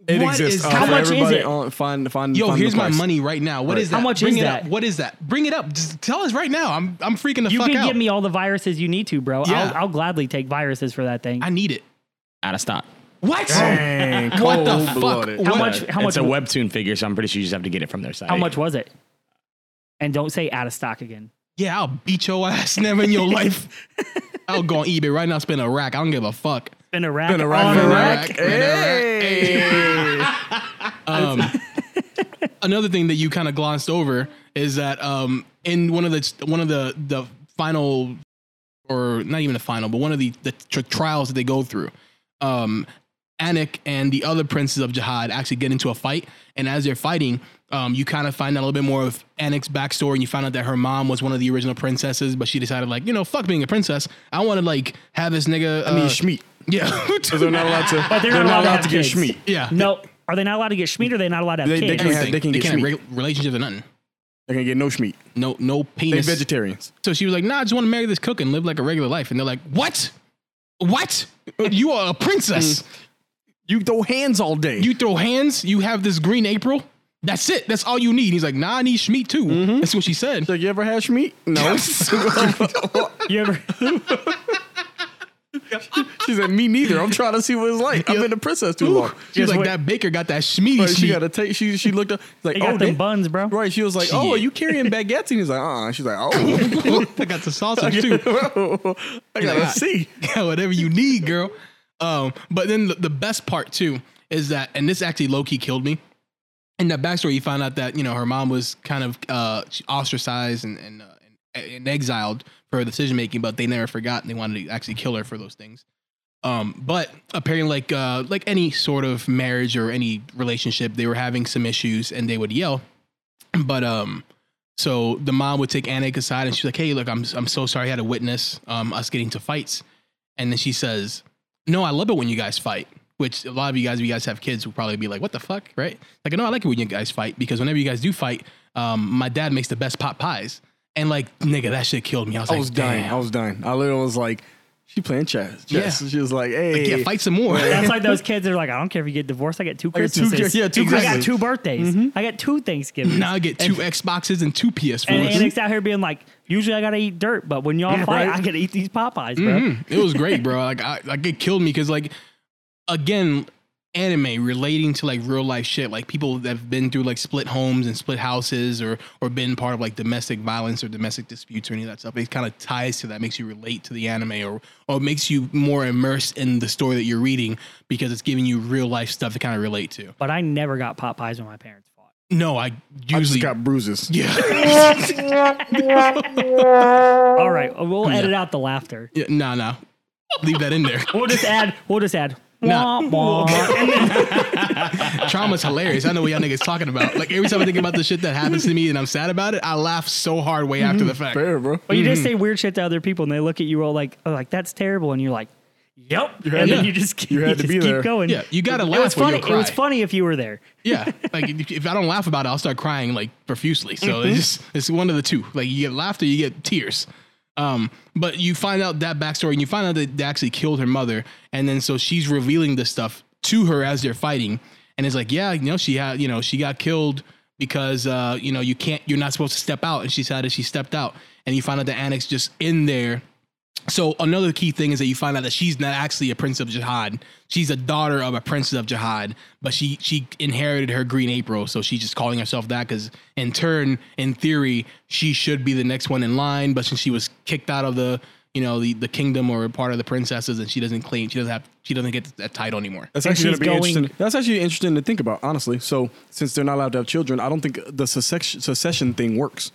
Speaker 2: It
Speaker 1: What
Speaker 2: exists.
Speaker 1: is-
Speaker 2: Uh,
Speaker 1: how
Speaker 2: for
Speaker 3: much is
Speaker 2: everybody
Speaker 3: it?
Speaker 2: On, find, find,
Speaker 1: Yo,
Speaker 2: find the
Speaker 1: here's my
Speaker 2: price.
Speaker 1: money right now. What is that?
Speaker 3: How much
Speaker 1: Bring
Speaker 3: is
Speaker 1: it
Speaker 3: that?
Speaker 1: up. What is that? Bring it up. Just tell us right now. I'm I'm freaking the
Speaker 3: You
Speaker 1: fuck
Speaker 3: can
Speaker 1: out.
Speaker 3: give me all the viruses you need to, bro.
Speaker 1: Yeah.
Speaker 3: I'll, I'll gladly take viruses for that thing.
Speaker 1: I need it.
Speaker 5: out of stock.
Speaker 1: What?
Speaker 2: Dang,
Speaker 1: What the fuck?
Speaker 2: cold-blooded.
Speaker 1: What-
Speaker 3: how much? How much?
Speaker 5: it's a webtoon figure, so I'm pretty sure you just have to get it from their site.
Speaker 3: How much was it? And don't say out of stock again.
Speaker 1: Yeah, I'll beat your ass never in your life. I'll go on eBay right now, spend a rack. I don't give a fuck.
Speaker 3: Been a rack.
Speaker 2: Been a rack,
Speaker 3: on
Speaker 2: been
Speaker 3: a
Speaker 2: a
Speaker 3: rack.
Speaker 2: rack.
Speaker 1: Spend a rack. Um, another thing that you kind of glossed over is that um, in one of the one of the the final or not even the final, but one of the the tr- trials that they go through, um, Anik and the other princes of Jihad actually get into a fight, and as they're fighting, um, you kind of find out a little bit more of Anik's backstory, and you find out that her mom was one of the original princesses, but she decided like, you know, fuck being a princess, I want to like have this nigga.
Speaker 2: I
Speaker 1: uh,
Speaker 2: need Schmeat.
Speaker 1: yeah,
Speaker 2: Because they're not allowed to,
Speaker 3: But they're, not, allowed
Speaker 2: to get
Speaker 3: have
Speaker 2: Schmeat.
Speaker 3: kids.
Speaker 1: yeah,
Speaker 3: No. Are they not allowed to get Schmeat? Or are they not allowed to have
Speaker 2: They- they
Speaker 3: kids?
Speaker 2: can't have-
Speaker 1: everything. They,
Speaker 2: can get
Speaker 1: can't have
Speaker 2: Schmeat.
Speaker 1: reg- relationships or nothing.
Speaker 2: They can get no Schmeat.
Speaker 1: No, no
Speaker 2: They're
Speaker 1: penis.
Speaker 2: vegetarians.
Speaker 1: So she was like, "Nah, I just want to marry this cook and live like a regular life." And they're like, "What? What? You are a princess.
Speaker 2: Mm. You throw hands all day.
Speaker 1: You throw hands. You have this green April. That's it. That's all you need." He's like, "Nah, I need Schmeat too."
Speaker 2: Mm-hmm.
Speaker 1: That's what she said.
Speaker 2: Like, you ever had Schmeat? No.
Speaker 3: you ever?
Speaker 2: she said, me neither. I'm trying to see what it's like. I've been a princess too long.
Speaker 1: She's
Speaker 3: Guess
Speaker 1: like,
Speaker 3: what?
Speaker 1: "That baker got that Schmeat."
Speaker 2: Like, she
Speaker 1: Schmeat."
Speaker 2: got to take. She she looked up. Like,
Speaker 3: They
Speaker 2: oh,
Speaker 3: got them
Speaker 2: they-
Speaker 3: buns, bro.
Speaker 2: Right. She was like, oh, are you carrying baguettes? And he's like, uh. uh She's like, oh,
Speaker 1: I got the sausage too.
Speaker 2: I gotta see.
Speaker 1: Yeah, whatever you need, girl. Um, but then the, the best part too is that, and this actually low key killed me. In that backstory, you find out that you know her mom was kind of uh, she ostracized and and, uh, and and exiled for her decision making, but they never forgot and they wanted to actually kill her for those things. Um, but apparently, like uh, like any sort of marriage or any relationship, they were having some issues and they would yell. But um, so the mom would take Anik aside and she's like, "Hey, look, I'm I'm so sorry I had to witness um, us getting to fights." And then she says, no, I love it when you guys fight. Which a lot of you guys, if you guys have kids, will probably be like, "What the fuck?" Right? Like, no, I like it when you guys fight because whenever you guys do fight, um, my dad makes the best pot pies, and like, nigga, that shit killed me. I was
Speaker 2: I
Speaker 1: like,
Speaker 2: was dying.
Speaker 1: "Damn."
Speaker 2: I was dying. I literally was like, she playing chess. chess.
Speaker 1: Yeah.
Speaker 2: She was like, hey.
Speaker 1: yeah, fight some more.
Speaker 3: That's like those kids that are like, I don't care if you get divorced. I get two
Speaker 2: get two
Speaker 3: Christmases.
Speaker 2: Chris- yeah, two
Speaker 3: I got
Speaker 2: Christmases. Mm-hmm.
Speaker 3: two birthdays. I got two Thanksgivings.
Speaker 1: now I get two Xboxes and two PS4s.
Speaker 3: and Anik's out here being like, usually I gotta eat dirt, but when y'all fight,
Speaker 2: right. Mm-hmm.
Speaker 3: I gotta eat these Popeyes, bro.
Speaker 1: it was great, bro. Like, I, like it killed me because, like, again, anime relating to like real life shit, like people that have been through like split homes and split houses, or or been part of like domestic violence or domestic disputes or any of that stuff. It kind of ties to that, makes you relate to the anime, or or makes you more immersed in the story that you're reading because it's giving you real life stuff to kind of relate to.
Speaker 3: But I never got Popeyes when my parents fought.
Speaker 1: No, I
Speaker 2: I just
Speaker 1: usually
Speaker 2: got bruises.
Speaker 1: yeah,
Speaker 3: All right, uh, we'll edit out the laughter.
Speaker 1: yeah, nah, nah. Leave that in there.
Speaker 3: We'll just add. We'll just add.
Speaker 1: Nah.
Speaker 3: Wah, wah. And then-
Speaker 1: Trauma's hilarious. I know what y'all niggas talking about. Like every time I think about the shit that happens to me and I'm sad about it, I laugh so hard way after the fact.
Speaker 2: Fair, bro.
Speaker 3: but you just say weird shit to other people, and they look at you all like, oh, like that's terrible, and you're like, yep, and
Speaker 1: Yeah.
Speaker 3: then you just keep,
Speaker 2: You had to
Speaker 3: just
Speaker 2: be
Speaker 3: keep
Speaker 2: there.
Speaker 3: going.
Speaker 1: Yeah, you gotta
Speaker 3: It was
Speaker 1: laugh or
Speaker 3: funny.
Speaker 1: you'll
Speaker 3: It was
Speaker 1: cry.
Speaker 3: funny if you were there.
Speaker 1: Yeah, like if- if I don't laugh about it, I'll start crying like profusely. So it's just it's one of the two. Like you get laughter, you get tears. Um, but you find out that backstory, and you find out that they actually killed her mother, and then so she's revealing this stuff to her as they're fighting, and it's like, yeah, you know, she had, you know, she got killed because uh, you know, you can't, you're not supposed to step out, and she said that she stepped out, and you find out that Annex just in there so another key thing is that you find out that she's not actually a princess of jihad. She's a daughter of a princess of jihad, but she she inherited her green April, so she's just calling herself that because in turn, in theory, she should be the next one in line. But since she was kicked out of the you know the the kingdom or part of the princesses, and she doesn't claim she doesn't have she doesn't get that title anymore.
Speaker 2: That's
Speaker 3: And
Speaker 2: actually
Speaker 3: she's
Speaker 2: gonna be
Speaker 3: going-
Speaker 2: interesting. That's actually interesting to think about, honestly. So, since they're not allowed to have children, I don't think the secession, secession thing works.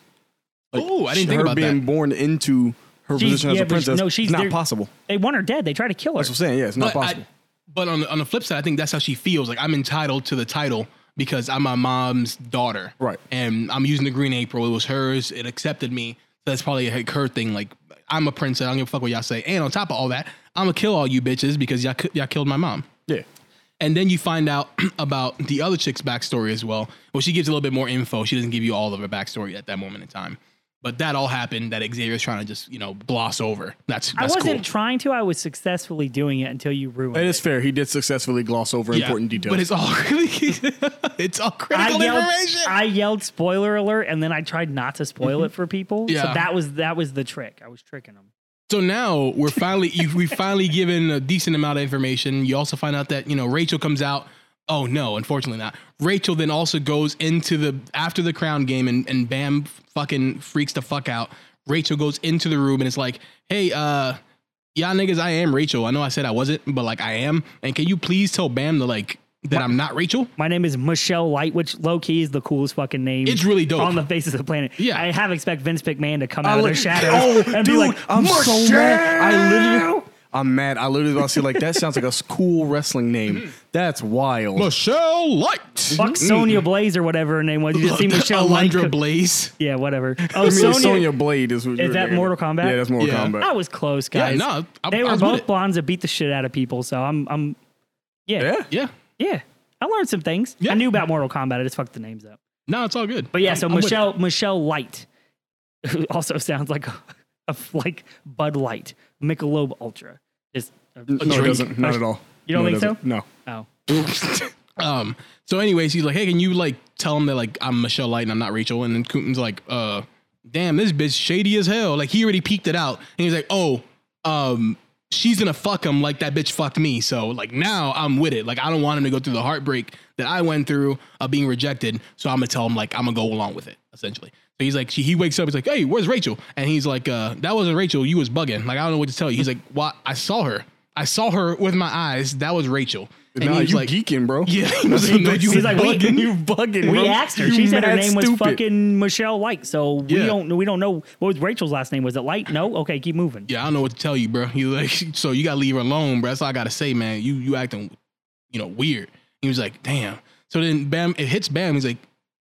Speaker 1: oh, I didn't think
Speaker 2: her
Speaker 1: about
Speaker 2: being
Speaker 1: that.
Speaker 2: born into her
Speaker 3: She's-
Speaker 2: position as
Speaker 3: yeah,
Speaker 2: a
Speaker 3: but
Speaker 2: princess.
Speaker 3: no, she's
Speaker 2: not
Speaker 3: there-
Speaker 2: possible.
Speaker 3: They want her dead. They try to kill her.
Speaker 2: That's what I'm saying. Yeah, it's not
Speaker 1: But,
Speaker 2: possible.
Speaker 1: I, but on the, on the flip side, I think that's how she feels. Like I'm entitled to the title because I'm my mom's daughter,
Speaker 2: Right.
Speaker 1: And I'm using the green April. It was hers. It accepted me. So that's probably like her thing. Like I'm a princess. I don't give a fuck what y'all say. And on top of all that, I'm gonna kill all you bitches because y'all ki- y'all killed my mom.
Speaker 2: yeah.
Speaker 1: And then you find out about the other chick's backstory as well. Well, she gives a little bit more info. She doesn't give you all of her backstory at that moment in time. But that all happened. That Xavier's trying to just you know gloss over. That's,
Speaker 3: I
Speaker 1: that's
Speaker 3: wasn't
Speaker 1: cool.
Speaker 3: trying to. I was successfully doing it until you ruined
Speaker 2: It
Speaker 3: it.
Speaker 2: is fair. He did successfully gloss over
Speaker 1: Yeah,
Speaker 2: important details.
Speaker 1: But it's all it's all
Speaker 3: I
Speaker 1: critical
Speaker 3: yelled,
Speaker 1: information.
Speaker 3: I yelled spoiler alert and then I tried not to spoil it for people. So
Speaker 1: Yeah.
Speaker 3: that was that was the trick. I was tricking them.
Speaker 1: so now we're finally you, we finally given a decent amount of information. You also find out that you know Rachel comes out. Oh no, unfortunately not. Rachel then also goes into the after the crown game and and bam fucking freaks the fuck out. Rachel goes into the room and it's like, hey, uh, y'all niggas, I am Rachel. I know I said I wasn't, but like I am. And can you please tell Bam to like that I'm not Rachel?
Speaker 3: My name is Michelle Light, which low key is the coolest fucking name.
Speaker 1: It's really dope.
Speaker 3: on the face of the planet.
Speaker 1: Yeah.
Speaker 3: I have expect Vince McMahon to come
Speaker 2: I
Speaker 3: out of
Speaker 2: look-
Speaker 3: their shadows
Speaker 2: Oh,
Speaker 3: and
Speaker 2: dude,
Speaker 3: be like,
Speaker 2: I'm so mad. I
Speaker 3: "Michelle!"
Speaker 2: literally, I'm mad. I literally was see like that sounds like a s- cool wrestling name. That's wild.
Speaker 1: Michelle Light,
Speaker 3: fuck Sonya Blaze or whatever her name was. You just see Michelle Light.
Speaker 1: Alundra
Speaker 3: co-
Speaker 1: Blaze.
Speaker 3: yeah, whatever. Oh,
Speaker 2: I mean,
Speaker 3: Sonya.
Speaker 2: Sonya Blade is. Is
Speaker 3: that Mortal Kombat?
Speaker 2: Yeah, that's Mortal
Speaker 1: Yeah.
Speaker 3: I
Speaker 2: Kombat.
Speaker 3: was close,
Speaker 1: Yeah,
Speaker 3: guys.
Speaker 1: no, I-
Speaker 3: they
Speaker 1: I
Speaker 3: were
Speaker 1: was with
Speaker 3: both
Speaker 1: it.
Speaker 3: blondes that beat the shit out of people. So I'm, I'm, yeah, yeah.
Speaker 2: Yeah.
Speaker 1: Yeah.
Speaker 3: I learned some things.
Speaker 1: Yeah.
Speaker 3: I knew about Mortal Kombat. I just fucked the names up.
Speaker 1: No, it's all good.
Speaker 3: But yeah,
Speaker 1: I'm-
Speaker 3: so
Speaker 1: I'm with it.
Speaker 3: Michelle Michelle Light who also sounds like a, a like Bud Light, Michelob Ultra. Just a, a
Speaker 2: No, it
Speaker 3: drink.
Speaker 2: doesn't. Not at all.
Speaker 3: You don't
Speaker 2: No, it
Speaker 3: think so?
Speaker 2: doesn't. No.
Speaker 3: Oh,
Speaker 1: Um. So, anyways, he's like, "Hey, can you like tell him that like I'm Michelle Light and I'm not Rachel?" And then Coombs like, "Uh, damn, this bitch shady as hell." Like he already peeked it out, and he's like, "Oh, um, she's gonna fuck him like that bitch fucked me." So like now I'm with it. Like I don't want him to go through the heartbreak that I went through of being rejected. So I'm gonna tell him like I'm gonna go along with it essentially. So he's like, she, he wakes up, he's like, "Hey, where's Rachel?" And he's like, "Uh, that wasn't Rachel. You was bugging. Like I don't know what to tell you." He's like, "What? I saw her. I saw her with my eyes. That was Rachel." And he
Speaker 2: nah,
Speaker 1: was
Speaker 2: you geeking, bro.
Speaker 1: yeah, he was like, no, you
Speaker 3: He's like, we-
Speaker 1: bugging.
Speaker 2: you bugging.
Speaker 3: we
Speaker 2: bro.
Speaker 3: asked her.
Speaker 2: You
Speaker 3: She said her
Speaker 2: mad
Speaker 3: name was
Speaker 2: stupid.
Speaker 3: fucking Michelle Light. So we
Speaker 1: Yeah.
Speaker 3: don't we don't know what was Rachel's last name. Was it Light? No. Okay, keep moving.
Speaker 1: Yeah, I don't know what to tell you, bro. He like, so you gotta leave her alone, bro. That's all I gotta say, man. You you acting, you know, weird. He was like, damn. So then, bam, it hits Bam. He's like,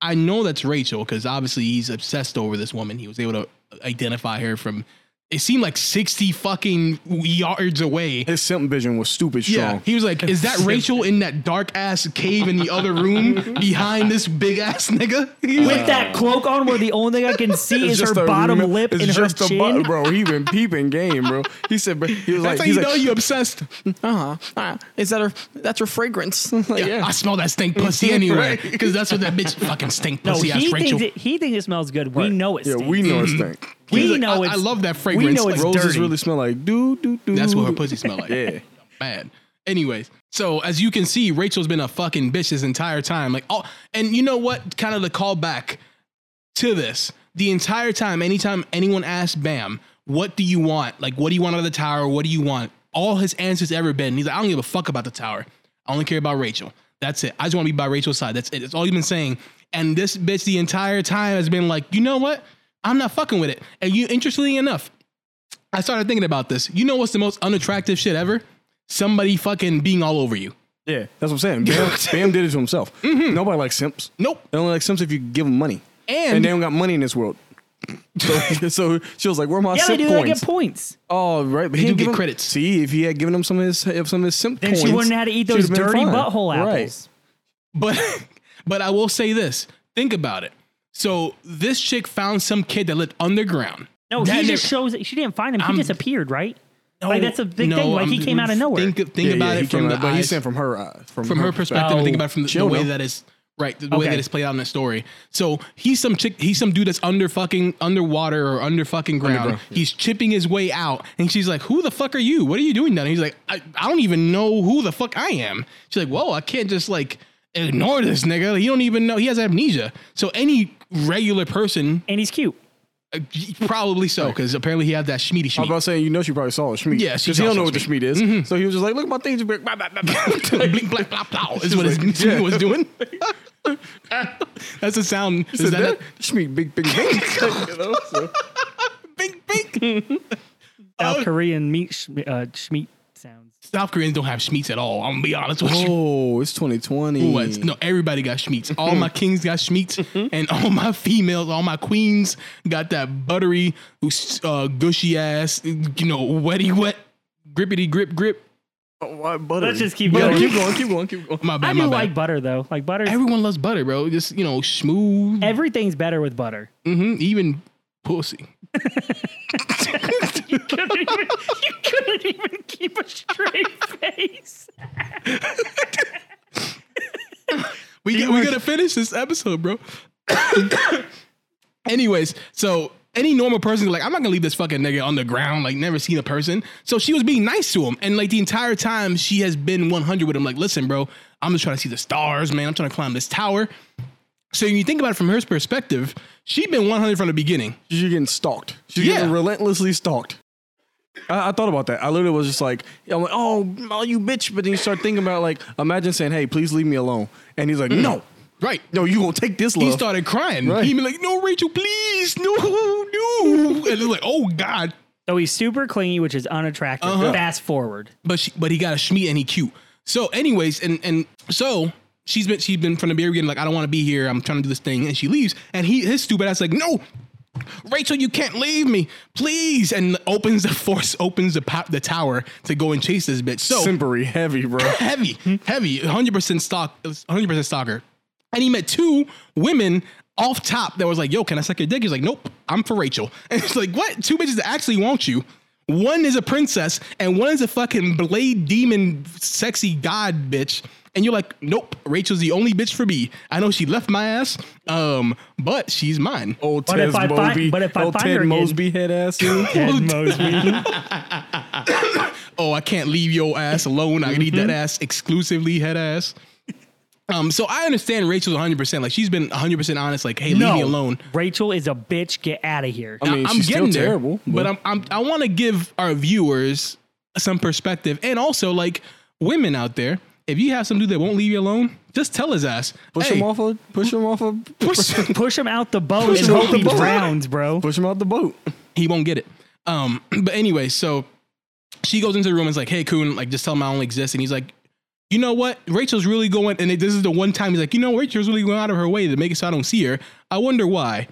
Speaker 1: I know that's Rachel because obviously he's obsessed over this woman. He was able to identify her from It seemed like sixty fucking yards away.
Speaker 2: His simp vision was stupid
Speaker 1: Yeah,
Speaker 2: strong.
Speaker 1: he was like, "Is that Rachel in that dark ass cave in the other room behind this big ass nigga?" He was
Speaker 3: With
Speaker 1: like,
Speaker 3: that cloak on, where the only thing I can see is her
Speaker 2: the
Speaker 3: bottom
Speaker 2: rem-
Speaker 3: lip
Speaker 2: it's
Speaker 3: and her
Speaker 2: just the butt-
Speaker 3: chin.
Speaker 2: bro. He been peeping game, bro. He said, bro, he was
Speaker 1: "That's
Speaker 2: like,
Speaker 1: how you
Speaker 2: he's like,
Speaker 1: know you obsessed."
Speaker 2: uh huh. Is that her? That's her fragrance. Like,
Speaker 1: Yeah, I smell that stink pussy anyway because that's what that bitch fucking stink
Speaker 3: No,
Speaker 1: pussy
Speaker 3: he
Speaker 1: ass Rachel.
Speaker 3: thinks it, he thinks it smells good. We know it.
Speaker 2: yeah,
Speaker 3: stinks.
Speaker 2: we know it's stink.
Speaker 3: We
Speaker 1: He's like, I-
Speaker 3: know it's-
Speaker 1: I love that
Speaker 3: we
Speaker 1: fragrance.
Speaker 3: know it's
Speaker 1: Like,
Speaker 2: Roses
Speaker 3: dirty.
Speaker 2: really smell like doo doo doo.
Speaker 1: That's what her
Speaker 2: doo.
Speaker 1: pussy smell like.
Speaker 2: Yeah.
Speaker 1: Bad. Anyways, so as you can see, Rachel's been a fucking bitch this entire time. Like, oh, and you know what? Kind of the callback to this the entire time. Anytime anyone asks Bam, "What do you want? Like, what do you want out of the tower? What do you want?" All his answers ever been. He's like, "I don't give a fuck about the tower. I only care about Rachel. That's it. I just want to be by Rachel's side. That's it. That's all he's been saying." And this bitch the entire time has been like, "You know what? I'm not fucking with it." And you, interestingly enough, I started thinking about this. You know what's the most unattractive shit ever? Somebody fucking being all over you.
Speaker 2: Yeah, that's what I'm saying. Bam, Bam did it to himself.
Speaker 3: Mm-hmm.
Speaker 2: Nobody likes simps.
Speaker 1: Nope.
Speaker 2: They only like simps if you give them money.
Speaker 1: And-
Speaker 2: they don't got money in this world. So, so she was like, "Where are my
Speaker 3: yeah, they
Speaker 2: simp
Speaker 3: do. They
Speaker 2: coins?"
Speaker 3: get points.
Speaker 2: oh, right. But he
Speaker 1: do
Speaker 2: didn't give
Speaker 1: get
Speaker 2: him-
Speaker 1: credits.
Speaker 2: See, if he had given him some of his of some of his simp
Speaker 3: Then she
Speaker 2: coins,
Speaker 3: wouldn't have had to eat
Speaker 2: she would've
Speaker 3: those
Speaker 2: been
Speaker 3: dirty
Speaker 2: fine.
Speaker 3: butthole
Speaker 2: Right.
Speaker 3: apples.
Speaker 1: But but I will say this. Think about it. So this chick found some kid that lived underground.
Speaker 3: No,
Speaker 1: That
Speaker 3: he just
Speaker 1: nigga-
Speaker 3: shows. She didn't find him. He
Speaker 1: I'm-
Speaker 3: disappeared, right? like that's a big
Speaker 1: no,
Speaker 3: thing. Like he
Speaker 1: I'm-
Speaker 3: came out of nowhere.
Speaker 1: Think, think
Speaker 2: Yeah,
Speaker 1: about
Speaker 2: yeah, he
Speaker 1: it from
Speaker 2: came
Speaker 1: the
Speaker 2: out, but he's
Speaker 1: eyes-
Speaker 2: saying from her uh, from,
Speaker 1: from her perspective. and think about it from the, the
Speaker 2: She'll
Speaker 1: way
Speaker 2: know.
Speaker 1: that is right, the way
Speaker 3: Okay.
Speaker 1: that it's played out in the story. So he's some chick, he's some dude that's under fucking underwater or under fucking ground.
Speaker 2: Underground, yeah.
Speaker 1: He's chipping his way out, and she's like, "Who the fuck are you? What are you doing down?" here?" He's like, I, "I don't even know who the fuck I am." She's like, "Whoa, I can't just like." Ignore this nigga. He don't even know. He has amnesia. So any regular person,
Speaker 3: and he's cute.
Speaker 1: uh, probably so, because apparently he had that schmeedy
Speaker 2: I'm
Speaker 1: schmeedy.
Speaker 2: about saying, you know, she probably saw a Schmied.
Speaker 1: Yeah, she
Speaker 2: she don't
Speaker 1: saw Mm-hmm.
Speaker 2: know
Speaker 1: a
Speaker 2: what the
Speaker 1: Schmied.
Speaker 2: Schmied is. So he was just like, look, my things. are big, blah, blah, blah, blah."
Speaker 1: Blink, blink, blah, blah, is what his
Speaker 2: She's like,
Speaker 1: schmeedy was doing. That's the sound. Is
Speaker 2: Said
Speaker 1: that
Speaker 2: that
Speaker 1: it?
Speaker 2: Schmied, big, big, big. You know, so-
Speaker 1: Bink, bink.
Speaker 2: Oh.
Speaker 3: South Korean meat sh- uh, schmeat sounds.
Speaker 1: South Koreans don't have schmeats at all. I'm gonna be honest with you.
Speaker 2: Oh, Mm-hmm. it's 2020.
Speaker 1: What? No, everybody got schmeats. All my kings got schmeats, and all my females, all my queens got that buttery, uh, gushy ass, you know, wetty wet, grippity grip grip.
Speaker 2: Oh, why butter?
Speaker 3: Let's just keep
Speaker 2: Yeah,
Speaker 3: going.
Speaker 2: Keep going. Keep going. Keep going.
Speaker 1: My bad,
Speaker 3: I
Speaker 1: my
Speaker 3: do
Speaker 1: bad.
Speaker 3: like butter though. Like butter,
Speaker 1: Everyone loves butter, bro. Just you know, smooth,
Speaker 3: everything's better with butter.
Speaker 1: hmm even pussy.
Speaker 3: you, couldn't even, you couldn't even keep a straight face.
Speaker 1: We get, we gotta finish this episode, bro. Anyways, so any normal person like I'm not gonna leave this fucking nigga on the ground, like never seen a person. So she was being nice to him, and like the entire time she has been 100 with him. Like, listen, bro, I'm just trying to see the stars, man. I'm trying to climb this tower. So when you think about it from her perspective, she been 100 from the beginning.
Speaker 2: She's getting stalked. She's
Speaker 1: Yeah.
Speaker 2: getting relentlessly stalked. I, I thought about that. I literally was just like, I'm like, oh, oh, you bitch. But then you start thinking about like, imagine saying, hey, please leave me alone. And he's
Speaker 1: Mm.
Speaker 2: like, no,
Speaker 1: Right.
Speaker 2: no, you gonna take this love.
Speaker 1: He started crying.
Speaker 2: Right.
Speaker 1: He be like, "No, Rachel, please, no, no," and it's like, "Oh God."
Speaker 3: So he's super clingy, which is unattractive. Fast forward.
Speaker 1: but she, but he got a schmeat and he cute. So, anyways, and and so she's been she's been from the beginning like I don't want to be here. I'm trying to do this thing, and she leaves. And he his stupid ass like no. Rachel, you can't leave me, please! And opens the force, opens the pop, the tower to go and chase this bitch. So
Speaker 2: Simpery heavy, bro.
Speaker 1: heavy, heavy, 100% stock, 100% stalker. And he met two women off top that was like, yo, can I suck your dick? He's like, nope, I'm for Rachel. And it's like, what? Two bitches that actually want you. One is a princess and one is a fucking blade demon, sexy god bitch. And you're like, nope, Rachel's the only bitch for me. I know she left my ass, um, but she's mine.
Speaker 2: Old
Speaker 3: But
Speaker 2: Ted
Speaker 3: if I find-
Speaker 2: Mosby,
Speaker 3: but if I
Speaker 2: old
Speaker 3: find
Speaker 2: Ted
Speaker 3: her again-
Speaker 2: Mosby head ass. dude.
Speaker 1: oh, I can't leave your ass alone. I need
Speaker 2: Mm-hmm.
Speaker 1: that ass exclusively, head ass. Um, so I understand Rachel's 100%. Like, she's been 100% honest, like, hey, leave me alone.
Speaker 3: Rachel is a bitch. Get out of here.
Speaker 2: I mean,
Speaker 1: I'm
Speaker 2: she's still
Speaker 1: getting there,
Speaker 2: terrible,
Speaker 1: but,
Speaker 2: but-
Speaker 1: I'm, I'm, I want to give our viewers some perspective and also, like, women out there, if you have some dude that won't leave you alone, just tell his ass.
Speaker 2: push
Speaker 1: "Hey,
Speaker 2: him off a push him off a
Speaker 1: push-
Speaker 3: Push him out the boat
Speaker 2: Push
Speaker 3: and
Speaker 2: him out
Speaker 3: hope
Speaker 2: the
Speaker 3: he
Speaker 2: boat.
Speaker 3: drowns, bro.
Speaker 2: push him out the boat.
Speaker 1: he won't get it. Um, but anyway, so she goes into the room and is like, "Hey, Coon, like, just tell him I don't exist." And he's like, "You know what? Rachel's really going." And this is the one time he's like, "You know, Rachel's really going out of her way to make it so I don't see her. I wonder why."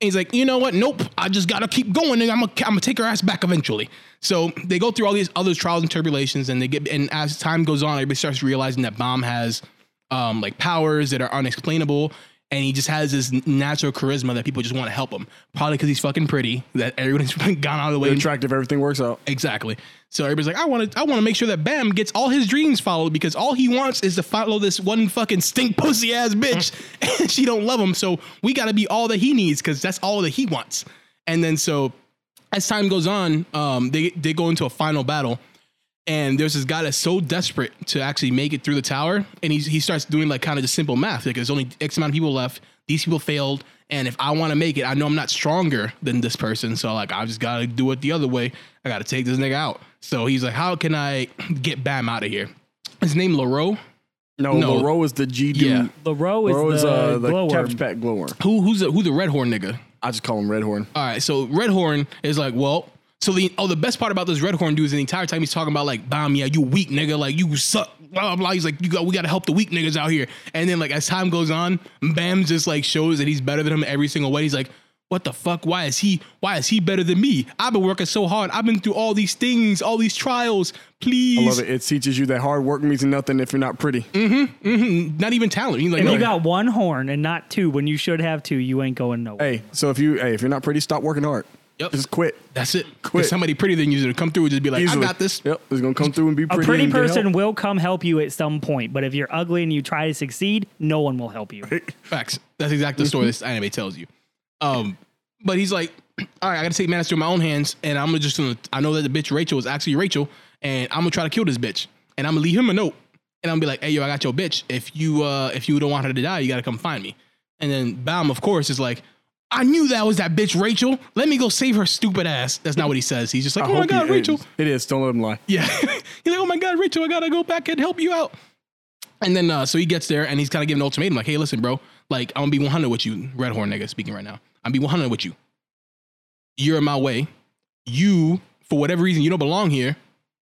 Speaker 1: he's like, you know what? Nope. I just gotta keep going. And I'm gonna, I'm gonna take her ass back eventually. So they go through all these other trials and tribulations, and they get. And as time goes on, everybody starts realizing that Bomb has, um, like powers that are unexplainable, and he just has this natural charisma that people just want to help him. Probably because he's fucking pretty. That everyone's gone out of the way. and
Speaker 2: Attractive, everything works out.
Speaker 1: Exactly. So everybody's like, I want to, I want to make sure that Bam gets all his dreams followed because all he wants is to follow this one fucking stink pussy ass bitch, and she don't love him. So we got to be all that he needs because that's all that he wants. And then so as time goes on, um, they they go into a final battle, and there's this guy that's so desperate to actually make it through the tower, and he he starts doing like kind of just simple math. Like there's only X amount of people left. These people failed, and if I want to make it, I know I'm not stronger than this person. So like I just gotta do it the other way. I gotta take this nigga out. So he's like, how can I get Bam out of here? His name LaRoe.
Speaker 2: No,
Speaker 1: No.
Speaker 2: LaRoe is the G dude.
Speaker 1: Yeah.
Speaker 3: LaRoe is
Speaker 2: LaRoe is
Speaker 3: the,
Speaker 2: uh, the
Speaker 3: glowworm.
Speaker 2: Cabbage Patch Glowworm.
Speaker 1: Who who's the, who the red horn nigga?
Speaker 2: I just call him Red Horn.
Speaker 1: All right, so Red Horn is like, well, so the oh the best part about this Red Horn dude is the entire time he's talking about like, bomb, yeah, you weak nigga, like you suck, blah blah blah. He's like, you got we got to help the weak niggas out here. And then like as time goes on, Bam just like shows that he's better than him every single way. He's like. What the fuck? Why is he? Why is he better than me? I've been working so hard. I've been through all these things, all these trials. Please,
Speaker 2: I love it. It teaches you that hard work means nothing if you're not pretty.
Speaker 1: Mm. not even talent. He's like,
Speaker 3: If
Speaker 1: no,
Speaker 3: you got one horn and not two when you should have two, you ain't going nowhere.
Speaker 2: Hey, so if you hey, if you're not pretty, stop working hard.
Speaker 1: Yep.
Speaker 2: Just quit.
Speaker 1: that's it.
Speaker 2: Quit.
Speaker 1: Because somebody prettier than you is gonna come through and just be like,
Speaker 2: Easily.
Speaker 1: I got this.
Speaker 2: Yep. It's gonna come through and be
Speaker 3: A
Speaker 2: pretty.
Speaker 3: pretty
Speaker 2: and get
Speaker 3: person
Speaker 2: help.
Speaker 3: will come help you at some point, but if you're ugly and you try to succeed, no one will help you.
Speaker 1: Facts. That's exactly the
Speaker 2: Mm-hmm.
Speaker 1: story this anime tells you. Um, but he's like, all right, I gotta take matters through my own hands, and I'm gonna just gonna. I know that the bitch Rachel is actually Rachel, and I'm gonna try to kill this bitch, and I'm gonna leave him a note, and I'm gonna be like, hey yo, I got your bitch. If you uh, if you don't want her to die, you gotta come find me. And then Baum, of course, is like. I knew that was that bitch Rachel. Let me go save her stupid ass. That's not what he says. He's just like,
Speaker 2: I
Speaker 1: oh my
Speaker 2: hope
Speaker 1: god,
Speaker 2: you-
Speaker 1: Rachel.
Speaker 2: It is. Don't let him lie.
Speaker 1: Yeah. he's like, oh my God, Rachel, I gotta go back and help you out. And then uh, so he gets there and he's kind of giving an ultimatum, like, hey, listen, bro, like I'm gonna be 100 with you, Red Horn nigga speaking right now. I'm be 100 with you. You're in my way. You, for whatever reason, you don't belong here.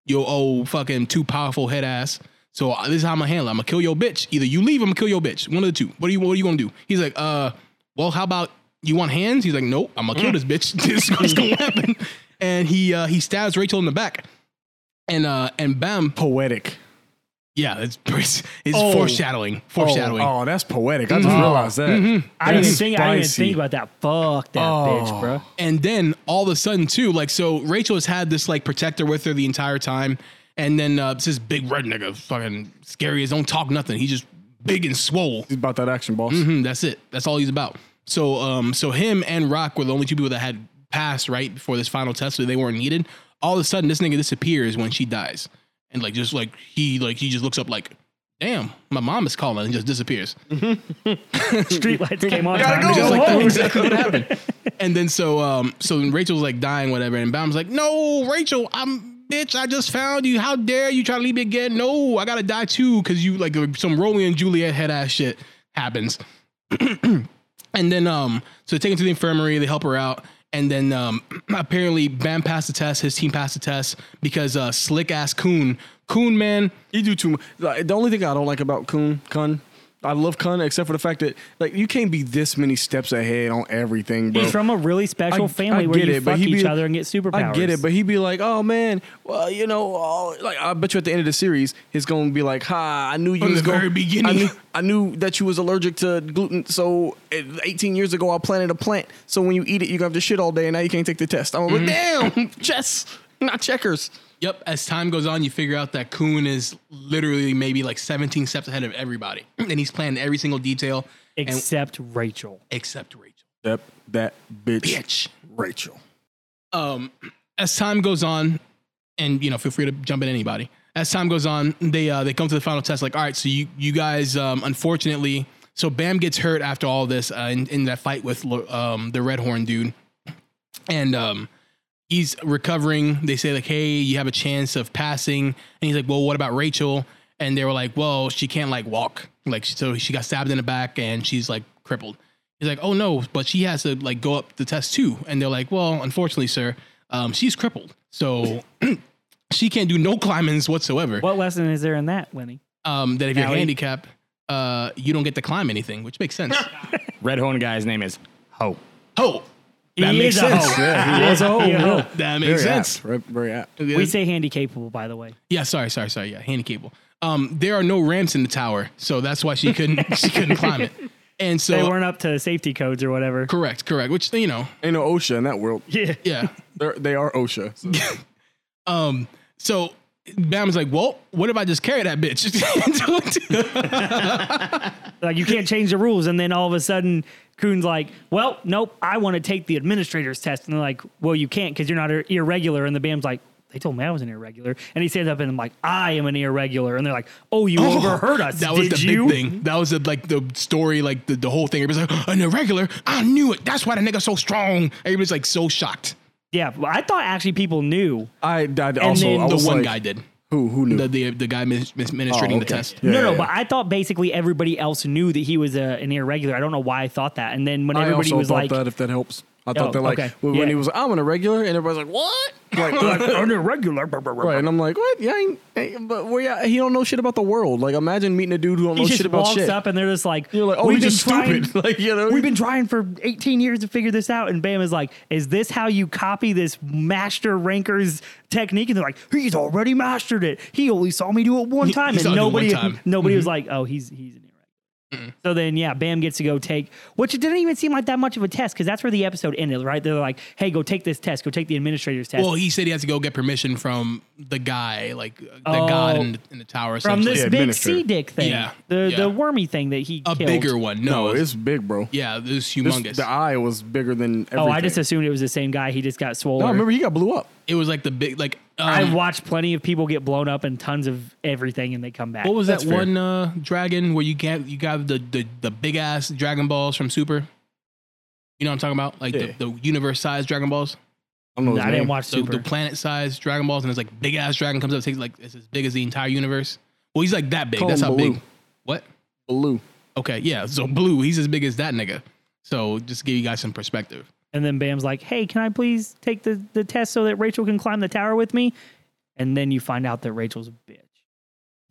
Speaker 1: Yo, old fucking too powerful head ass. So uh, this is how I'm gonna handle. it. I'm gonna kill your bitch. Either you leave, I'm gonna kill your bitch. One of the two. What are you? What are you gonna do? He's like, uh, well, how about you want hands? He's like, nope. I'm gonna kill this bitch. this is what's gonna happen. And he uh, he stabs Rachel in the back. And uh, and bam,
Speaker 2: Poetic.
Speaker 1: yeah, it's it's, it's foreshadowing, foreshadowing. Mm-hmm.
Speaker 2: Oh, oh, that's poetic. I just realized that.
Speaker 3: I didn't
Speaker 2: That's
Speaker 3: think I didn't
Speaker 2: spicy.
Speaker 3: even
Speaker 2: Oh.
Speaker 3: think about that. Fuck that bitch, bro.
Speaker 1: And then all of a sudden, too, like so, Rachel has had this like protector with her the entire time, and then uh, it's this big red nigga, fucking scary as don't talk nothing. He's just big and swole.
Speaker 2: He's about that action, boss.
Speaker 1: Mhm, that's it. That's all he's about. So, um, so him and Rock were the only two people that had passed right before this final test, so they weren't needed. All of a sudden, this nigga disappears when she dies, and like just like he like he just looks up like, damn, my mom is calling, and just disappears.
Speaker 3: Streetlights came on.
Speaker 2: Gotta
Speaker 3: time
Speaker 2: go.
Speaker 3: to
Speaker 1: Just like
Speaker 3: home.
Speaker 1: that, exactly what happened. And then so um so Rachel's like dying, whatever, and Bam's like, No, Rachel, I'm bitch, I just found you. How dare you try to leave me again? No, I gotta die too, cause you like uh, some Romeo and Juliet head ass shit happens. and then um so they take her to the infirmary, they help her out. And then um, apparently Bam passed the test, his team passed the test because uh, slick ass Coon, Coon man,
Speaker 2: You do too much. Like, the only thing I don't like about Kun, Kun, I love Kun, except for the fact that like you can't be this many steps ahead on everything, bro.
Speaker 3: He's from a really
Speaker 2: I-
Speaker 3: special family
Speaker 2: I
Speaker 3: where
Speaker 2: get
Speaker 3: you
Speaker 2: it, but
Speaker 3: fuck
Speaker 2: he
Speaker 3: each
Speaker 2: be-
Speaker 3: other and get superpowers.
Speaker 2: I get it, but he'd be like, "Oh man, well, you know, oh, like I bet you at the end of the series, he's gonna be like, ha, I knew you
Speaker 1: From
Speaker 2: was
Speaker 1: the
Speaker 2: gonna,
Speaker 1: very beginning.
Speaker 2: I knew, I knew that you was allergic to gluten, so eh, 18 years ago, I planted a plant. So when you eat it, you gonna have to shit all day, and now you can't take the test. I'm like, damn, chess, not checkers.
Speaker 1: Yep. As time goes on, you figure out that Kuhn is literally maybe like 17 steps ahead of everybody, and he's planning every single detail and-
Speaker 3: except Rachel.
Speaker 1: except Rachel.
Speaker 2: Yep, that
Speaker 1: Bitch.
Speaker 2: Rachel.
Speaker 1: Um, as time goes on, and you know, feel free to jump in anybody. As time goes on, they uh, they come to the final test. Like, all right, so you you guys, um, unfortunately, so Bam gets hurt after all this uh, in, in that fight with Lo- um, the Red Horn dude, and um, he's recovering. They say like, "Hey, you have a chance of passing," and he's like, "Well, what about Rachel?" And they were like, "Well, she can't like walk, like so she got stabbed in the back and she's like crippled." He's like, "Oh no, but she has to like go up the test too." And they're like, "Well, unfortunately, sir, um, she's crippled, so she can't do no climbings whatsoever.
Speaker 3: What lesson is there in that, Winnie?
Speaker 1: Um, that if you're
Speaker 3: Allie?
Speaker 1: handicapped, uh, you don't get to climb anything, which makes sense."
Speaker 5: Red Horn guy's name is Ho.
Speaker 1: Ho. That
Speaker 3: He
Speaker 1: makes
Speaker 3: is a
Speaker 1: sense.
Speaker 3: hoe.
Speaker 2: Yeah, he was a hoe.
Speaker 3: Yeah.
Speaker 2: yeah.
Speaker 1: That
Speaker 2: Very
Speaker 1: makes sense. Mm-hmm.
Speaker 2: apt. Right, very apt.
Speaker 3: We say handy capable, by the way.
Speaker 1: Yeah, sorry, sorry, sorry. Yeah, handy cable. Um, there are no ramps in the tower, so that's why she couldn't she couldn't climb it. And
Speaker 3: They
Speaker 1: so uh,
Speaker 3: weren't up to safety codes or whatever.
Speaker 1: correct, correct. Which you know,
Speaker 2: Ain't no OSHA in that world.
Speaker 3: Yeah.
Speaker 1: yeah.
Speaker 2: They're, they are OSHA. So
Speaker 1: Um, so Bam's like, well, what if I just carry that bitch?
Speaker 3: Like you can't change the rules, and then all of a sudden, Coon's like, "Well, nope, I want to take the administrator's test." And they're like, "Well, you can't because you're not ir- irregular." And the BAM's like, "They told me I was an irregular," and he stands up and I'm like, "I am an irregular," and they're like, "Oh, you overheard us?
Speaker 1: That was
Speaker 3: did
Speaker 1: the
Speaker 3: you?"
Speaker 1: big thing. That was the, like the story, like the, the whole thing. Everybody's like, an irregular. I knew it. That's why the nigga's so strong. Everybody's like so shocked.
Speaker 3: Yeah, well, I thought actually people knew.
Speaker 2: I, I also
Speaker 3: then
Speaker 2: I
Speaker 1: The
Speaker 2: was
Speaker 1: one
Speaker 2: like,
Speaker 1: guy did.
Speaker 2: who who knew
Speaker 1: The the, the guy mis-
Speaker 2: Oh,
Speaker 1: administrating the
Speaker 2: okay.
Speaker 1: test.
Speaker 2: Yeah,
Speaker 3: no, no,
Speaker 2: yeah,
Speaker 3: but I thought basically everybody else knew that he was a, an irregular. I don't know why I thought that. And then when
Speaker 2: I
Speaker 3: everybody
Speaker 2: also
Speaker 3: was
Speaker 2: thought
Speaker 3: like,
Speaker 2: that if that helps. I thought
Speaker 3: Oh,
Speaker 2: they're like
Speaker 3: okay.
Speaker 2: when when
Speaker 3: Yeah.
Speaker 2: he was I'm an irregular and everybody's like what like, like
Speaker 3: "An irregular," blah, blah, blah,
Speaker 2: right
Speaker 3: blah.
Speaker 2: and I'm like what yeah I ain't, ain't- but where yeah he don't know shit about the world like imagine meeting a dude who don't
Speaker 3: he
Speaker 2: know
Speaker 3: just
Speaker 2: shit about
Speaker 3: walks
Speaker 2: shit
Speaker 3: up and they're just like,
Speaker 2: you're like oh
Speaker 3: "We've
Speaker 2: he's
Speaker 3: been
Speaker 2: just
Speaker 3: trying-
Speaker 2: stupid like you know
Speaker 3: We've been trying for 18 years to figure this out. And Bam is like, Is this how you copy this master ranker's technique? And they're like, He's already mastered it. He only saw me do it one
Speaker 1: He-
Speaker 3: time.
Speaker 1: he saw
Speaker 3: and
Speaker 1: it do it one
Speaker 3: nobody,
Speaker 1: time.
Speaker 3: nobody was like, Oh, he's, he's an irregular. So then, yeah, Bam gets to go take, which it didn't even seem like that much of a test because that's where the episode ended, right? They're like, Hey, go take this test. Go take the administrator's test.
Speaker 1: Well, he said he has to go get permission from the guy, like the
Speaker 3: Oh.
Speaker 1: god in the, in the tower.
Speaker 3: From
Speaker 1: essentially.
Speaker 3: this
Speaker 2: Yeah,
Speaker 3: big
Speaker 2: administrator.
Speaker 3: sea dick thing,
Speaker 1: Yeah,
Speaker 3: the
Speaker 1: yeah.
Speaker 3: the wormy thing that he
Speaker 1: a
Speaker 3: killed.
Speaker 1: bigger one. No,
Speaker 2: no it's big bro
Speaker 1: yeah, this
Speaker 2: This-
Speaker 1: humongous.
Speaker 2: the eye was bigger than everything
Speaker 3: Oh, I just assumed it was the same guy. He just got swollen.
Speaker 2: no remember he got blew up
Speaker 1: it was like the big like. Um,
Speaker 3: I've watched plenty of people get blown up and tons of everything, and they come back.
Speaker 1: what was that
Speaker 2: That's fair.
Speaker 1: one uh, dragon where you get you got the, the the big ass Dragon Balls from Super? You know what I'm talking about? Like
Speaker 2: Yeah.
Speaker 1: the, the universe sized Dragon Balls,
Speaker 2: I don't know
Speaker 3: No,
Speaker 2: his
Speaker 3: I didn't
Speaker 2: name.
Speaker 3: watch
Speaker 1: the,
Speaker 3: Super.
Speaker 1: the planet sized Dragon Balls, and it's like big ass dragon comes up, takes like it's as big as the entire universe. Well, he's like that big.
Speaker 2: Call
Speaker 1: That's
Speaker 2: him
Speaker 1: how
Speaker 2: Baloo.
Speaker 1: big. What?
Speaker 2: blue
Speaker 1: Okay, yeah. So blue, he's as big as that nigga. So just to give you guys some perspective.
Speaker 3: and then Bam's like, "Hey, can I please take the the test so that Rachel can climb the tower with me?" And then you find out that Rachel's a bitch.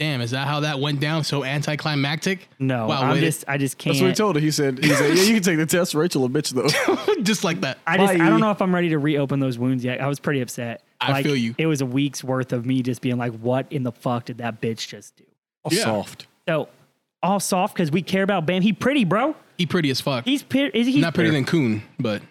Speaker 1: Damn, is that how that went down? So anticlimactic?
Speaker 3: No,
Speaker 1: Wow,
Speaker 3: I'm
Speaker 1: wait.
Speaker 3: just, I just can't.
Speaker 2: that's what he told her he said he said yeah you can take the test Rachel a bitch though
Speaker 1: just like that.
Speaker 3: I just, I
Speaker 2: Bye.
Speaker 3: don't know if I'm ready to reopen those wounds yet. I was pretty upset.
Speaker 1: I feel you.
Speaker 3: It was a week's worth of me just being like, "What in the fuck did that bitch just do?"
Speaker 1: Yeah.
Speaker 2: soft
Speaker 3: So all soft because we care about Bam. He pretty, bro.
Speaker 1: He pretty as fuck.
Speaker 3: He's pe- is he?
Speaker 1: Not prettier than Coon, but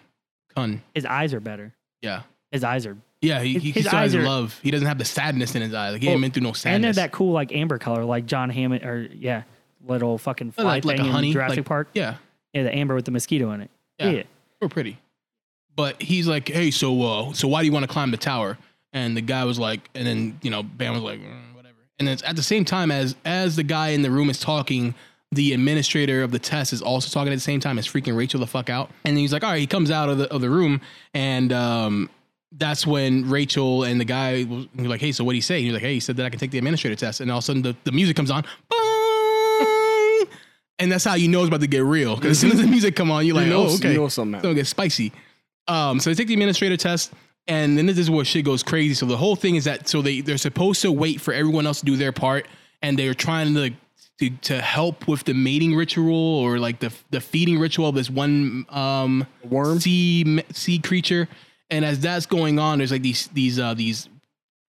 Speaker 1: Kun.
Speaker 3: His eyes are better.
Speaker 1: Yeah.
Speaker 3: His eyes are
Speaker 1: Yeah, he, he, he
Speaker 3: his
Speaker 1: still has
Speaker 3: eyes are-
Speaker 1: love. He doesn't have the sadness in his eyes. Like he ain't been through no
Speaker 3: And they're
Speaker 1: sadness.
Speaker 3: that cool like amber color, like John Hammond or yeah, little fucking fly
Speaker 1: like,
Speaker 3: thing
Speaker 1: like a honey.
Speaker 3: in Jurassic
Speaker 1: like-
Speaker 3: Park. Yeah.
Speaker 1: Yeah.
Speaker 3: the amber with the mosquito in it. Yeah.
Speaker 1: Yeah. We're pretty. But he's like, hey, so uh, so why do you want to climb the tower? And the guy was like, and then you know, Bam was like, "Mm, whatever. And it's at the same time as as the guy in the room is talking, the administrator of the test is also talking at the same time as freaking Rachel the fuck out. And he's like, all right, he comes out of the of the room, and um, that's when Rachel and the guy was he was like, hey, so what would he say? He was like, hey, he said that I can take the administrator test. And all of a sudden, the, the music comes on. Bang! And that's how you know it's about to get real. Because as soon as the music come on, you're like,
Speaker 2: know-
Speaker 1: oh, okay.
Speaker 2: you know something
Speaker 1: So it gets spicy. Um, so they take the administrator test, and then this is where shit goes crazy. So the whole thing is that so they they're supposed to wait for everyone else to do their part, and they're trying to to, to help with the mating ritual or like the the feeding ritual of this one um
Speaker 2: Worm?
Speaker 1: sea m- sea creature. And as that's going on, there's like these these uh these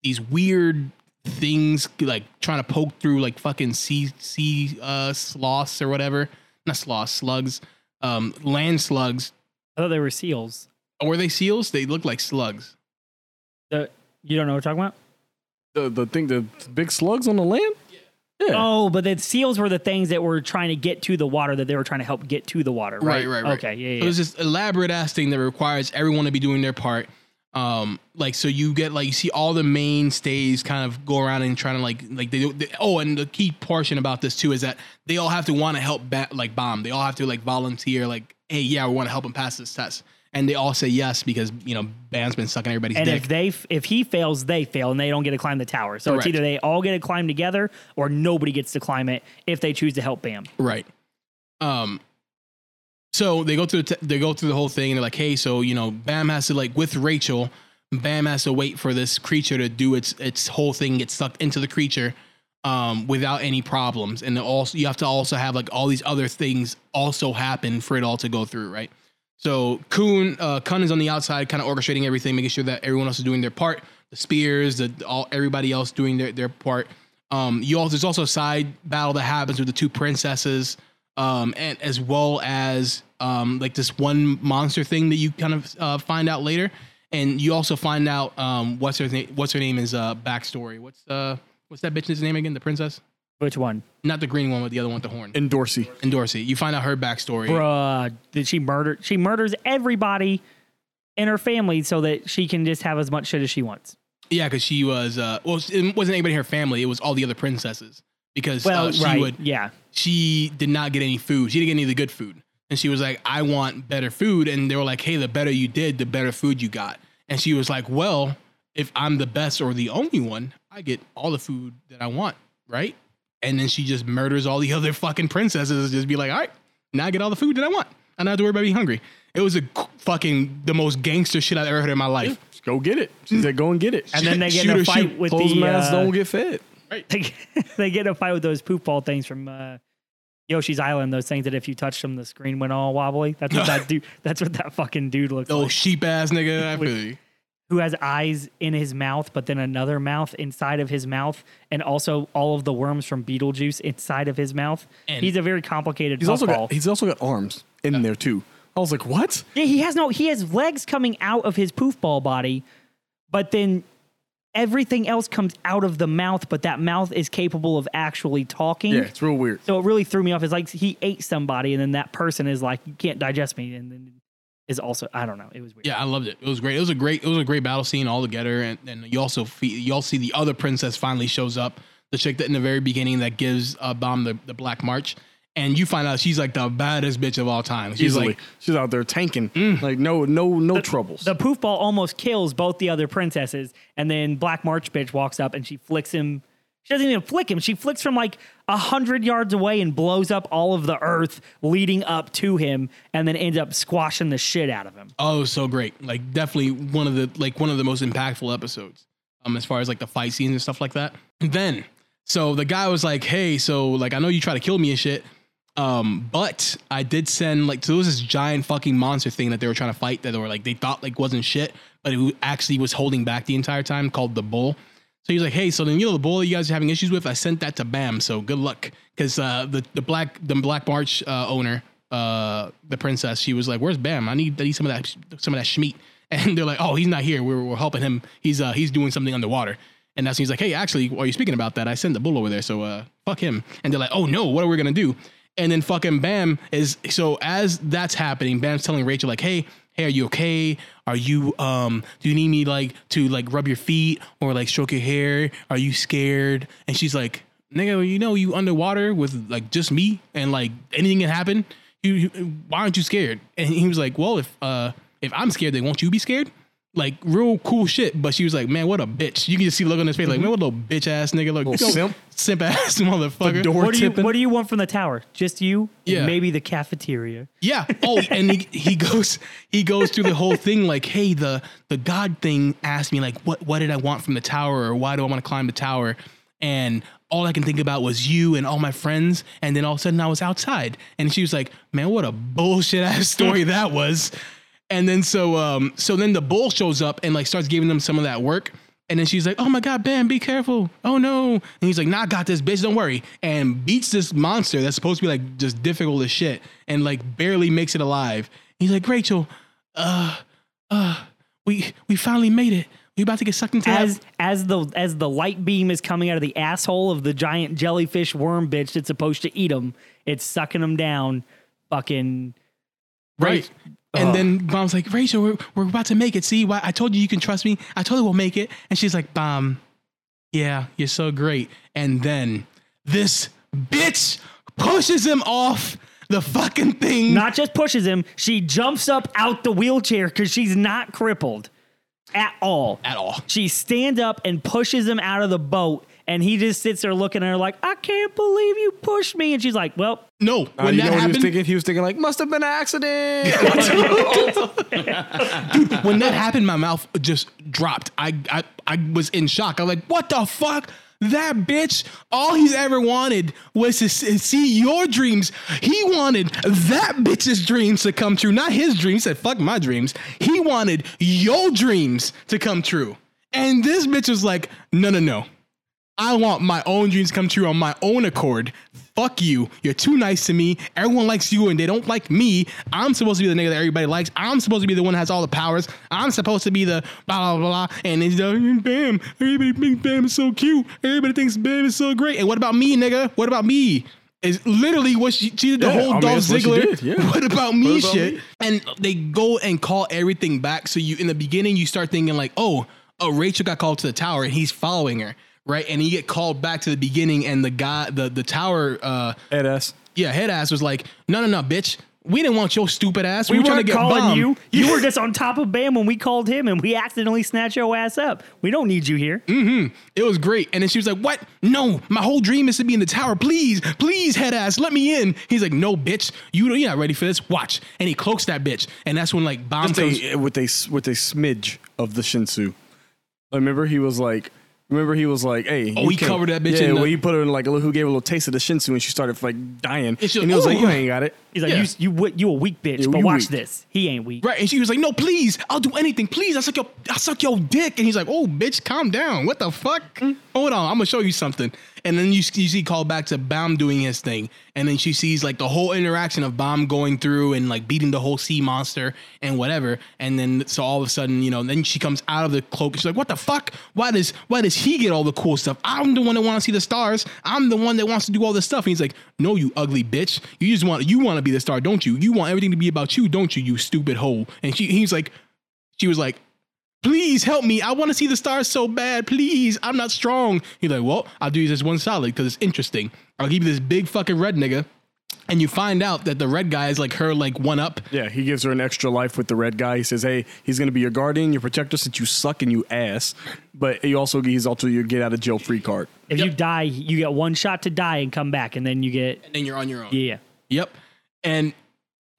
Speaker 1: these weird things like trying to poke through like fucking sea sea uh sloths or whatever. Not sloths, slugs, um land slugs
Speaker 3: I thought they were seals.
Speaker 1: were they seals? They look like slugs.
Speaker 3: The, you don't know what I'm talking about?
Speaker 2: the the thing the big slugs on the land Yeah.
Speaker 3: Oh, but the seals were the things that were trying to get to the water that they were trying to help get to the water, right? Okay, yeah, yeah.
Speaker 1: It was this elaborate ass thing that requires everyone to be doing their part. Um, like so you get like you see all the mainstays kind of go around and trying to like like they, do- they oh and the key portion about this too is that they all have to want to help ba- like bomb. They all have to like volunteer like hey yeah we want to help him pass this test and they all say yes because you know Bam's been sucking everybody's
Speaker 3: and
Speaker 1: dick.
Speaker 3: if they f- if he fails, they fail and they don't get to climb the tower. So
Speaker 1: Correct.
Speaker 3: it's either they all get to climb together or nobody gets to climb it if they choose to help Bam.
Speaker 1: Right. Um. So they go through the t- they go through the whole thing and they're like, hey, so you know, Bam has to like with Rachel, Bam has to wait for this creature to do its its whole thing, and get sucked into the creature, um, without any problems. And also you have to also have like all these other things also happen for it all to go through, right? So Kuhn, uh, Kun is on the outside, kind of orchestrating everything, making sure that everyone else is doing their part. The spears, the all everybody else doing their, their part. Um, you also there's also a side battle that happens with the two princesses, um, and as well as um, like this one monster thing that you kind of uh, find out later, and you also find out um, what's her name. What's her name is uh, backstory. What's uh, what's that bitch's name again? The princess,
Speaker 3: Which one?
Speaker 1: not the green one, but the other one with the horn.
Speaker 2: And Dorsey.
Speaker 1: And Dorsey. You find out her backstory.
Speaker 3: Bruh, did she murder? She murders everybody in her family so that she can just have as much shit as she wants.
Speaker 1: Yeah, because she was uh, well, it wasn't anybody in her family. It was all the other princesses because
Speaker 3: Well,
Speaker 1: uh, she
Speaker 3: right?
Speaker 1: would
Speaker 3: yeah.
Speaker 1: she did not get any food. She didn't get any of the good food, and she was like, "I want better food." And they were like, "Hey, the better you did, the better food you got." And she was like, "Well, if I'm the best or the only one, I get all the food that I want, right?" And then she just murders all the other fucking princesses. and Just be like, "All right, now I get all the food that I want. I don't have to worry about being hungry." It was a fucking the most gangster shit I've ever heard in my life.
Speaker 2: Just go get it. She said, go and get it.
Speaker 3: And then they get in
Speaker 1: Shoot
Speaker 3: a
Speaker 1: or
Speaker 3: fight
Speaker 1: shoot.
Speaker 3: with
Speaker 2: Close
Speaker 3: Hmm. the
Speaker 2: mouths
Speaker 3: uh,
Speaker 2: don't get fed.
Speaker 3: they, get, they get in a fight with those poop ball things from uh, Yoshi's Island. Those things that if you touched them, the screen went all wobbly. That's what that dude. That's what that fucking dude looks
Speaker 1: Oh,
Speaker 3: like.
Speaker 1: sheep ass nigga. I feel you.
Speaker 3: Who has eyes in his mouth, but then another mouth inside of his mouth, and also all of the worms from Beetlejuice inside of his mouth.
Speaker 1: And-
Speaker 3: he's a very complicated.
Speaker 2: He's also
Speaker 3: puffball.
Speaker 2: got he's also got arms in there too. I was like, what?
Speaker 3: Yeah, he has no. He has legs coming out of his poofball body, but then everything else comes out of the mouth. But that mouth is capable of actually talking.
Speaker 1: Mm.
Speaker 2: Yeah, it's real weird.
Speaker 3: So it really threw me off. It's like he ate somebody, and then that person is like, "You can't digest me," and then is also I don't know. It was weird.
Speaker 1: Yeah, I loved it. It was great. It was a great. It was a great battle scene all together, and and you also fe- you all see the other princess finally shows up, the chick that in the very beginning that gives uh, bomb the, the black march, and you find out she's like the baddest bitch of all time. She's
Speaker 2: Easily.
Speaker 1: like Mm.
Speaker 2: she's out there tanking. Like no no no troubles.
Speaker 3: The poof ball almost kills both the other princesses, and then Black March bitch walks up and she flicks him. She doesn't even flick him. She flicks from like a hundred yards away and blows up all of the earth leading up to him, and then ends up squashing the shit out of him.
Speaker 1: oh so great. Like definitely one of the like one of the most impactful episodes. Um, as far as like the fight scenes and stuff like that. And then so the guy was like, hey, so like I know you try to kill me and shit. Um, but I did send like so there was this giant fucking monster thing that they were trying to fight that they were like they thought like wasn't shit, but it actually was holding back the entire time called the bull. So he was like, hey, so then you know the bull you guys are having issues with, I sent that to Bam. So good luck, because uh, the the black the Black March uh, owner, uh, the princess, she was like, where's Bam? I need I need some of that some of that schmeat. And they're like, oh, he's not here. We're, we're helping him. He's uh, he's doing something underwater. And that's when he's like, hey, actually, while you're speaking about that, I sent the bull over there, so uh, fuck him. And they're like, oh no, what are we gonna do? And then fucking Bam is so as that's happening, Bam's telling Rachel like, hey, hey, are you okay? Are you um? Do you need me like to like rub your feet or like stroke your hair? Are you scared? And she's like, nigga, you know you underwater with like just me and like anything can happen. You, you why aren't you scared? And he was like, well, if uh if I'm scared, then won't you be scared? Like real cool shit, but she was like, "Man, what a bitch!" You can just see the look on his face, like, "Man, what a little bitch ass nigga, look,
Speaker 2: Mm-hmm. Little simp.
Speaker 1: simp ass motherfucker."
Speaker 2: door
Speaker 3: What do you
Speaker 2: tipping.
Speaker 3: What do you want from the tower? Just you? and
Speaker 1: Yeah.
Speaker 3: Maybe the cafeteria.
Speaker 1: Yeah. Oh, and he, he goes he goes through the whole thing like, hey, the the God thing asked me like, what what did I want from the tower or why do I want to climb the tower? And all I can think about was you and all my friends. And then all of a sudden I was outside, and she was like, man, what a bullshit ass story that was. And then so um so then the bull shows up and like starts giving them some of that work. And then she's like, "Oh my God, Ben, be careful! Oh no!" And he's like, "Nah, I got this, bitch. Don't worry." And beats this monster that's supposed to be like just difficult as shit, and like barely makes it alive. He's like, "Rachel, uh, uh, we we finally made it. We about to get sucked into
Speaker 3: As
Speaker 1: that."
Speaker 3: as the as the light beam is coming out of the asshole of the giant jellyfish worm bitch that's supposed to eat him, it's sucking him down. Fucking
Speaker 1: Right. And then
Speaker 2: Uh-huh.
Speaker 1: Bom's like, Rachel, we're, we're about to make it. See, why I told you you can trust me. I told you we'll make it. And she's like, Bomb, yeah, you're so great. And then this bitch pushes him off the fucking thing.
Speaker 3: not just pushes him, she jumps up out the wheelchair because she's not crippled at all.
Speaker 1: at all.
Speaker 3: She stands up and pushes him out of the boat, and he just sits there looking at her like, I can't believe you pushed me. And she's like, Well,
Speaker 1: No,
Speaker 2: Uh,
Speaker 1: when
Speaker 2: you
Speaker 1: that
Speaker 2: know what he was
Speaker 1: happened,
Speaker 2: thinking? He was thinking like, must have been an accident.
Speaker 1: when that happened, my mouth just dropped. I, I I was in shock. I'm like, what the fuck? That bitch, all he's ever wanted was to s- see your dreams. He wanted that bitch's dreams to come true, not his dreams. He said, fuck my dreams. He wanted your dreams to come true. And this bitch was like, no, no, no. I want my own dreams come true on my own accord. Fuck you. You're too nice to me. Everyone likes you and they don't like me. I'm supposed to be the nigga that everybody likes. I'm supposed to be the one that has all the powers. I'm supposed to be the blah, blah, blah. blah. And it's the, Bam. Everybody thinks Bam is so cute. Everybody thinks Bam is so great. And what about me, nigga? What about me? Is literally what she, she did the
Speaker 2: Yeah,
Speaker 1: whole
Speaker 2: I mean,
Speaker 1: Dolph
Speaker 2: that's what she
Speaker 1: Ziggler.
Speaker 2: did, yeah.
Speaker 1: What about me
Speaker 2: What about
Speaker 1: shit?
Speaker 2: me?
Speaker 1: And they go and call everything back. So you in the beginning you start thinking like, oh, oh, Rachel got called to the tower and he's following her. Right. And you get called back to the beginning and the guy the the tower uh
Speaker 2: Ed S.
Speaker 1: yeah, head ass was like, No, no, no, bitch. We didn't want your stupid ass. We,
Speaker 3: We
Speaker 1: were trying to
Speaker 3: weren't
Speaker 1: get
Speaker 3: calling
Speaker 1: bombed.
Speaker 3: you. You were just on top of Bam when we called him, and we accidentally snatched your ass up. We don't need you here.
Speaker 1: It was great. And then she was like, What? No, my whole dream is to be in the tower. Please, please, head ass, let me in. He's like, No, bitch, you don't, you're not ready for this. Watch. And he cloaks that bitch. And that's when like bomb
Speaker 2: With
Speaker 1: comes.
Speaker 2: a, with a with a smidge of the Shinsu. I remember he was like, remember he was like, hey,
Speaker 1: Oh,
Speaker 2: you
Speaker 1: he
Speaker 2: can't-
Speaker 1: covered that bitch
Speaker 2: Yeah,
Speaker 1: in
Speaker 2: well,
Speaker 1: the-
Speaker 2: he put her in like a little, who gave her a little taste of the Shinsu, and she started like dying.
Speaker 1: It's just-
Speaker 2: and he was like,
Speaker 1: Ooh.
Speaker 2: you ain't got it.
Speaker 3: He's like,
Speaker 1: Yeah.
Speaker 3: you, you, wi- you a weak bitch,
Speaker 2: Yeah,
Speaker 3: but
Speaker 2: you
Speaker 3: watch
Speaker 2: weak.
Speaker 3: this. He ain't weak.
Speaker 1: Right. And she was like, No, please, I'll do anything. Please, I suck your I suck your dick. And he's like, Oh, bitch, calm down. What the fuck? Hold on, I'm gonna show you something. And then you, you see call back to Bomb doing his thing. And then she sees like the whole interaction of Bomb going through and like beating the whole sea monster and whatever. And then so all of a sudden, you know, then she comes out of the cloak and she's like, What the fuck? Why does why does he get all the cool stuff? I'm the one that wants to see the stars. I'm the one that wants to do all this stuff. And he's like, No, you ugly bitch. You just want you want to be the star, don't you? You want everything to be about you, don't you, you stupid hole. And she he's like, she was like, please help me. I want to see the stars so bad. Please, I'm not strong. He's like, well, I'll do you this one solid because it's interesting. I'll give you this big fucking red nigga. And you find out that the red guy is like her, like one up.
Speaker 2: Yeah, he gives her an extra life with the red guy. He says, "Hey, he's going to be your guardian, your protector, since you suck and you ass." But he also he's also your get out of jail free card.
Speaker 3: If you die, you get one shot to die and come back, and then you get
Speaker 1: And then you're on your own.
Speaker 3: yeah.
Speaker 1: Yep. And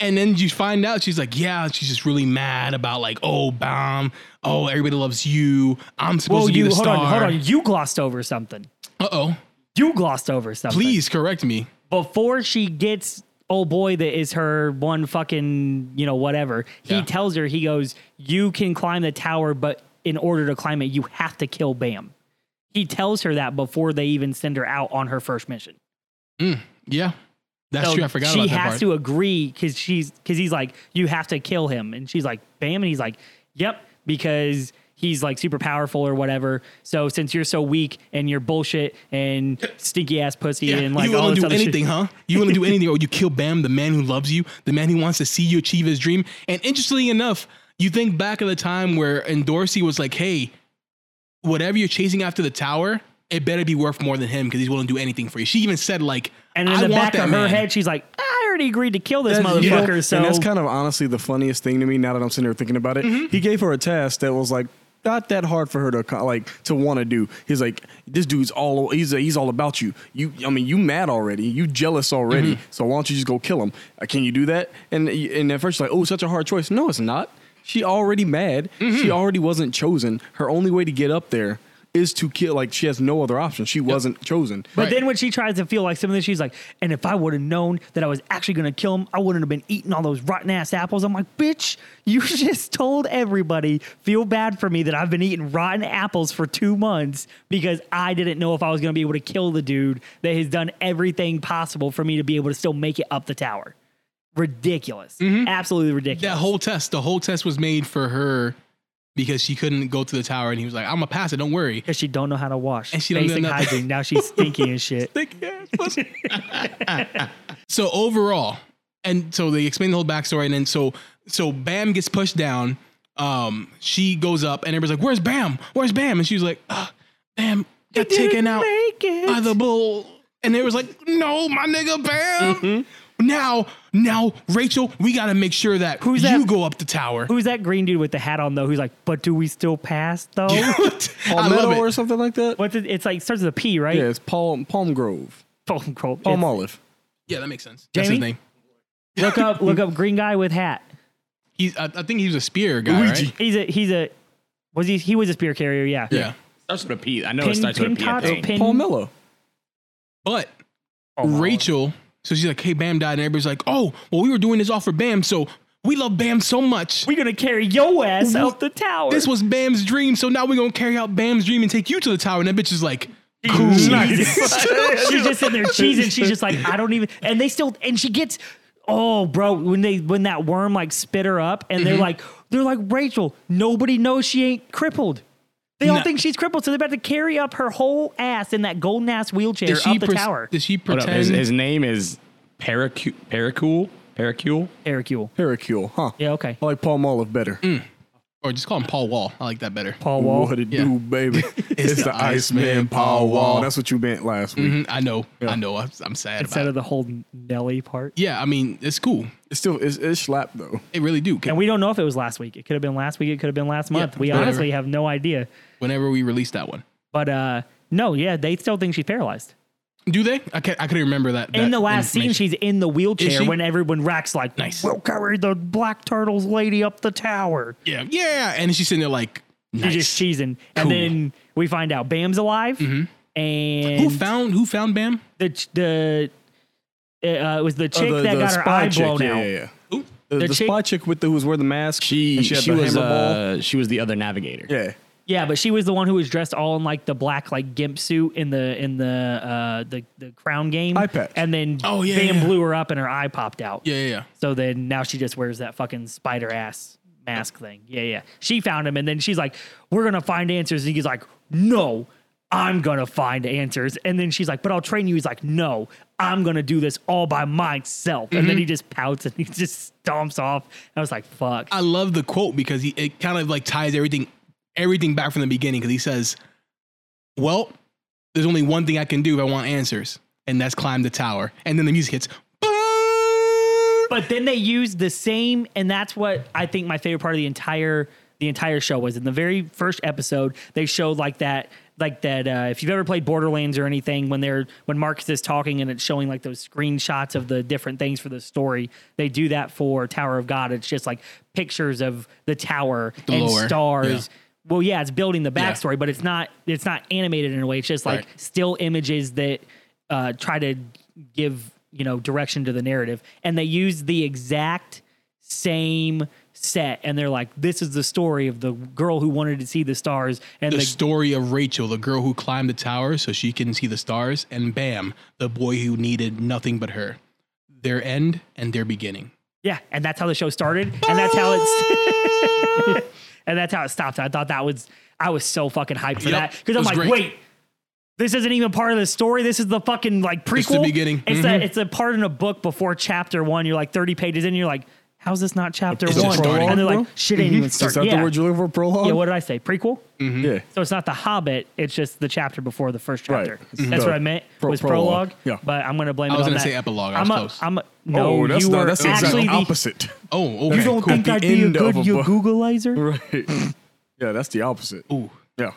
Speaker 1: and then you find out she's like, yeah, she's just really mad about like, oh, bomb, oh, everybody loves you. I'm supposed
Speaker 3: Well,
Speaker 1: to be
Speaker 3: you
Speaker 1: the
Speaker 3: hold
Speaker 1: star.
Speaker 3: on, hold on. You glossed over something.
Speaker 1: Uh oh.
Speaker 3: You glossed over something.
Speaker 1: Please correct me.
Speaker 3: before she gets old boy that is her one fucking you know whatever he
Speaker 1: Yeah.
Speaker 3: tells her he goes you can climb the tower but in order to climb it you have to kill bam he tells her that before they even send her out on her first mission
Speaker 1: Yeah. That's
Speaker 3: So
Speaker 1: true. I forgot
Speaker 3: she
Speaker 1: about that
Speaker 3: has
Speaker 1: part.
Speaker 3: to agree because she's because he's like you have to kill him and she's like bam and he's like yep because he's like super powerful or whatever so since you're so weak and you're bullshit and stinky ass pussy
Speaker 1: Yeah,
Speaker 3: and like
Speaker 1: you
Speaker 3: all
Speaker 1: want
Speaker 3: this
Speaker 1: to do
Speaker 3: other shit-
Speaker 1: anything, huh? You want to do anything, or you kill Bam, the man who loves you, the man who wants to see you achieve his dream. And interestingly enough, you think back of the time where Endorsey was like, "Hey, whatever you're chasing after the tower, it better be worth more than him because he's willing to do anything for you." She even said like,
Speaker 3: And in
Speaker 1: I
Speaker 3: the
Speaker 1: want
Speaker 3: back
Speaker 1: that
Speaker 3: of her
Speaker 1: man.
Speaker 3: head, she's like, I already agreed to kill this
Speaker 2: That's- you know,
Speaker 3: motherfucker. so Mm-hmm.
Speaker 2: and that's kind of honestly the funniest thing to me now that I'm sitting here thinking about it. He gave her a task that was like not that hard for her to co- like to want to do. He's like, this dude's all he's he's all about you. You, I mean, you mad already? You jealous already?
Speaker 3: Mm-hmm.
Speaker 2: So why don't you just go kill him? Uh, can you do that? And and at first, like, oh, such a hard choice. No, it's not. She already mad.
Speaker 3: Mm-hmm.
Speaker 2: She already wasn't chosen. Her only way to get up there is to kill. Like she has no other option. She wasn't chosen.
Speaker 3: but
Speaker 1: Right.
Speaker 3: then when she tries to feel like something, she's like, and if I would have known that I was actually going to kill him, I wouldn't have been eating all those rotten ass apples. I'm like, bitch, you just told everybody, feel bad for me that I've been eating rotten apples for two months because I didn't know if I was going to be able to kill the dude that has done everything possible for me to be able to still make it up the tower. Ridiculous.
Speaker 1: Mm-hmm.
Speaker 3: Absolutely ridiculous.
Speaker 1: That whole test, the whole test was made for her because she couldn't go to the tower, and he was like, "I'm gonna pass it. Don't worry."
Speaker 3: because she don't know how to wash
Speaker 1: And she don't know
Speaker 3: basic
Speaker 1: nothing.
Speaker 3: hygiene. Now she's stinky and shit.
Speaker 1: So overall, and so they explain the whole backstory, and then so so Bam gets pushed down. Um, she goes up, and everybody's like, "Where's Bam? Where's Bam?" And she's like, uh, "Bam got taken out
Speaker 3: make it.
Speaker 1: by the bull." And they was like, "No, my nigga, Bam."
Speaker 3: Mm-hmm.
Speaker 1: Now, now, Rachel, we gotta make sure that
Speaker 3: Who's
Speaker 1: you
Speaker 3: that?
Speaker 1: go up the tower.
Speaker 3: Who's that green dude with the hat on though? Who's like, but do we still pass though?
Speaker 1: I
Speaker 2: Palmetto
Speaker 1: love
Speaker 2: or
Speaker 1: it.
Speaker 2: something like that.
Speaker 3: What's it, it's like starts with a P, right?
Speaker 2: Yeah, it's Palm Palm Grove,
Speaker 3: Palm Grove.
Speaker 2: Palm
Speaker 3: It's-
Speaker 2: Olive.
Speaker 1: Yeah, that makes sense. That's his
Speaker 3: Jamie?
Speaker 1: name.
Speaker 3: Look up, look up, green guy with hat.
Speaker 1: He's, I, I think he was a spear guy, right?
Speaker 3: He's a he's a was he he was a spear carrier? Yeah.
Speaker 1: Yeah.
Speaker 5: starts with a P. I know
Speaker 3: Pin-
Speaker 5: it starts with a P. I
Speaker 3: Pincott's
Speaker 5: think.
Speaker 3: pin-
Speaker 2: Paul Miller.
Speaker 1: But
Speaker 3: Oh,
Speaker 1: Rachel, so she's like, hey, Bam died. And everybody's like, oh, well, we were doing this all for Bam. So we love Bam so much.
Speaker 3: We're gonna carry yo ass
Speaker 1: What?
Speaker 3: out the tower.
Speaker 1: this was Bam's dream. So now we're going to carry out Bam's dream and take you to the tower. And that bitch is like, cool.
Speaker 3: she's just in there cheesing. She's just like, I don't even. And they still, and she gets, oh, bro, when they when that worm like spit her up, and they're like, they're like Rachel. Nobody knows she ain't crippled. They all
Speaker 1: No.
Speaker 3: think she's crippled, so they're about to carry up her whole ass in that golden ass wheelchair
Speaker 1: Did she,
Speaker 3: up the
Speaker 1: pres-
Speaker 3: tower.
Speaker 1: did she
Speaker 5: Hold
Speaker 1: pretend?
Speaker 5: up, His, his name is Paracule. Paracule. Paracule.
Speaker 3: Hercule.
Speaker 2: Hercule, huh?
Speaker 3: Yeah, okay.
Speaker 2: I like Paul Mulliff better.
Speaker 1: or just call him Paul Wall. I like that better.
Speaker 3: Paul Wall.
Speaker 2: What it
Speaker 1: Yeah.
Speaker 2: do, baby? it's,
Speaker 1: the
Speaker 2: the,
Speaker 1: Iceman,
Speaker 2: Iceman,
Speaker 1: Paul
Speaker 2: Paul Wall.
Speaker 1: Wall.
Speaker 2: That's what you meant last week.
Speaker 3: Mm-hmm.
Speaker 1: Mhm, I know. I know. I'm, I'm sad
Speaker 3: Instead
Speaker 1: about
Speaker 3: of
Speaker 1: it.
Speaker 3: the whole Nelly part.
Speaker 1: Yeah, I mean, it's cool.
Speaker 2: It's still it's, it's slap though.
Speaker 1: They really do. 'Cause
Speaker 3: And we don't know if it was last week. It could have been last week. It could have been last month. we
Speaker 1: whatever.
Speaker 3: honestly have no idea.
Speaker 1: whenever we release that one.
Speaker 3: But uh, no, yeah, they still think she's paralyzed.
Speaker 1: Do they? I can't, I couldn't remember that.
Speaker 3: in
Speaker 1: that
Speaker 3: the last scene,
Speaker 1: information.
Speaker 3: she's in the
Speaker 1: Is
Speaker 3: wheelchair
Speaker 1: she?
Speaker 3: when everyone racks like,
Speaker 1: Nice.
Speaker 3: We'll carry the black turtle's lady up the tower.
Speaker 1: Yeah, yeah. And she's sitting there like, nice.
Speaker 3: She's just cheesing,
Speaker 1: Cool. Mm-hmm.
Speaker 3: and then we find out Bam's alive, and
Speaker 1: who found who found Bam?
Speaker 3: the ch- the uh, it was
Speaker 1: Oh,
Speaker 3: the chick
Speaker 2: Uh, the,
Speaker 3: that
Speaker 2: the
Speaker 3: got her
Speaker 2: spy
Speaker 3: eye
Speaker 2: chick,
Speaker 3: blown
Speaker 2: yeah,
Speaker 3: out.
Speaker 2: Yeah, yeah.
Speaker 1: Who?
Speaker 2: The,
Speaker 3: The
Speaker 2: the,
Speaker 3: chick-
Speaker 2: spy chick with the who was wearing the mask.
Speaker 5: She
Speaker 2: and she
Speaker 5: she,
Speaker 2: had the
Speaker 5: was
Speaker 2: hammer ball.
Speaker 5: uh, she was the other navigator.
Speaker 2: Yeah,
Speaker 3: Yeah, but she was the one who was dressed all in like the black like gimp suit in the in the uh the, the crown game.
Speaker 2: Eye patch.
Speaker 3: And then
Speaker 1: Oh, yeah,
Speaker 3: Bam
Speaker 1: yeah.
Speaker 3: blew her up and her eye popped out.
Speaker 1: Yeah, yeah, yeah.
Speaker 3: So then now she just wears that fucking spider ass mask thing. Yeah, yeah. She found him and then she's like, We're gonna find answers. And he's like, No, I'm gonna find answers. And then she's like, But I'll train you. He's like, No, I'm gonna do this all by myself. And then he just pouts and he just stomps off. I was like, fuck.
Speaker 1: I love the quote because he, it kind of like ties everything everything back from the beginning because he says, "Well, there's only one thing I can do if I want answers, and that's climb the tower." And then the music hits. Boom!
Speaker 3: but then they used the same and that's what i think my favorite part of the entire the entire show was in the very first episode they showed like that like that uh, if you've ever played borderlands or anything when they're when marcus is talking and it's showing like those screenshots of the different things for the story they do that for tower of god it's just like pictures of the tower
Speaker 1: The
Speaker 3: and
Speaker 1: lore,
Speaker 3: stars
Speaker 1: yeah.
Speaker 3: well yeah it's building the backstory but it's not it's not animated in a way it's just like
Speaker 1: Right.
Speaker 3: still images that uh, try to give you know direction to the narrative and they use the exact same set and they're like this is the story of the girl who wanted to see the stars and
Speaker 1: The
Speaker 3: the,
Speaker 1: story of Rachel, the girl who climbed the tower so she can see the stars, and Bam, the boy who needed nothing but her. Their end and their beginning.
Speaker 3: yeah and that's how the show started and that's how it's and that's how it stopped i thought that was i was so fucking hyped for
Speaker 1: Yep,
Speaker 3: that because
Speaker 1: it
Speaker 3: i'm
Speaker 1: was
Speaker 3: like
Speaker 1: great.
Speaker 3: wait this isn't even part of the story. This is the fucking like prequel.
Speaker 1: It's the beginning. Mm-hmm.
Speaker 3: It's a it's a part in a book before chapter one. You're like 30 pages in. You're like, how's this not chapter
Speaker 1: It's
Speaker 3: one?
Speaker 1: just starting. Mm-hmm.
Speaker 3: And they're like,
Speaker 2: Bro?
Speaker 3: shit ain't even
Speaker 2: is
Speaker 3: started.
Speaker 2: that
Speaker 3: yeah.
Speaker 2: the word you look for? Prologue.
Speaker 3: yeah, what did I say? Prequel.
Speaker 2: Yeah.
Speaker 3: So it's not the Hobbit. It's just the chapter before the first
Speaker 2: Right.
Speaker 3: chapter.
Speaker 1: Mm-hmm.
Speaker 2: Mhm.
Speaker 3: That's
Speaker 2: The
Speaker 3: what I meant
Speaker 2: pro-
Speaker 3: was prologue.
Speaker 2: prologue. Yeah.
Speaker 3: But I'm gonna blame.
Speaker 1: I
Speaker 3: it
Speaker 1: was
Speaker 3: on
Speaker 1: gonna
Speaker 3: that.
Speaker 1: say epilogue. I was
Speaker 3: I'm a,
Speaker 1: close.
Speaker 3: I'm a, no.
Speaker 2: oh, that's
Speaker 3: you
Speaker 2: not,
Speaker 3: were
Speaker 2: that's the
Speaker 3: actually
Speaker 2: exact
Speaker 3: the.
Speaker 2: opposite.
Speaker 1: Oh, okay.
Speaker 3: You
Speaker 1: cool.
Speaker 3: don't think
Speaker 2: the
Speaker 3: I'd be a
Speaker 2: end
Speaker 3: good
Speaker 2: of a
Speaker 3: you
Speaker 2: book.
Speaker 3: Googleizer?
Speaker 2: Right. yeah, that's the opposite.
Speaker 1: Ooh.
Speaker 2: Yeah.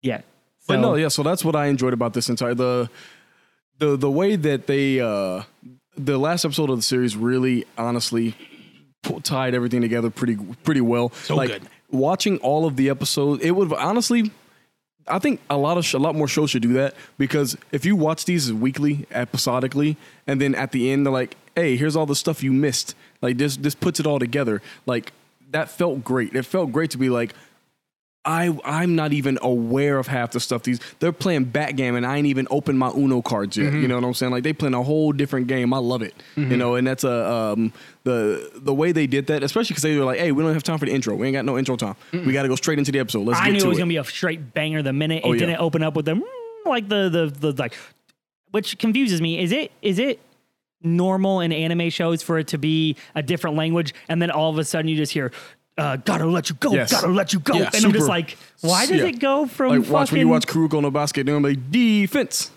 Speaker 3: Yeah.
Speaker 2: But
Speaker 3: So-
Speaker 2: no, yeah. So that's what I enjoyed about this entire the the the way that they uh the last episode of the series really honestly pu- tied everything together pretty pretty well. So like
Speaker 1: good.
Speaker 2: watching all of the episodes, it would honestly. I think a lot of sh- a lot more shows should do that because if you watch these weekly, episodically, and then at the end they're like, "Hey, here's all the stuff you missed." Like this, this puts it all together. Like that felt great. It felt great to be like, I I'm not even aware of half the stuff these they're playing backgammon. I ain't even opened my Uno cards
Speaker 3: Mm-hmm.
Speaker 2: yet. You know what I'm saying? Like they playing a whole different game. I love it. You know, and that's a um the the way they did that, especially because they were like, hey, we don't have time for the intro. We ain't got no intro time. We got to go straight into the episode. Let's
Speaker 3: I
Speaker 2: get
Speaker 3: knew
Speaker 2: to
Speaker 3: it was
Speaker 2: it.
Speaker 3: gonna be a straight banger the minute
Speaker 2: Oh,
Speaker 3: it
Speaker 2: yeah.
Speaker 3: didn't open up with them mm, like the the the like, which confuses me. Is it is it normal in anime shows for it to be a different language and then all of a sudden you just hear. Uh, gotta let you go.
Speaker 2: Yes.
Speaker 3: Gotta let you go.
Speaker 2: Yeah,
Speaker 3: and I'm just
Speaker 2: super.
Speaker 3: like, why does
Speaker 2: Yeah.
Speaker 3: it go from
Speaker 2: like
Speaker 3: fucking?
Speaker 2: watch when you watch Kuroko no Basket doing like defense,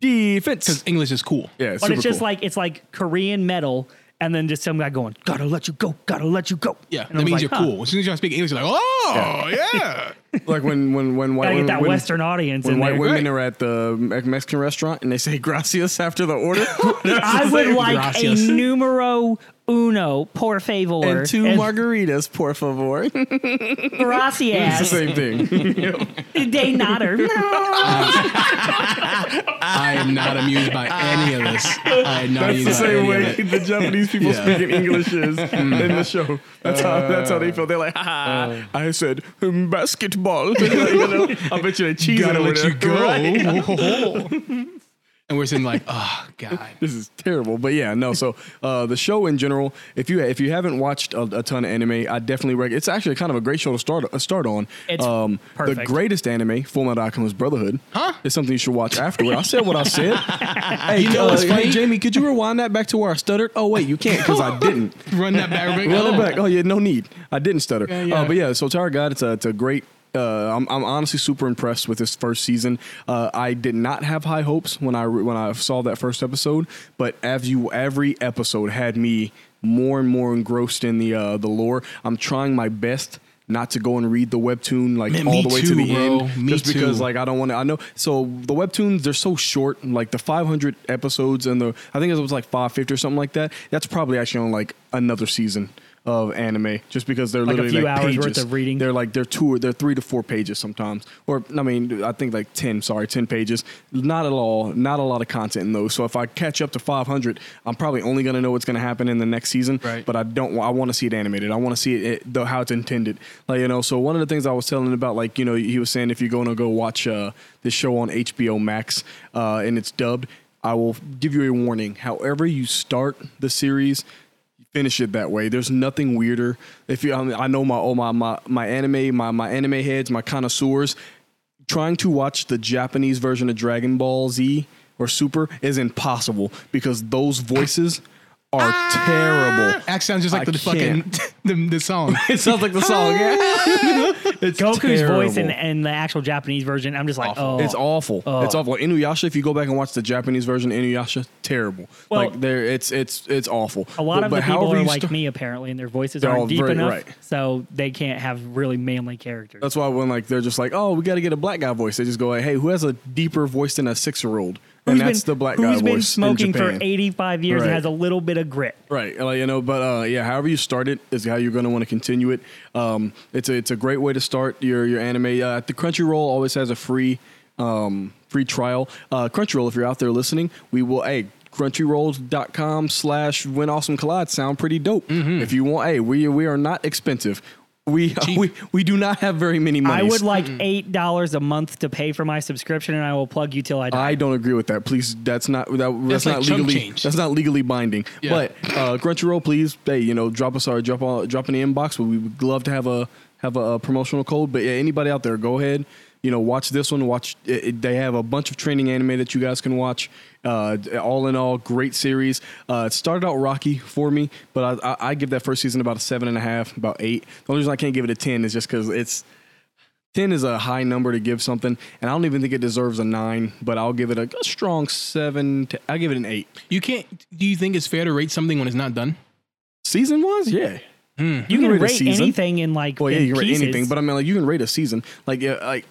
Speaker 2: defense.
Speaker 1: English is cool.
Speaker 2: Yeah, it's
Speaker 3: but
Speaker 2: super
Speaker 3: it's just
Speaker 2: cool.
Speaker 3: like it's like Korean metal, and then just some guy going, "Gotta let you go. Gotta let you go."
Speaker 1: Yeah,
Speaker 3: and
Speaker 1: that
Speaker 3: I'm
Speaker 1: means
Speaker 3: like,
Speaker 1: you're
Speaker 3: huh.
Speaker 1: cool. As soon as you speak English, you're like, oh yeah.
Speaker 2: Like when when when white
Speaker 3: Gotta get
Speaker 2: women,
Speaker 3: that
Speaker 2: when-
Speaker 3: Western audience
Speaker 2: when
Speaker 3: in
Speaker 2: white
Speaker 3: there.
Speaker 2: women are at the Me- Mexican restaurant and they say gracias after the order.
Speaker 3: I would like
Speaker 1: Gracias.
Speaker 3: a numero uno, por favor,
Speaker 2: and two margaritas, por favor. it's the
Speaker 3: gracias,
Speaker 2: same thing.
Speaker 3: de nada.
Speaker 1: I am not amused by any of this. I am not
Speaker 2: That's
Speaker 1: amused
Speaker 2: the
Speaker 1: by
Speaker 2: same
Speaker 1: any
Speaker 2: way
Speaker 1: of it.
Speaker 2: the Japanese people
Speaker 1: Yeah.
Speaker 2: speaking English is in the show. That's how that's how they feel. They're like, ha, ha, I said hmm, basketball. you know, I bet you they cheese
Speaker 1: Gotta
Speaker 2: it over
Speaker 1: let you
Speaker 2: there. Right.
Speaker 1: go. and we're sitting like, oh god.
Speaker 2: This is terrible, but yeah, no. So uh, the show in general, if you if you haven't watched a, a ton of anime, I definitely recommend. It's actually kind of a great show to start uh, start on. Um,
Speaker 3: It's
Speaker 2: The
Speaker 3: perfect.
Speaker 2: greatest anime, Full Metal Alchemist Brotherhood, huh? Is something you should watch afterward. I said what I said. hey,
Speaker 1: You know
Speaker 2: uh,
Speaker 1: what's funny?
Speaker 2: hey, Jamie, could you rewind that back to where I stuttered? Oh wait, you can't because I didn't.
Speaker 1: Run that back.
Speaker 2: Run it back. Oh yeah, no need. I didn't stutter.
Speaker 1: Yeah, yeah.
Speaker 2: Uh, but yeah, so Tower God, it's a, it's a great. Uh, I'm, I'm honestly super impressed with this first season. Uh, I did not have high hopes when I re- when I saw that first episode, but as you, every episode had me more and more engrossed in the uh, the lore. I'm trying my best not to go and read the webtoon like
Speaker 1: Man,
Speaker 2: all
Speaker 1: me
Speaker 2: the way to
Speaker 1: too,
Speaker 2: the
Speaker 1: bro.
Speaker 2: end,
Speaker 1: Me
Speaker 2: just
Speaker 1: too.
Speaker 2: because like.
Speaker 3: Mm-hmm.
Speaker 2: Like I don't want to. I know. So the webtoons they're so short. Like the 500 episodes and the I think it was like 550 or something like that. That's probably actually on like another season of anime, just because they're
Speaker 3: Like a
Speaker 2: literally
Speaker 3: few
Speaker 2: like
Speaker 3: hours
Speaker 2: pages.
Speaker 3: worth of reading.
Speaker 2: They're like they're two or they're three to four pages sometimes, or I mean I think like 10. Sorry, 10 pages. Not at all. Not a lot of content in those. So if I catch up to 500, I'm probably only gonna know what's gonna happen in the next season.
Speaker 1: Right.
Speaker 2: But I don't. wa- I want to see it animated. I want to see it, it the, how it's intended. Like you know. So one of the things I was telling about, like you know, he was saying if you're going to go watch uh, this show on HBO Max uh, and it's dubbed, I will give you a warning. However you start the series. Finish it that way. There's nothing weirder. If you, I, mean, I know my, oh my, my, my anime, my, my anime heads, my connoisseurs trying to watch the Japanese version of Dragon Ball Z or Super is impossible because those voices are terrible.
Speaker 1: Act sounds just like
Speaker 2: I
Speaker 1: the fucking the, the song.
Speaker 2: It sounds like the song. Yeah. it's
Speaker 3: Goku's voice in,
Speaker 2: terrible.
Speaker 3: in the actual Japanese version. I'm just like, oh,
Speaker 2: It's awful. It's awful. Inuyasha. If you go back and watch the Japanese version, of Inuyasha, terrible.
Speaker 3: Well-
Speaker 2: like there, it's it's it's awful.
Speaker 3: A lot
Speaker 2: But-
Speaker 3: of
Speaker 2: but
Speaker 3: the people
Speaker 2: however
Speaker 3: are
Speaker 2: you
Speaker 3: like
Speaker 2: start-
Speaker 3: me apparently, and their voices
Speaker 2: They're all
Speaker 3: aren't deep
Speaker 2: very-
Speaker 3: enough,
Speaker 2: right.
Speaker 3: so they can't have really manly characters.
Speaker 2: That's why when like they're just like, oh, we got to get a black guy voice. They just go like, hey, who has a deeper voice than a six year old? And
Speaker 3: Who's
Speaker 2: that's
Speaker 3: been-
Speaker 2: the black guy voice.
Speaker 3: who's been
Speaker 2: in
Speaker 3: smoking for
Speaker 2: Japan.
Speaker 3: 85 years
Speaker 2: Right.
Speaker 3: and has a little bit of grit.
Speaker 2: Right, like, you know, but uh, yeah, however you start it is how you're going to want to continue it. Um, it's a it's a great way to start your your anime. Uh, the Crunchyroll always has a free um, free trial. Uh, Crunchyroll, if you're out there listening, we will hey crunchyroll.com slash when awesome collides sound pretty dope.
Speaker 3: Mm-hmm.
Speaker 2: If you want, hey, we we are not expensive. We we we do not have very many money.
Speaker 3: I would like eight dollars a month to pay for my subscription, and I will plug you till I die.
Speaker 2: I don't agree with that. Please, that's not that, that's,
Speaker 1: That's like
Speaker 2: not
Speaker 1: chump
Speaker 2: legally
Speaker 1: change.
Speaker 2: that's not legally binding.
Speaker 1: Yeah.
Speaker 2: But uh, Crunchyroll, please, hey, you know, drop us our drop all, drop in the inbox. We would love to have a have a, uh promotional code. But yeah, anybody out there, go ahead. You know, watch this one. Watch it, it- they have a bunch of training anime that you guys can watch. Uh, d- all in all, great series. Uh, it started out rocky for me, but I, I, I give that first season about a seven and a half, about eight. The only reason I can't give it a ten is just because it's 10 is a high number to give something and i don't even think it deserves a 9 but i'll give it a, a strong 7 to, i'll give it an 8
Speaker 1: You can't. Do you think it's fair to rate something when it's not done?
Speaker 2: season wise yeah
Speaker 3: you can
Speaker 2: rate a
Speaker 3: rate
Speaker 2: season.
Speaker 3: anything in like
Speaker 2: well yeah
Speaker 3: in
Speaker 2: you can rate
Speaker 3: pieces.
Speaker 2: anything but i mean like you can rate a season like yeah like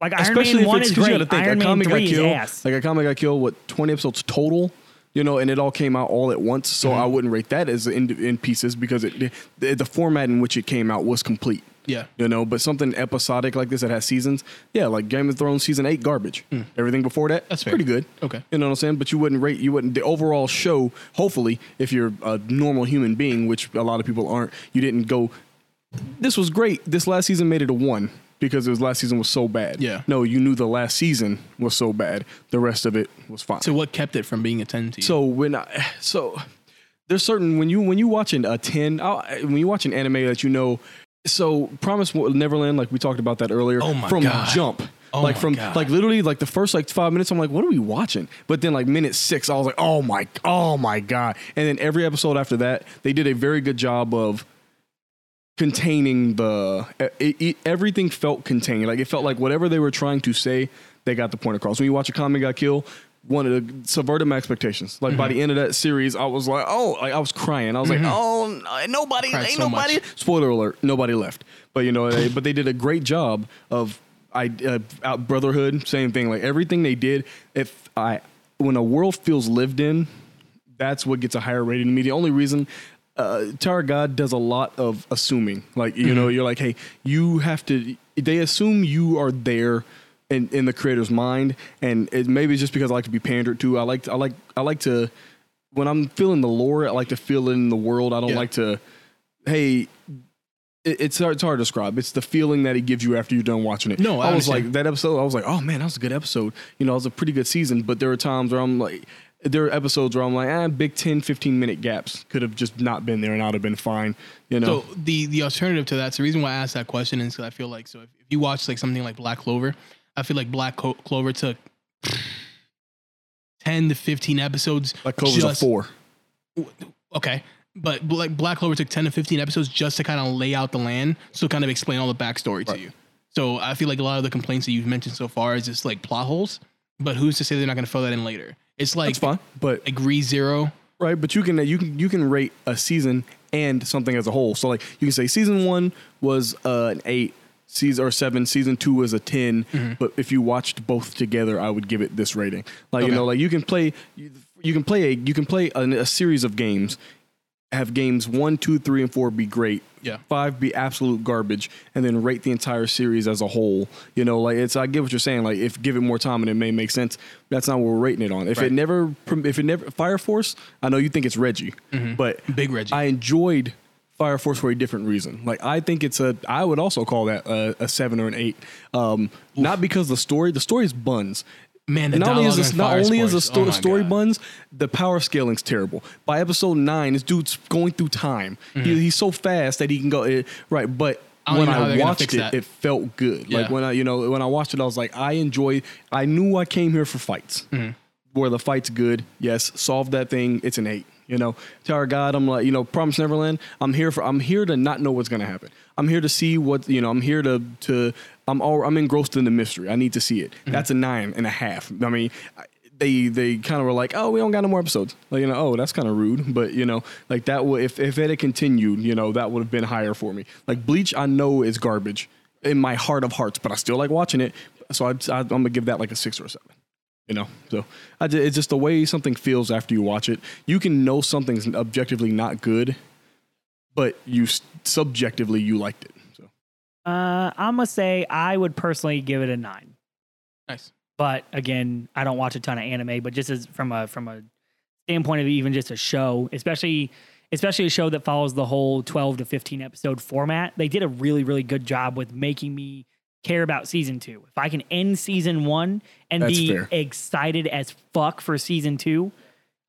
Speaker 3: like Iron
Speaker 2: especially
Speaker 3: Man
Speaker 2: if
Speaker 3: one
Speaker 2: it's
Speaker 3: is
Speaker 2: 'cause you gotta
Speaker 3: great.
Speaker 2: think
Speaker 3: Iron
Speaker 2: a
Speaker 3: Man
Speaker 2: comic
Speaker 3: three
Speaker 2: got
Speaker 3: is
Speaker 2: killed
Speaker 3: ass.
Speaker 2: like a comic got killed what 20 episodes total you know and it all came out all at once so i wouldn't rate that as in, in pieces because it the, the format in which it came out was complete
Speaker 1: Yeah.
Speaker 2: you know but something episodic like this that has seasons yeah like game of thrones season 8 garbage everything before that
Speaker 1: That's fair.
Speaker 2: pretty good
Speaker 1: Okay.
Speaker 2: you know what i'm saying but you wouldn't rate you wouldn't the overall show hopefully if you're a normal human being which a lot of people aren't you didn't go this was great. This last season made it a one because his last season was so bad.
Speaker 1: Yeah.
Speaker 2: No, you knew the last season was so bad. The rest of it was fine.
Speaker 1: So what kept it from being a ten to you?
Speaker 2: So when I, so there's certain when you when you watching a ten I- when you watch an anime that you know. So Promise Neverland, like we talked about that earlier,
Speaker 1: Oh my
Speaker 2: from
Speaker 1: God.
Speaker 2: jump.
Speaker 1: Oh
Speaker 2: like
Speaker 1: my
Speaker 2: from
Speaker 1: God.
Speaker 2: like literally like the first like five minutes, I'm like, what are we watching? But then like minute six, I was like, oh my, oh my god! And then every episode after that, they did a very good job of containing the it, it, everything felt contained like it felt like whatever they were trying to say they got the point across when you watch a comic got killed wanted to subverted my expectations. Like
Speaker 1: Mm-hmm.
Speaker 2: by the end of that series, I was like, oh, like I was crying. I was like, oh, n- nobody,
Speaker 1: Cried
Speaker 2: ain't
Speaker 1: so much.
Speaker 2: nobody. Spoiler alert, nobody left. But you know, they, but they did a great job of I uh, out brotherhood. Same thing. Like everything they did. If I when a world feels lived in, that's what gets a higher rating to me. The only reason uh, Tower of God does a lot of assuming. Like, you
Speaker 1: Mm-hmm.
Speaker 2: know, you're like, hey, you have to, they assume you are there. In, in the creator's mind, and it, maybe it's just because I like to be pandered to. I like I like I like to when I'm feeling the lore. I like to feel it in the world. I don't
Speaker 1: Yeah.
Speaker 2: like to. Hey, it, it's hard, it's hard to describe. It's the feeling that it gives you after you're done watching it.
Speaker 1: No, I
Speaker 2: was
Speaker 1: understand.
Speaker 2: like that episode. I was like, oh man, that was a good episode. You know, it was a pretty good season. But there were times where I'm like, there are episodes where I'm like, ah, big 10, 15 minute gaps could have just not been there, and I'd have been fine. You know,
Speaker 1: So the the alternative to that's the reason why I asked that question is because I feel like so if, if you watch like something like Black Clover, I feel like Black Co- Clover took ten to fifteen episodes.
Speaker 2: like Clover's
Speaker 1: just-
Speaker 2: a four.
Speaker 1: Okay. But like Black Clover took 10 to 15 episodes just to kind of lay out the land, so kind of explain all the backstory to you. So I feel like a lot of the complaints that you've mentioned so far is just like plot holes, but who's to say they're not going to fill that in later? It's like
Speaker 2: It's fine, but
Speaker 1: like ReZero.
Speaker 2: Right, but you can you can you can rate a season and something as a whole. So like you can say season one was uh, an eight, season or seven, season two was a 10
Speaker 1: Mm-hmm.
Speaker 2: But if you watched both together, I would give it this rating. Like you
Speaker 1: Okay.
Speaker 2: know, like you can play you, you can play a you can play an, a series of games, have games one, two, three, and four be great.
Speaker 1: Yeah.
Speaker 2: Five be absolute garbage, and then rate the entire series as a whole. You know, like it's I get what you're saying. Like if give it more time and it may make sense. That's not what we're rating it on. If
Speaker 1: Right.
Speaker 2: it never, if it never Fire Force, I know you think it's Reggie, but
Speaker 1: Mm-hmm. Big Reggie.
Speaker 2: I enjoyed Fire Force for a different reason. Like I think it's a, I would also call that a, a seven or an eight. Um, not because the story, the story is buns.
Speaker 1: Man, the
Speaker 2: not only is
Speaker 1: dialogue
Speaker 2: this,
Speaker 1: on
Speaker 2: not
Speaker 1: Fire
Speaker 2: only is the
Speaker 1: Force, oh
Speaker 2: sto-
Speaker 1: my
Speaker 2: story
Speaker 1: God.
Speaker 2: buns, the power scaling's terrible. By episode nine, this dude's going through time. He, he's so fast that he can go eh, right, but.
Speaker 1: Mm-hmm. I don't
Speaker 2: when
Speaker 1: even know how
Speaker 2: I
Speaker 1: they're gonna
Speaker 2: watched
Speaker 1: fix
Speaker 2: it,
Speaker 1: that.
Speaker 2: it felt good.
Speaker 1: Yeah.
Speaker 2: Like when I, you know, when I watched it, I was like, I enjoy. I knew I came here for fights. Where the fight's good, yes. Solve that thing. It's an eight. You know, Tower of God. I'm like, you know, Promise Neverland. I'm here for. I'm here to not know what's gonna happen. I'm here to see what you know. I'm here to to. I'm all. I'm engrossed in the mystery. I need to see it. That's a nine and a half. I mean. I, they they kind of were like, oh, we don't got no more episodes. Like, you know, oh, that's kind of rude. But you know, like that would if if it had continued, you know, that would have been higher for me. Like Bleach, I know is garbage in my heart of hearts, but I still like watching it. So I'd, i I'm gonna give that like a six or a seven. You know, so I ju- it's just the way something feels after you watch it. You can know something's objectively not good, but you s- subjectively you liked it. So
Speaker 3: Uh, I'm gonna say I would personally give it a nine,
Speaker 1: Nice.
Speaker 3: but again, I don't watch a ton of anime. But just as from a from a standpoint of even just a show, especially especially a show that follows the whole 12 to 15 episode format, they did a really really good job with making me care about season two. If I can end season one and
Speaker 2: That's
Speaker 3: be
Speaker 2: fair.
Speaker 3: excited as fuck for season two,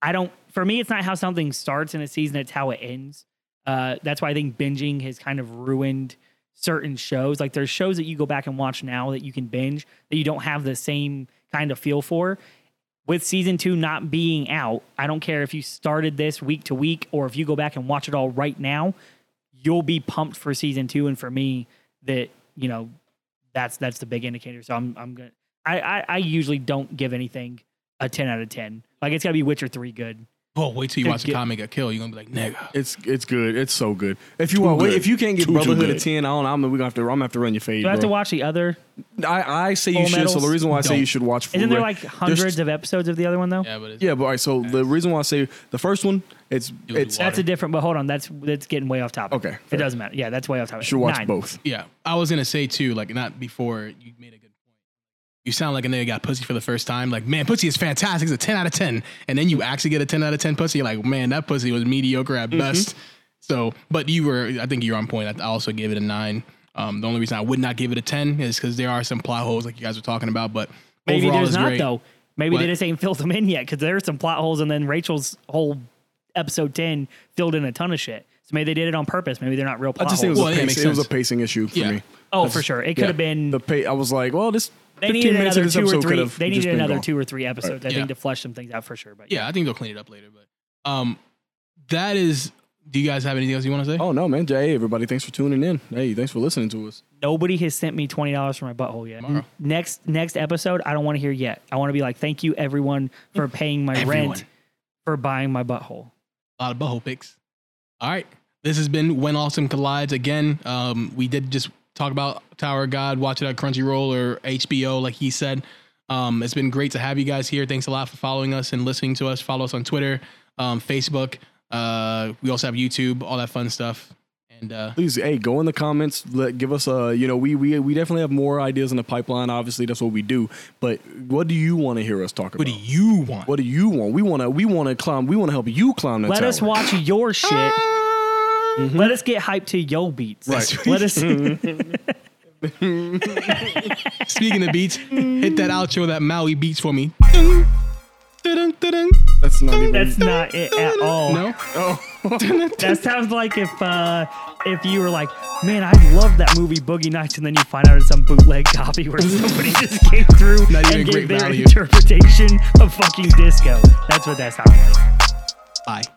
Speaker 3: I don't. For me, it's not how something starts in a season; it's how it ends. Uh, that's why I think binging has kind of ruined certain shows. Like there's shows that you go back and watch now that you can binge that you don't have the same kind of feel for. With season two not being out, I don't care if you started this week to week or if you go back and watch it all right now, you'll be pumped for season two. And for me, that you know, that's that's the big indicator. So I'm I'm gonna I I, I usually don't give anything a ten out of ten. Like it's gotta be Witcher three good.
Speaker 1: Oh, wait till you
Speaker 3: Good
Speaker 1: watch the
Speaker 3: get-
Speaker 1: comic get killed. You're going to be like, nigga.
Speaker 2: it's it's good. It's so good. If you want, if you can't get
Speaker 5: Too, too
Speaker 2: Brotherhood a
Speaker 5: good.
Speaker 2: ten, I don't. know, I'm gonna have to. I'm gonna have to run your fade.
Speaker 3: Do I have
Speaker 2: bro.
Speaker 3: to watch the other?
Speaker 2: I, I say you
Speaker 3: Full
Speaker 2: should. So
Speaker 3: Metals?
Speaker 2: the reason why I say
Speaker 1: Don't.
Speaker 2: you should watch.
Speaker 3: Isn't there
Speaker 2: Full-
Speaker 3: like
Speaker 2: there's-
Speaker 3: hundreds of episodes of the other one though?
Speaker 1: Yeah, but it's,
Speaker 2: Yeah, but all right. So the reason why I say the first one, it's
Speaker 1: we
Speaker 2: it's
Speaker 1: watch-
Speaker 3: That's a different. But hold on, that's that's getting way off topic.
Speaker 2: Okay,
Speaker 3: it
Speaker 2: fair.
Speaker 3: doesn't matter. Yeah, that's way off topic.
Speaker 2: you should watch
Speaker 3: Nine.
Speaker 2: both.
Speaker 1: yeah. I was going to say, too, like, not before you made a good point. You sound like a nigga got pussy for the first time. Like, man, pussy is fantastic. It's a 10 out of 10. And then you actually get a 10 out of 10 pussy. You're like, man, that pussy was mediocre at
Speaker 3: Mm-hmm.
Speaker 1: best. So, but you were, I think you're on point. I also gave it a nine. Um, the only reason I would not give it a 10 is because there are some plot holes like you guys were talking about. But
Speaker 3: Maybe
Speaker 1: overall,
Speaker 3: there's
Speaker 1: it's
Speaker 3: not
Speaker 1: great.
Speaker 3: though. Maybe
Speaker 1: What?
Speaker 3: they just ain't filled them in yet because there's some plot holes, and then Rachel's whole episode ten filled in a ton of shit. So maybe they did it on purpose. Maybe they're not real
Speaker 2: I
Speaker 3: plot
Speaker 2: just think it was,
Speaker 3: holes.
Speaker 1: Well,
Speaker 2: a,
Speaker 1: yeah, it
Speaker 2: pacing,
Speaker 1: makes
Speaker 2: it was a
Speaker 1: sense.
Speaker 2: pacing issue for
Speaker 1: Yeah.
Speaker 2: me.
Speaker 3: oh, for sure, it could
Speaker 2: Yeah.
Speaker 3: have been.
Speaker 2: the pay. I was like, well, this
Speaker 3: they
Speaker 2: 15
Speaker 3: needed
Speaker 2: minutes of
Speaker 3: another
Speaker 2: this
Speaker 3: two or
Speaker 2: episode
Speaker 3: three.
Speaker 2: could've
Speaker 3: They
Speaker 2: just
Speaker 3: needed
Speaker 2: been
Speaker 3: another
Speaker 2: gone.
Speaker 3: two or three episodes. I
Speaker 1: Yeah.
Speaker 3: think to flesh some things out for sure. But
Speaker 1: yeah, I think they'll clean it up later. But um, that is Do you guys have anything else you want to say?
Speaker 2: Oh no, man. Jay, everybody, thanks for tuning in. Hey, thanks for listening to us.
Speaker 3: Nobody has sent me twenty dollars for my butthole yet.
Speaker 1: Tomorrow.
Speaker 3: Next next episode, I don't want to hear yet. I want to be like, thank you everyone for paying my
Speaker 1: Everyone.
Speaker 3: rent, for buying my butthole.
Speaker 1: a lot of butthole pics. All right. This has been When Awesome Collides. Again, um, we did just talk about Tower of God, watch it on Crunchyroll or HBO, like he said. Um, it's been great to have you guys here. Thanks a lot for following us and listening to us. Follow us on Twitter, um, Facebook. Uh, we also have YouTube, all that fun stuff. And uh,
Speaker 2: please hey go in the comments let give us a you know we we, we definitely have more ideas in the pipeline obviously that's what we do but what do you want to hear us talk
Speaker 1: what do
Speaker 2: about
Speaker 1: you want?
Speaker 2: what do you want we want to we want to climb we want to help you climb the
Speaker 3: Let
Speaker 2: tower.
Speaker 3: us watch your shit.
Speaker 1: Mm-hmm.
Speaker 3: Let us get hyped to yo beats.
Speaker 2: Right.
Speaker 3: Let us
Speaker 1: Speaking of beats, hit that outro, that Maui beats for me.
Speaker 2: that's not even
Speaker 3: that's not it at all.
Speaker 1: No? Oh.
Speaker 3: That sounds like if uh, if you were like, man, I love that movie Boogie Nights, and then you find out it's some bootleg copy where somebody just came through
Speaker 1: Not even
Speaker 3: and
Speaker 1: great
Speaker 3: gave their
Speaker 1: value.
Speaker 3: interpretation of fucking disco. That's what that sounds like.
Speaker 1: Bye.